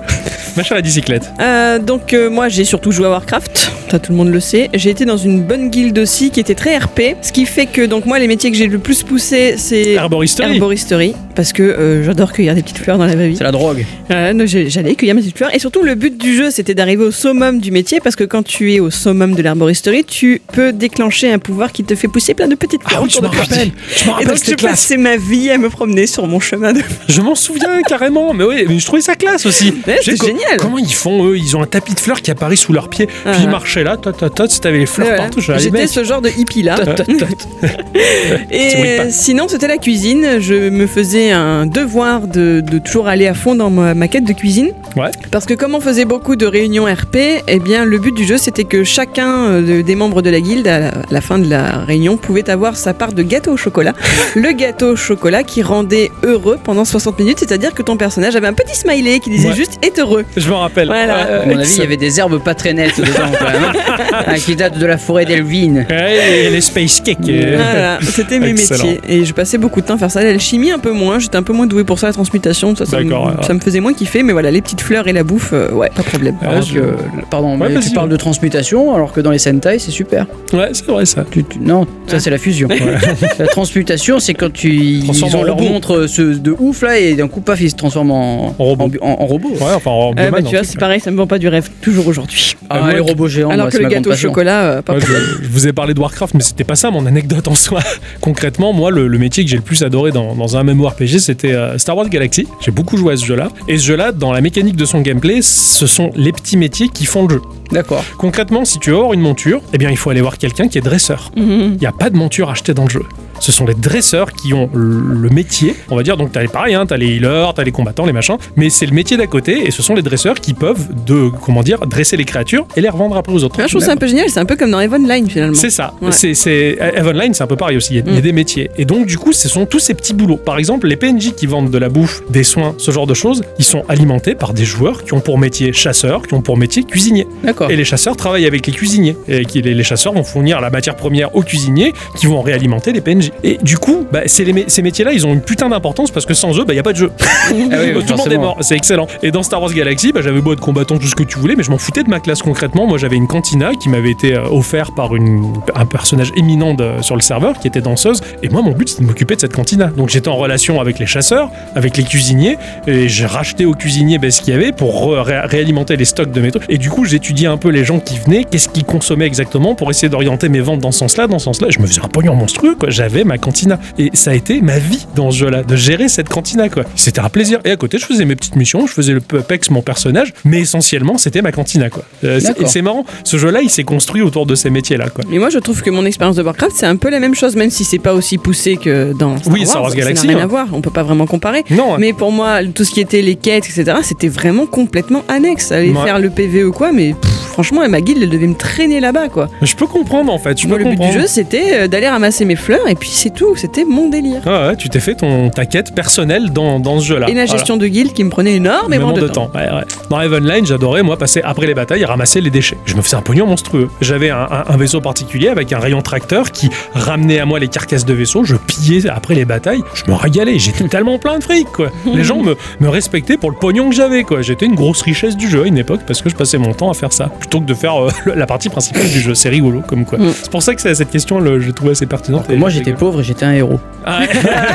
A: Machin la bicyclette.
B: Euh, donc euh, moi j'ai surtout joué à Warcraft, ça tout le monde le sait. J'ai été dans une bonne guilde aussi qui était très RP, ce qui fait que donc moi les métiers que j'ai le plus poussé c'est
A: Arboristerie.
B: herboristerie parce que euh, j'adore cueillir des petites fleurs dans la vraie vie.
C: C'est la drogue.
B: Euh, non, j'ai- J'allais cueillir mes petites fleurs et surtout le but du jeu c'était d'arriver au summum du métier parce que quand tu es au summum de l'herboristerie tu peux déclencher un pouvoir qui te fait pousser plein de petites fleurs
A: Ah oui, je
B: autour
A: me
B: de toi.
A: rappelle. Je me
B: Et
A: rappelle,
B: donc je
A: c'était classe.
B: passais ma vie à me promener sur mon chemin de
A: Je m'en souviens [LAUGHS] carrément, mais oui, mais je trouvais ça classe aussi.
B: Ouais,
A: J'ai
B: c'est
A: co-
B: Eh, génial.
A: Comment ils font eux Ils ont un tapis de fleurs qui apparaît sous leurs pieds,
B: Ah. Eh
A: puis ils marchaient là, tot tot tot. Si t'avais les fleurs
B: Ouais,
A: partout,
B: ouais.
A: j'allais
B: J'étais
A: mec.
B: ce genre de hippie là.
A: Tot, tot, tot.
B: [LAUGHS] Et
A: C'est Whippa.
B: euh, sinon, c'était la cuisine. Je me faisais un devoir de, de toujours aller à fond dans ma, ma quête de cuisine.
A: Ouais.
B: Parce que comme on faisait beaucoup de réunions RP, eh bien, le but du jeu, c'était que chacun euh, de- des membres de la guilde, à la, à la fin de la réunion, pouvait avoir sa part de gâteau au
A: [LAUGHS]
B: chocolat. le gâteau au chocolat qui rendait heureux pendant 60 minutes, c'est-à-dire que ton personnage avait un petit smiley qui disait
A: Ouais.
B: juste « est heureux
A: Je me rappelle.
B: Voilà.
A: Ouais,
C: À mon avis, il y
A: excellent.
C: avait des herbes pas très nettes dedans, quand même.
B: [LAUGHS]
C: hein. Ah, qui datent de la forêt d'Elvine.
A: Ouais, et les space cakes. euh. et-
B: Voilà, c'était mes
A: Excellent.
B: métiers. Et je passais beaucoup de temps à faire ça. L'alchimie, un peu moins. J'étais un peu moins doué pour ça, la transmutation. Ça, ça, me,
A: D'accord, ouais, ouais.
B: ça me faisait moins kiffer. Mais voilà, les petites fleurs et la bouffe, euh, ouais, pas de problème.
A: Ouais,
C: Alors
A: je-
C: que, pardon,
A: Ouais,
C: mais
A: vas-y.
C: tu parles de transmutation alors que dans les Sentai c'est super.
A: Ouais, c'est vrai ça.
C: Tu- tu- non, ça c'est la fusion. [LAUGHS] la transmutation c'est quand tu
A: Transforme
C: ils
A: en
C: ont leur
A: robot.
C: montre euh, ce, de ouf là et d'un coup paf ils se transforment en,
A: En robot.
C: En, bu- en- en robot.
A: Ouais, enfin, en
B: Euh,
A: Bioman,
B: bah,
A: en
B: tu vois,
A: tout
B: c'est
A: cas.
B: pareil, ça me vend pas du rêve, toujours aujourd'hui.
C: Ah,
A: moi,
C: les robots géants.
B: Alors
C: moi,
B: que
C: c'est
B: le
C: ma grande
B: gâteau au
C: passion.
B: chocolat, euh, pas
A: Ouais, je, je vous ai parlé de Warcraft, mais c'était pas ça mon anecdote en soi. [LAUGHS] Concrètement, moi, le, le métier que j'ai le plus adoré dans, dans un MMORPG, c'était euh, Star Wars Galaxy. J'ai beaucoup joué à ce jeu-là. Et ce jeu-là, dans la mécanique de son gameplay, ce sont les petits métiers qui font le jeu.
C: D'accord.
A: Concrètement, si tu veux avoir une monture, eh bien, il faut aller voir quelqu'un qui est dresseur.
B: Mhm.
A: Il n'y a pas de monture achetée dans le jeu. Ce sont les dresseurs qui ont le le métier, on va dire. Donc, t'as les pareil, hein, t'as les healers, t'as les combattants, les machins. Mais c'est le métier d'à côté, et ce sont les dresseurs qui peuvent, de, comment dire, dresser les créatures et les revendre après aux autres.
B: Ouais, Ah, je trouve ça un peu génial, c'est un peu comme dans Evenline finalement.
A: C'est ça.
B: Ouais. Mm.
A: C'est, c'est... Eve Online, c'est un peu pareil aussi. Il y, a, il y a des métiers. Et donc, du coup, ce sont tous ces petits boulots. Par exemple, les PNJ qui vendent de la bouffe, des soins, ce genre de choses, ils sont alimentés par des joueurs qui ont pour métier chasseur, qui ont pour métier cuisinier.
C: D'accord.
A: Et les chasseurs travaillent avec les cuisiniers. Et qui, les, les chasseurs vont fournir la matière première aux cuisiniers qui vont réalimenter les PNJ. Et du coup, bah, c'est les mé- ces métiers-là, ils ont une putain d'importance parce que sans eux, il n'y a pas de jeu.
C: [LAUGHS] Ah oui,
A: Tout le monde est
C: forcément.
A: mort, c'est excellent. Et dans Star Wars Galaxy, bah, j'avais beau être combattant, tout ce que tu voulais, mais je m'en foutais de ma classe concrètement. Moi, j'avais une cantina qui m'avait été euh, offerte par une, un personnage éminent de- sur le serveur qui était danseuse. Et moi, mon but, c'était de m'occuper de cette cantina. Donc, j'étais en relation avec les chasseurs, avec les cuisiniers, et j'ai racheté aux cuisiniers ben, ce qu'il y avait pour re- ré- réalimenter les stocks de mes trucs. Et du coup, j'étudiais un peu les gens qui venaient, qu'est-ce qu'ils consommaient exactement pour essayer d'orienter mes ventes dans ce sens-là, dans ce sens-là. Je me faisais un pognon monstrueux, quoi. J'avais ma cantina. Et ça a été ma vie dans ce jeu-là, de gérer cette cantina, quoi. C'était un plaisir. Et à côté, je faisais mes petites missions, je faisais le pex, mon personnage, mais essentiellement, c'était ma cantina, quoi. Euh, c'est-
C: D'accord.
A: et c'est marrant, ce jeu-là, il s'est construit autour de ces métiers-là, quoi.
B: Mais moi, je trouve que mon expérience de Warcraft, c'est un peu la même chose, même si c'est pas aussi poussé que dans Star
A: Oui,
B: Wars.
A: Star Wars
B: ça
A: Galaxy,
B: n'a rien
A: hein.
B: à voir. On peut pas vraiment comparer.
A: Non,
B: Mais pour moi, tout ce qui était les quêtes, etc., c'était vraiment complètement annexe. Aller
A: Ouais.
B: faire le PV ou quoi, mais pff, franchement, ma guilde, elle devait me traîner là-bas, quoi.
A: je peux comprendre, en fait. Je
B: moi,
A: peux
B: le but du
A: comprendre.
B: jeu, c'était euh, d'aller ramasser mes fleurs, et puis c'est tout. C'était mon délire.
A: Ah ouais, tu t'es fait ton, ta quête personnelle dans, dans ce jeu-là.
B: et la
A: Voilà.
B: gestion de guilde qui me prenait énormément
A: Énormément
B: de, temps.
A: Ouais, ouais. Dans Heavenline, j'adorais, moi, passer après les batailles et ramasser les déchets. Je me faisais un pognon monstrueux. J'avais un, un- un vaisseau particulier avec un rayon tracteur qui ramenait à moi les carcasses de vaisseaux. Je pillais après les batailles. Je me régalais.
B: [LAUGHS]
A: J'étais tellement plein de fric, quoi. Les gens me, me respectaient pour le pognon que j'avais, quoi. J'étais une grosse richesse du jeu à une époque parce que je passais mon temps à faire ça plutôt que de faire euh, [LAUGHS] la partie principale du jeu. C'est rigolo, comme quoi.
B: Mm.
A: C'est pour ça que c'est- cette question, le, je trouvais assez pertinente. et
C: Moi
A: c'est
C: j'étais
A: rigolo.
C: pauvre et j'étais un héros.
A: Ah,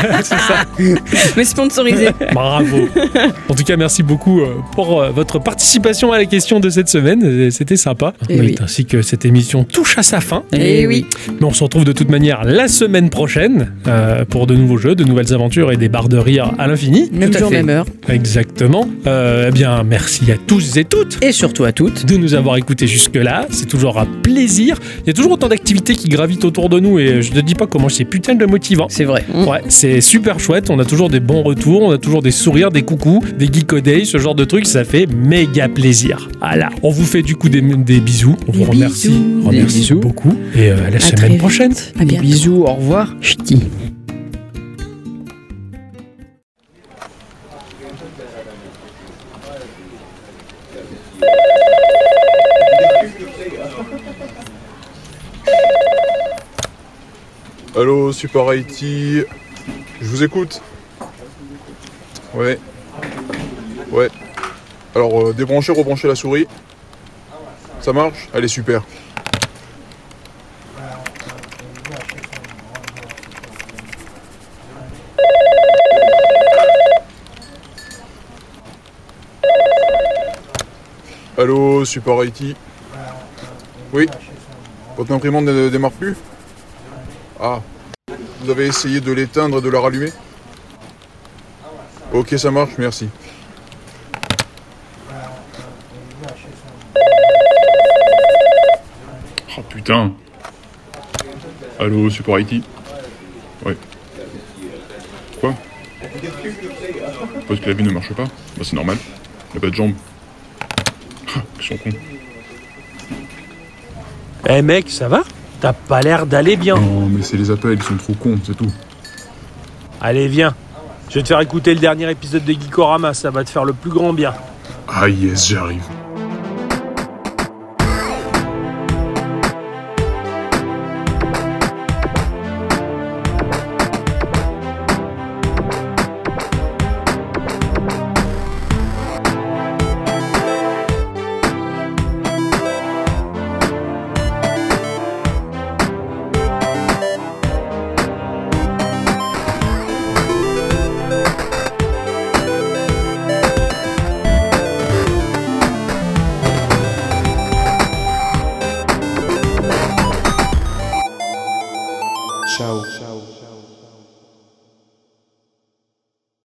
B: [LAUGHS] Mais sponsorisé.
A: Bravo. En tout cas, merci beaucoup euh, pour euh, votre participation à la question de cette semaine. Euh, C'était sympa.
B: Eh oui.
A: Ainsi que cette émission touche à sa fin.
B: Eh oui.
A: Mais on se retrouve de toute manière la semaine prochaine euh, pour de nouveaux jeux, de nouvelles aventures et des barres de rire à l'infini.
B: Même
C: Tout à
B: jour,
C: fait.
B: même heure.
A: Exactement. Euh, eh bien, merci à tous et toutes
C: Et surtout à toutes.
A: de nous avoir écoutés jusque-là. C'est toujours un plaisir. Il y a toujours autant d'activités qui gravitent autour de nous et je ne dis pas comment c'est putain de motivant.
C: C'est vrai.
B: Mm.
A: Ouais, c'est super chouette. On a toujours des bons retours, on a toujours des sourires, des coucous, des geekodays, ce genre de trucs, ça fait méga plaisir. Voilà. On vous fait du coup des, des bisous. On vous
B: Des
A: remercie,
B: bisous.
A: remercie
C: Des bisous.
A: beaucoup. Et euh, à la
B: À très
A: semaine
B: vite.
A: prochaine.
B: À bientôt.
C: Bisous, au revoir. Ch'ti.
H: Allô, Super Haiti, je vous écoute. Ouais. Ouais. Alors, euh, débranchez, rebranchez la souris. Ça marche Allez, super. Allô, Super Haiti. Oui Votre imprimante ne ne démarre plus Ah. Vous avez essayé de l'éteindre et de la rallumer Ok, ça marche, merci.
I: Oh putain. Allô, Super IT Ouais. Quoi Votre clavier ne marche pas Bah c'est normal. Il a pas de jambes. Ah, Ils sont cons.
J: Eh mec, ça va T'as pas l'air d'aller bien.
I: Non, mais c'est les appels, ils sont trop cons, c'est tout.
J: Allez, viens. Je vais te faire écouter le dernier épisode de Geekorama, ça va te faire le plus grand bien.
I: Ah yes, j'arrive.
E: Ciao.